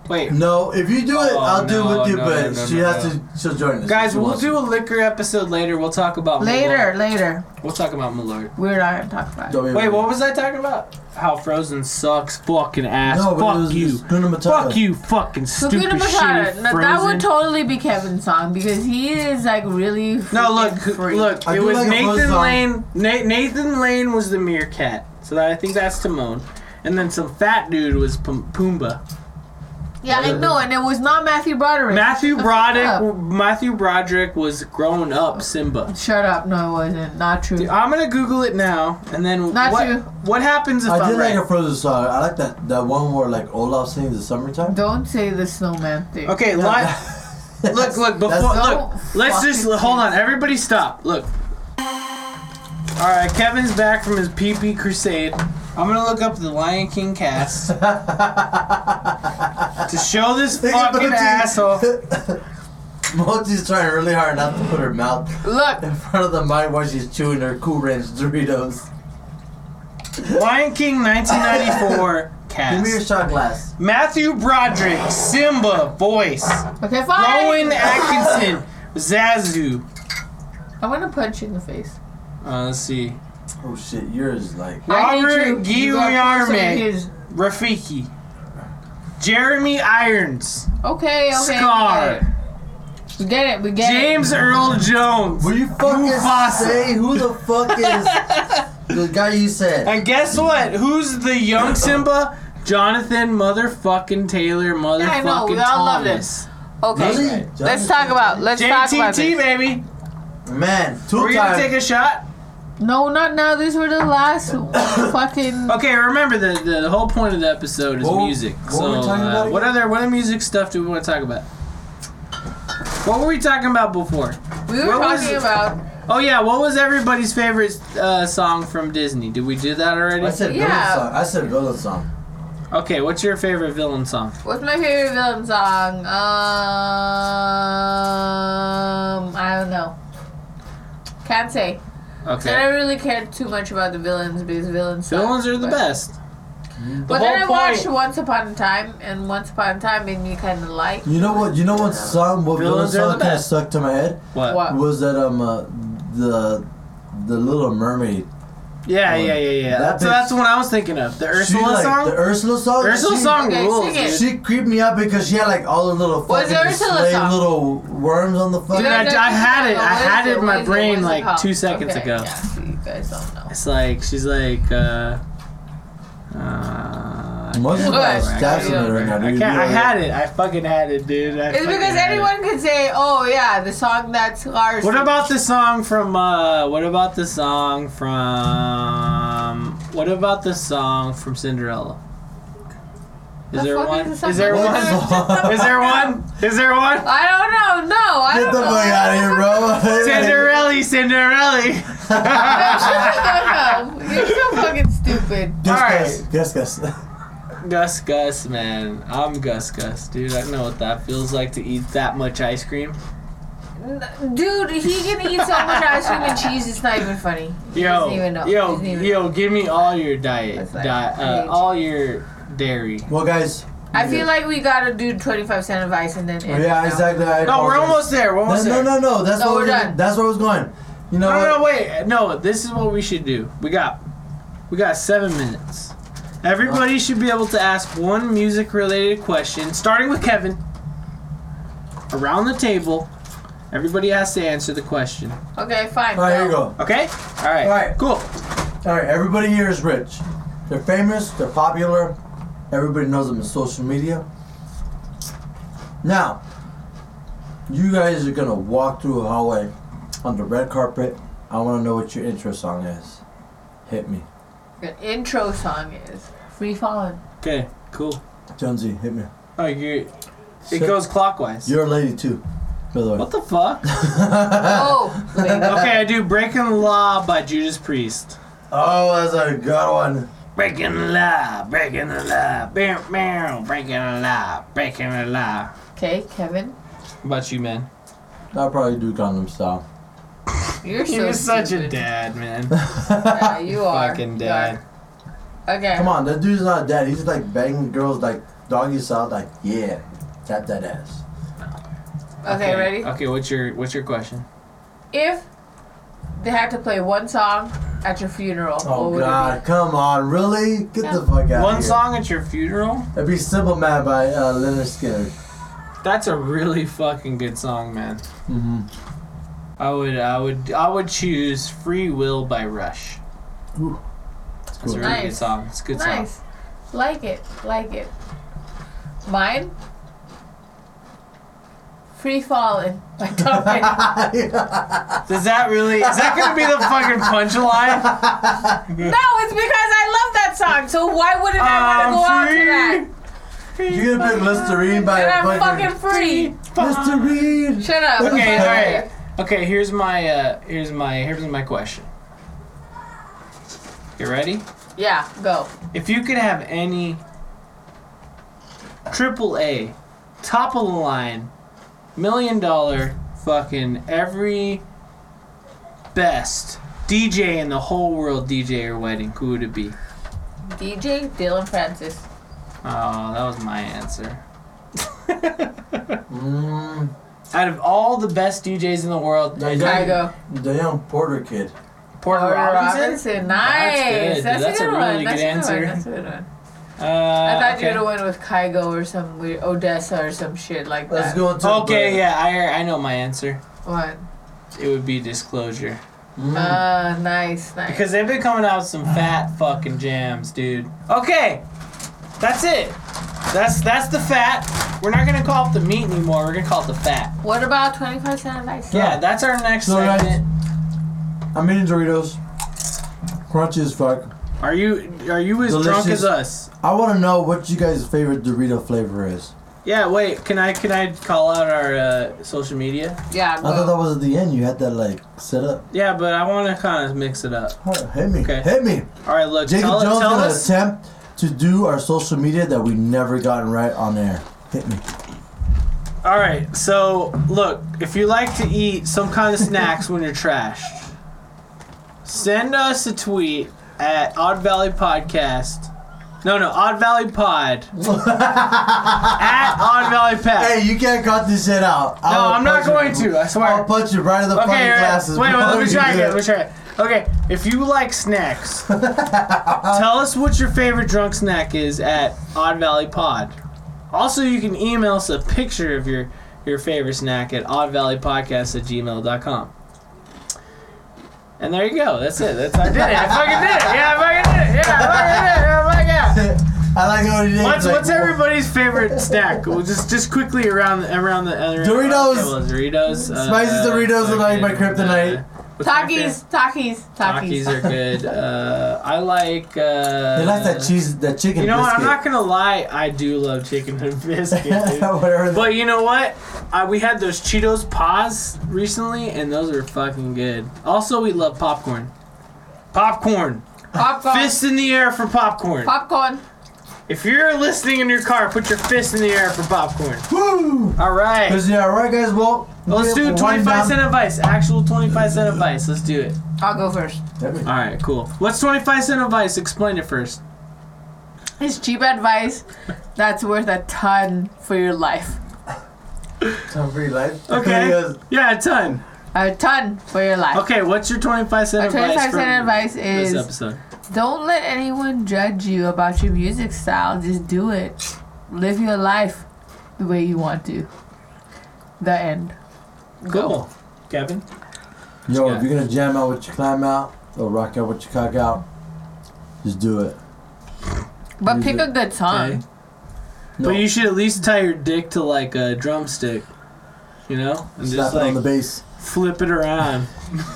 Speaker 4: Wait,
Speaker 2: No, if you do it,
Speaker 4: Oh,
Speaker 2: I'll do it
Speaker 4: no,
Speaker 2: with you,
Speaker 4: no,
Speaker 2: but
Speaker 4: no, no,
Speaker 2: she
Speaker 4: no,
Speaker 2: has
Speaker 4: no.
Speaker 2: to. She'll join us.
Speaker 4: guys, we'll do a liquor episode later. We'll talk about
Speaker 3: Later,
Speaker 4: Malort.
Speaker 3: later.
Speaker 4: We'll talk about Malord.
Speaker 3: We're not gonna talk about it.
Speaker 4: Wait, what was I talking about? How Frozen sucks, fucking ass.
Speaker 2: No, but
Speaker 4: Fuck
Speaker 2: it was
Speaker 4: you.
Speaker 2: Hakuna Matata.
Speaker 4: Fuck you, fucking stupid
Speaker 3: Hakuna Matata.
Speaker 4: shitty
Speaker 3: No, that
Speaker 4: Frozen.
Speaker 3: would totally be Kevin's song because he is like really.
Speaker 4: No, look,
Speaker 3: freaking free.
Speaker 4: look.
Speaker 2: I
Speaker 4: it
Speaker 2: do
Speaker 4: was
Speaker 2: like a Frozen
Speaker 4: Nathan
Speaker 2: song.
Speaker 4: Lane. Na- Nathan Lane was the meerkat, so that, I think that's Timon. And then some fat dude was Pum- Pumbaa.
Speaker 3: Yeah, I know, and it was not Matthew Broderick.
Speaker 4: Matthew
Speaker 3: Shut the fuck up.
Speaker 4: Broderick. Matthew Broderick was grown up Simba.
Speaker 3: Shut up! No, it wasn't. Not true.
Speaker 4: Dude, I'm gonna Google it now, and then
Speaker 3: Not
Speaker 4: what?
Speaker 3: you.
Speaker 4: What happens if
Speaker 2: I
Speaker 4: I'm
Speaker 2: did
Speaker 4: right?
Speaker 2: like a Frozen song. I like that that one where like Olaf sings the summertime. [LAUGHS]
Speaker 3: Don't say the snowman thing.
Speaker 4: okay, li- look, look, before,
Speaker 2: That's-
Speaker 4: look. Let's just
Speaker 3: fucking
Speaker 4: hold on. Everybody, stop. Look. All right, Kevin's back from his pee pee crusade. I'm gonna look up the Lion
Speaker 2: [LAUGHS]
Speaker 4: King cast to show this
Speaker 2: Think
Speaker 4: fucking
Speaker 2: about it. [LAUGHS]
Speaker 4: asshole.
Speaker 2: Mochi's trying really hard not to put her mouth [LAUGHS]
Speaker 3: Look,
Speaker 2: in front of the mic while she's chewing her Cool Ranch Doritos.
Speaker 4: Lion King 1994
Speaker 2: Give me your
Speaker 4: cast.
Speaker 2: shot glass.
Speaker 4: Matthew Broderick, Simba, voice.
Speaker 3: okay, fine.
Speaker 4: Rowan Atkinson, Zazu.
Speaker 3: I'm gonna punch you in the face.
Speaker 4: Uh, let's see.
Speaker 2: Oh shit, yours like.
Speaker 3: I
Speaker 4: Robert
Speaker 3: hate you. You got closer to
Speaker 4: Guillerme.
Speaker 3: his-
Speaker 4: Rafiki. Jeremy Irons.
Speaker 3: Okay, okay.
Speaker 4: Scar.
Speaker 3: We get it. We get it.
Speaker 4: James Earl Jones.
Speaker 2: Will you fucking
Speaker 4: Mufasa.
Speaker 2: say who the fuck is
Speaker 4: [LAUGHS]
Speaker 2: the guy you said?
Speaker 4: And guess what? Who's the young Simba? Jonathan motherfucking Taylor motherfucking
Speaker 3: I know, we all love
Speaker 4: Thomas.
Speaker 3: Okay.
Speaker 2: Really?
Speaker 3: Let's talk about. Let's talk about
Speaker 4: JTT
Speaker 3: this.
Speaker 4: baby.
Speaker 2: Man,
Speaker 4: We're
Speaker 2: two
Speaker 4: gonna take
Speaker 2: times.
Speaker 4: a shot.
Speaker 3: No, not now. These were the
Speaker 4: [COUGHS]
Speaker 3: last fucking.
Speaker 4: Okay, remember the, the, the whole point of the episode is
Speaker 2: What-
Speaker 4: music.
Speaker 2: what were
Speaker 4: so
Speaker 2: we talking
Speaker 4: uh,
Speaker 2: about again?
Speaker 4: what other what other music stuff do we want to talk about? What were we talking about before?
Speaker 3: We were
Speaker 4: What was
Speaker 3: talking
Speaker 4: it?
Speaker 3: about.
Speaker 4: Oh yeah, what was everybody's favorite uh, song from Disney? Did we do that already?
Speaker 2: I said
Speaker 3: Yeah.
Speaker 2: villain song. I said villain song.
Speaker 4: Okay, what's your favorite villain song?
Speaker 3: What's my favorite villain song? Um, I don't know. Can't say. I
Speaker 4: Okay.
Speaker 3: don't really care too much about the villains because villains. suck,
Speaker 4: Villains are the
Speaker 3: but-
Speaker 4: best.
Speaker 3: but
Speaker 4: whole
Speaker 3: then I watched
Speaker 4: point-
Speaker 3: Once Upon a Time, and Once Upon a Time made me kind of like.
Speaker 2: You know what? You know what song? What villain
Speaker 4: Villains are the
Speaker 2: song kind of
Speaker 4: best.
Speaker 2: stuck to my head?
Speaker 4: What?
Speaker 3: What?
Speaker 2: Was that um uh, the the Little Mermaid?
Speaker 4: Yeah,
Speaker 2: Um,
Speaker 4: yeah, yeah, yeah.
Speaker 2: that
Speaker 4: That's,
Speaker 2: bitch-
Speaker 4: that's what I was thinking of. The
Speaker 2: She,
Speaker 4: Ursula
Speaker 2: like,
Speaker 4: song?
Speaker 2: The Ursula song.
Speaker 4: Ursula
Speaker 2: she,
Speaker 4: song
Speaker 3: Okay,
Speaker 4: rules.
Speaker 3: sing it.
Speaker 4: dude.
Speaker 2: She creeped me out because she had like all the little
Speaker 3: What is
Speaker 2: fucking
Speaker 3: the Ursula
Speaker 2: slave
Speaker 3: song?
Speaker 2: little worms on the fucking.
Speaker 4: Dude, I- [LAUGHS]
Speaker 3: No, no,
Speaker 4: I had
Speaker 3: no,
Speaker 4: it-
Speaker 3: no,
Speaker 4: I
Speaker 3: what is
Speaker 4: had it in my
Speaker 3: What is
Speaker 4: brain,
Speaker 3: What is it
Speaker 4: like,
Speaker 3: called?
Speaker 4: two seconds
Speaker 3: Okay,
Speaker 4: ago.
Speaker 3: Yeah, so you guys don't know.
Speaker 4: It's like, she's like, uh. uh
Speaker 2: Most of
Speaker 3: Look,
Speaker 2: us stabs in
Speaker 3: yeah.
Speaker 2: it right now.
Speaker 4: I,
Speaker 2: dude.
Speaker 4: can't, I
Speaker 2: You know
Speaker 4: had it. I fucking had it, dude. I
Speaker 3: It's
Speaker 4: fucking
Speaker 3: because
Speaker 4: had it.
Speaker 3: anyone could say, "Oh yeah, the song that's ours."
Speaker 4: What about the song from uh what about the song from what about the song from Cinderella? Is
Speaker 3: The
Speaker 4: there
Speaker 3: fuck is
Speaker 4: one?
Speaker 3: the
Speaker 4: Is,
Speaker 3: song
Speaker 4: there
Speaker 3: from
Speaker 4: one?
Speaker 2: Cinderella?
Speaker 4: Is there one? Is there one?
Speaker 3: [LAUGHS] I don't know. No, I
Speaker 2: Get
Speaker 3: don't
Speaker 2: the
Speaker 3: know.
Speaker 2: fuck out of here, bro.
Speaker 4: [LAUGHS]
Speaker 2: [LAUGHS]
Speaker 4: Cinderella, Cinderella.
Speaker 3: Shut the fuck up. [LAUGHS] You're so fucking stupid.
Speaker 2: Guess, guess, [LAUGHS] guess, guess.
Speaker 4: Gus Gus, man. I'm Gus Gus, dude. I know what that feels like to eat that much ice cream.
Speaker 3: N- Dude, he can eat so much ice cream and cheese, it's not even funny. He
Speaker 4: Yo,
Speaker 3: doesn't even know. He
Speaker 4: yo,
Speaker 3: doesn't even
Speaker 4: yo,
Speaker 3: know.
Speaker 4: give me all your diet,
Speaker 3: That's like-
Speaker 4: di-
Speaker 3: I
Speaker 4: uh,
Speaker 3: hate
Speaker 4: all your dairy.
Speaker 2: Well, guys.
Speaker 3: I feel like we gotta do 25 cent of ice and then. end it now.
Speaker 2: Yeah, exactly. I
Speaker 4: No, we're
Speaker 2: apologize.
Speaker 4: almost there. We're almost
Speaker 2: No,
Speaker 4: there.
Speaker 2: no, no, no. That's
Speaker 3: No,
Speaker 2: what
Speaker 3: we're
Speaker 2: we're
Speaker 3: done.
Speaker 2: That's where I was going. You know
Speaker 4: No,
Speaker 2: what?
Speaker 4: no, no, wait. No, this is what we should do. We got, we got seven minutes. Everybody should be able to ask one music-related question, starting with Kevin. Around the table, everybody has to answer the question.
Speaker 3: Okay, fine.
Speaker 2: All right, here you go.
Speaker 4: Okay. All right.
Speaker 2: All right.
Speaker 4: Cool.
Speaker 2: All right, everybody here is rich. They're famous. They're popular. Everybody knows them in social media. Now, you guys are gonna walk through a hallway on the red carpet. I want to know what your intro song is. Hit me,
Speaker 3: The intro song is Free Falling.
Speaker 4: Okay. Cool.
Speaker 2: Jonesy. Hit me.
Speaker 4: Oh, you.
Speaker 2: So-
Speaker 4: It goes clockwise.
Speaker 2: You're a lady too. pillar.
Speaker 4: What the fuck?
Speaker 3: Oh, like,
Speaker 4: okay, I do Breaking the Law by Judas Priest.
Speaker 2: [LAUGHS] Oh, that's a good one.
Speaker 4: Breaking the law, breaking the law, bam, bam, breaking the law, breaking the law.
Speaker 3: okay, Kevin,
Speaker 4: What about you, man?
Speaker 2: I'll probably do Gangnam Style. [LAUGHS]
Speaker 3: you're so
Speaker 4: You're such a
Speaker 3: stupid.
Speaker 4: dad, man.
Speaker 3: Yeah,
Speaker 4: [LAUGHS]
Speaker 3: you are.
Speaker 4: Fucking
Speaker 3: You
Speaker 4: dad.
Speaker 3: are. Okay.
Speaker 2: Come on, that dude's not dead. He's like banging girls like doggy style. Like yeah, tap that ass.
Speaker 3: Okay, ready?
Speaker 4: Okay, what's your what's your question?
Speaker 3: If they had to play one song at your funeral, what
Speaker 2: Oh
Speaker 3: would
Speaker 2: God,
Speaker 3: it
Speaker 2: come on, really? Get the fuck out.
Speaker 4: One
Speaker 2: of here.
Speaker 4: song at your funeral?
Speaker 2: It'd be "Simple Man" by uh, Leonard Skinner.
Speaker 4: That's a really fucking good song, man.
Speaker 2: Mm-hmm.
Speaker 4: I would I would I would choose Free Will by Rush.
Speaker 2: Ooh,
Speaker 4: It's a
Speaker 2: cool.
Speaker 4: really good
Speaker 3: Nice.
Speaker 4: song. It's a
Speaker 3: be?
Speaker 4: good song.
Speaker 3: Nice. Like it. Like it. Mine? Free [LAUGHS] Falling by Tom Petty.
Speaker 4: Does that really? Is that gonna
Speaker 3: [LAUGHS]
Speaker 4: be the fucking punchline?
Speaker 3: No, it's because I love that song, so why wouldn't I
Speaker 4: Uh,
Speaker 3: want to go out to that?
Speaker 2: You're gonna pick "Listerine" by
Speaker 3: And I'm fucking free.
Speaker 2: Listerine.
Speaker 3: Shut up.
Speaker 4: Okay, all right. [LAUGHS] Okay, here's my uh, here's my here's my question. You ready?
Speaker 3: Yeah, go.
Speaker 4: If you could have any triple A, top of the line, million dollar, fucking every best DJ in the whole world DJ your wedding, who would it be?
Speaker 3: DJ Dylan Francis.
Speaker 4: Oh, that was my [LAUGHS] answer.
Speaker 2: Mm,
Speaker 4: Out of all the best DJs in the world,
Speaker 2: the
Speaker 3: I
Speaker 2: young,
Speaker 3: go.
Speaker 2: the young Porter kid.
Speaker 4: Porter Robinson.
Speaker 3: Nice.
Speaker 4: That's good. That's a really
Speaker 3: one.
Speaker 4: good
Speaker 3: That's
Speaker 4: answer.
Speaker 3: A good one. That's a good one.
Speaker 4: Uh,
Speaker 3: I thought
Speaker 4: okay.
Speaker 3: you were the one with Kygo or some weird Odessa or some shit like
Speaker 2: Let's
Speaker 3: that.
Speaker 2: go into.
Speaker 4: Okay, yeah, I I know my answer.
Speaker 3: One.
Speaker 4: It would be disclosure.
Speaker 2: Mm.
Speaker 3: Ah, nice, nice.
Speaker 4: Because they've been coming out with some fat fucking jams, dude. Okay, that's it. That's that's the fat. We're not gonna call it the meat anymore. We're gonna call it the fat.
Speaker 3: what about 25 cent advice?
Speaker 4: Yeah, that's our next
Speaker 2: So, guys-
Speaker 4: segment.
Speaker 2: I'm eating Doritos. Crunchy as fuck.
Speaker 4: Are you are you as drunk
Speaker 2: Delicious.
Speaker 4: as us?
Speaker 2: I want to know what you guys' favorite Dorito flavor is.
Speaker 4: Yeah. Wait. Can I can I call out our uh, social media?
Speaker 3: Yeah,
Speaker 2: I thought that
Speaker 3: go.
Speaker 2: was at the end. You had that like set up.
Speaker 4: Yeah, but I want to kind of mix it up.
Speaker 2: Oh, hit me.
Speaker 4: Okay.
Speaker 2: Hit me.
Speaker 4: All right. Look.
Speaker 2: Jacob
Speaker 4: tell
Speaker 2: Jones
Speaker 4: tell
Speaker 2: gonna
Speaker 4: us.
Speaker 2: attempt to do our social media that we never gotten right on air. Hit me.
Speaker 4: All right. So look, if you like to eat some kind of snacks when you're trashed, send us a tweet at Odd Valley Podcast. No, no, Odd Valley
Speaker 2: [LAUGHS]
Speaker 4: Pod at Odd Valley Pod.
Speaker 2: Hey, you can't cut this shit out.
Speaker 4: no, I'm not going to. I
Speaker 2: I'll
Speaker 4: swear.
Speaker 2: punch you right in the fucking
Speaker 4: okay. all right.
Speaker 2: glasses.
Speaker 4: wait, wait.
Speaker 2: before
Speaker 4: Let me
Speaker 2: you
Speaker 4: try
Speaker 2: do
Speaker 4: it.
Speaker 2: it.
Speaker 4: Let me try it. Okay, if you
Speaker 2: [LAUGHS]
Speaker 4: like snacks, tell us what your favorite drunk snack is at Odd Valley Pod. Also, you can email us a picture of your, your favorite snack at oddvalleypodcast at gmail.com. And there you go. That's it. That's I did it. I fucking did it. Yeah, I fucking did it. Yeah, I fucking did it. Yeah, I fucking did
Speaker 2: [LAUGHS]
Speaker 4: it.
Speaker 2: I like how he did.
Speaker 4: What's,
Speaker 2: like,
Speaker 4: what's everybody's favorite snack? Well, just just quickly around the- around the around the
Speaker 2: Doritos.
Speaker 4: table is Doritos. uh,
Speaker 2: Spicy Doritos are like my
Speaker 4: fucking,
Speaker 2: kryptonite.
Speaker 4: uh, what's my favorite?
Speaker 3: Takis, Takis, Takis.
Speaker 4: Takis are good. Uh, I like. Uh,
Speaker 2: He likes that cheese, that chicken
Speaker 4: You know what?
Speaker 2: biscuit.
Speaker 4: I'm not gonna lie. I do love chicken and [LAUGHS] biscuit. dude.
Speaker 2: [LAUGHS] Whatever.
Speaker 4: But you know what? I, we had those Cheetos paws recently, and those are fucking good. Also, we love popcorn. Popcorn.
Speaker 3: Popcorn.
Speaker 4: Fist in the air for popcorn.
Speaker 3: Popcorn.
Speaker 4: If you're listening in your car, put your fist in the air for popcorn.
Speaker 2: Woo!
Speaker 4: All right.
Speaker 2: Cause yeah, all right, guys. Well,
Speaker 4: Let's do 25 cent advice. Actual 25 cent advice. Let's do it.
Speaker 3: I'll go first.
Speaker 4: All right, cool. What's 25 cent advice? Explain it first.
Speaker 3: It's cheap advice that's worth a ton for your life.
Speaker 2: Time for your life.
Speaker 4: [LAUGHS] Okay. Yeah, a ton.
Speaker 3: A ton for your life.
Speaker 4: Okay, what's your 25 cent
Speaker 3: My 25
Speaker 4: advice? for
Speaker 3: cent advice
Speaker 4: this
Speaker 3: is
Speaker 4: episode.
Speaker 3: don't let anyone judge you about your music style. Just do it. Live your life the way you want to. The end.
Speaker 4: Cool. Kevin?
Speaker 2: Yo,
Speaker 4: Yeah.
Speaker 2: if you're gonna jam out with your climb out or rock out with your cock out, just do it.
Speaker 3: But
Speaker 2: Music.
Speaker 3: pick a good song.
Speaker 4: Okay.
Speaker 2: No.
Speaker 4: But you should at least tie your dick to like a drumstick. You know? And
Speaker 2: Slap
Speaker 4: just
Speaker 2: it on
Speaker 4: like
Speaker 2: the bass.
Speaker 4: flip it around.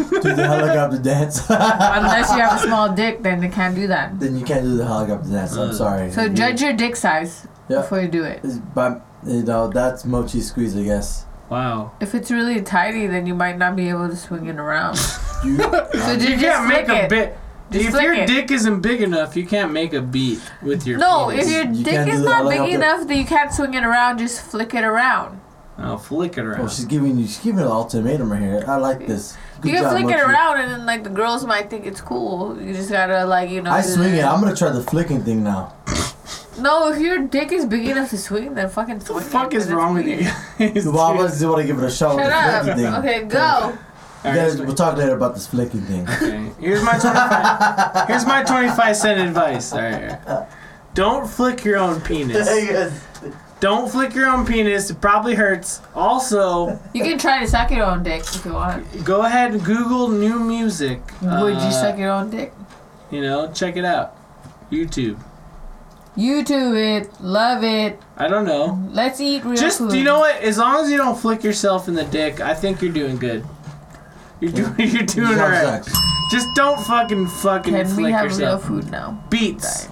Speaker 2: Do the helicopter [LAUGHS] dance.
Speaker 3: Uh, Unless you have a small dick, then you can't do that.
Speaker 2: then you can't do the helicopter dance. I'm
Speaker 4: Uh,
Speaker 2: sorry.
Speaker 3: So judge your dick size
Speaker 2: Yeah.
Speaker 3: before you do it.
Speaker 2: It's- But you know that's mochi squeeze, I guess.
Speaker 4: Wow.
Speaker 3: If it's really tidy, then you might not be able to swing it around. [LAUGHS] so
Speaker 2: You,
Speaker 3: just,
Speaker 4: You can't
Speaker 3: flick
Speaker 4: make a
Speaker 3: it.
Speaker 4: bit.
Speaker 3: Just
Speaker 4: if
Speaker 3: flick
Speaker 4: your
Speaker 3: it.
Speaker 4: dick isn't big enough, you can't make a beat with your
Speaker 3: No,
Speaker 4: penis.
Speaker 3: if your
Speaker 2: You
Speaker 3: dick
Speaker 2: can't
Speaker 3: is
Speaker 2: do that. I
Speaker 3: not
Speaker 2: like how
Speaker 3: big
Speaker 2: the-
Speaker 3: enough that you can't swing it around, just flick it around.
Speaker 4: I'll flick it around.
Speaker 2: oh, she's giving you she's giving an ultimatum right here. I like this. Good
Speaker 3: you can
Speaker 2: job,
Speaker 3: flick it
Speaker 2: Mochi.
Speaker 3: around, and then like the girls might think it's cool. You just gotta like you know.
Speaker 2: I swing it. I'm gonna try the flicking thing now.
Speaker 3: No, if your dick is big enough to swing, then fucking swing.
Speaker 4: what the fuck
Speaker 3: it,
Speaker 4: is
Speaker 3: 'cause it's
Speaker 4: wrong with you [LAUGHS]
Speaker 3: weird.
Speaker 4: guys?
Speaker 2: Well, I
Speaker 4: dude?
Speaker 2: was just want to give it a shot with
Speaker 3: Shut
Speaker 2: the flicking thing.
Speaker 3: up. Okay, go.
Speaker 4: All
Speaker 2: You
Speaker 4: right,
Speaker 2: guys,
Speaker 4: so-
Speaker 2: we'll talk later about this flicking thing.
Speaker 4: Okay. Here's my 25, here's my 25 cent advice. All right. Don't flick your own penis. Don't flick your own penis. It probably hurts. Also,
Speaker 3: You can try to suck your own dick if you want.
Speaker 4: go ahead and Google new music.
Speaker 3: Would
Speaker 4: Uh,
Speaker 3: you suck your own dick?
Speaker 4: You know, check it out. YouTube.
Speaker 3: YouTube it, love it.
Speaker 4: I don't know.
Speaker 3: Let's eat real
Speaker 4: Just
Speaker 3: food.
Speaker 4: you know what? As long as you don't flick yourself in the dick, I think you're doing good. You're doing [LAUGHS] you're doing
Speaker 2: Sounds
Speaker 4: alright.
Speaker 2: like-
Speaker 4: Just don't fucking fucking
Speaker 3: Can we
Speaker 4: flick
Speaker 3: have real
Speaker 4: yourself.
Speaker 3: food now?
Speaker 4: Beats.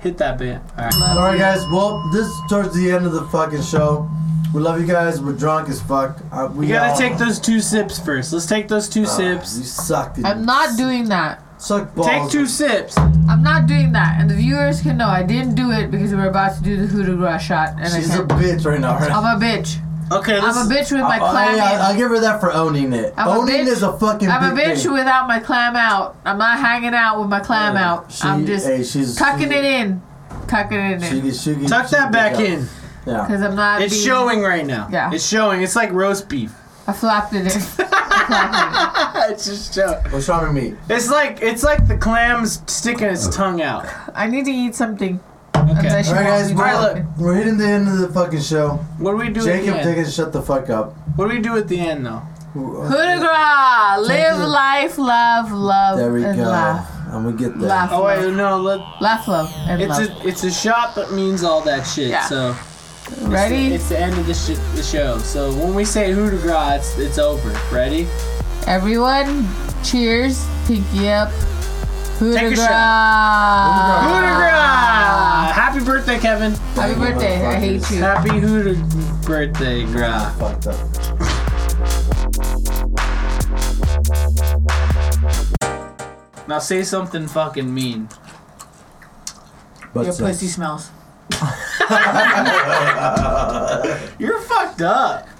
Speaker 4: Hit that bit. All right.
Speaker 2: All right, guys. Well, this is towards the end of the fucking show. We love you guys. We're drunk as fuck. Uh, we
Speaker 4: You gotta
Speaker 2: all-
Speaker 4: take those two sips first. Let's take those
Speaker 2: Uh,
Speaker 4: two
Speaker 2: You
Speaker 4: sips.
Speaker 2: suck. dude.
Speaker 3: I'm not doing that.
Speaker 2: Suck balls.
Speaker 4: Take two sips.
Speaker 3: I'm not doing that. And the viewers can know I didn't do it because we were about to do the hoodoo gras shot. And
Speaker 2: She's
Speaker 3: I
Speaker 2: a
Speaker 3: can't.
Speaker 2: bitch right now. Right?
Speaker 3: I'm a bitch.
Speaker 4: Okay,
Speaker 3: I'm a bitch
Speaker 4: let's.
Speaker 3: with my
Speaker 2: I,
Speaker 3: clam
Speaker 2: I,
Speaker 3: in.
Speaker 2: will give her that for owning it.
Speaker 3: I'm a
Speaker 2: owning
Speaker 3: bitch.
Speaker 2: is a fucking.
Speaker 3: I'm a
Speaker 2: big
Speaker 3: bitch
Speaker 2: thing.
Speaker 3: without my clam out. I'm not hanging out with my clam out.
Speaker 2: She-
Speaker 3: I'm just
Speaker 2: hey, she's,
Speaker 3: tucking
Speaker 2: she-
Speaker 3: it in. Tucking it in.
Speaker 2: She, she, she,
Speaker 4: Tuck
Speaker 2: she-
Speaker 4: that back
Speaker 2: yeah.
Speaker 4: in.
Speaker 2: Yeah.
Speaker 3: Because I'm not.
Speaker 4: It's
Speaker 3: being-
Speaker 4: showing right now.
Speaker 3: Yeah.
Speaker 4: It's showing. It's like roast beef. [LAUGHS]
Speaker 3: I flopped it in. I flopped
Speaker 4: it's just showing.
Speaker 2: What's wrong with me?
Speaker 4: It's like it's like the clam's sticking its
Speaker 2: Uh.
Speaker 4: tongue out.
Speaker 3: it in. I need to eat something.
Speaker 4: Okay.
Speaker 3: Unless
Speaker 2: All
Speaker 3: you
Speaker 2: right,
Speaker 3: want
Speaker 2: guys.
Speaker 3: me to-
Speaker 4: Alright,
Speaker 2: Well, we're hitting the end of the fucking show.
Speaker 4: What do we do at the
Speaker 2: Jacob,
Speaker 4: end?
Speaker 2: take it. Shut the fuck up. uh,
Speaker 4: What do we do at the end though?
Speaker 3: Coup de grace. Live
Speaker 2: you.
Speaker 3: life, love, love,
Speaker 2: There we
Speaker 3: and
Speaker 2: go.
Speaker 3: laugh.
Speaker 2: I'm gonna get there.
Speaker 3: Laugh.
Speaker 4: Oh wait, no. Let,
Speaker 3: Laugh, love, and
Speaker 4: it's
Speaker 3: love.
Speaker 4: a it's a shot that means all that shit.
Speaker 3: Yeah.
Speaker 4: So
Speaker 3: Ready?
Speaker 4: it's the end of the, sh- the show. So when we say who de gras, it's, it's over. Ready?
Speaker 3: Everyone, cheers. Pinky up. Coup
Speaker 4: Take
Speaker 3: de
Speaker 4: a
Speaker 3: grace.
Speaker 4: shot. Who de gras! Ah. Happy birthday, Kevin.
Speaker 3: Happy birthday. I hate you.
Speaker 4: Happy Hooter birthday, Gra.
Speaker 2: Fucked up.
Speaker 4: Now say something fucking mean.
Speaker 2: But
Speaker 3: Your
Speaker 2: so-
Speaker 3: pussy smells.
Speaker 4: You're fucked up.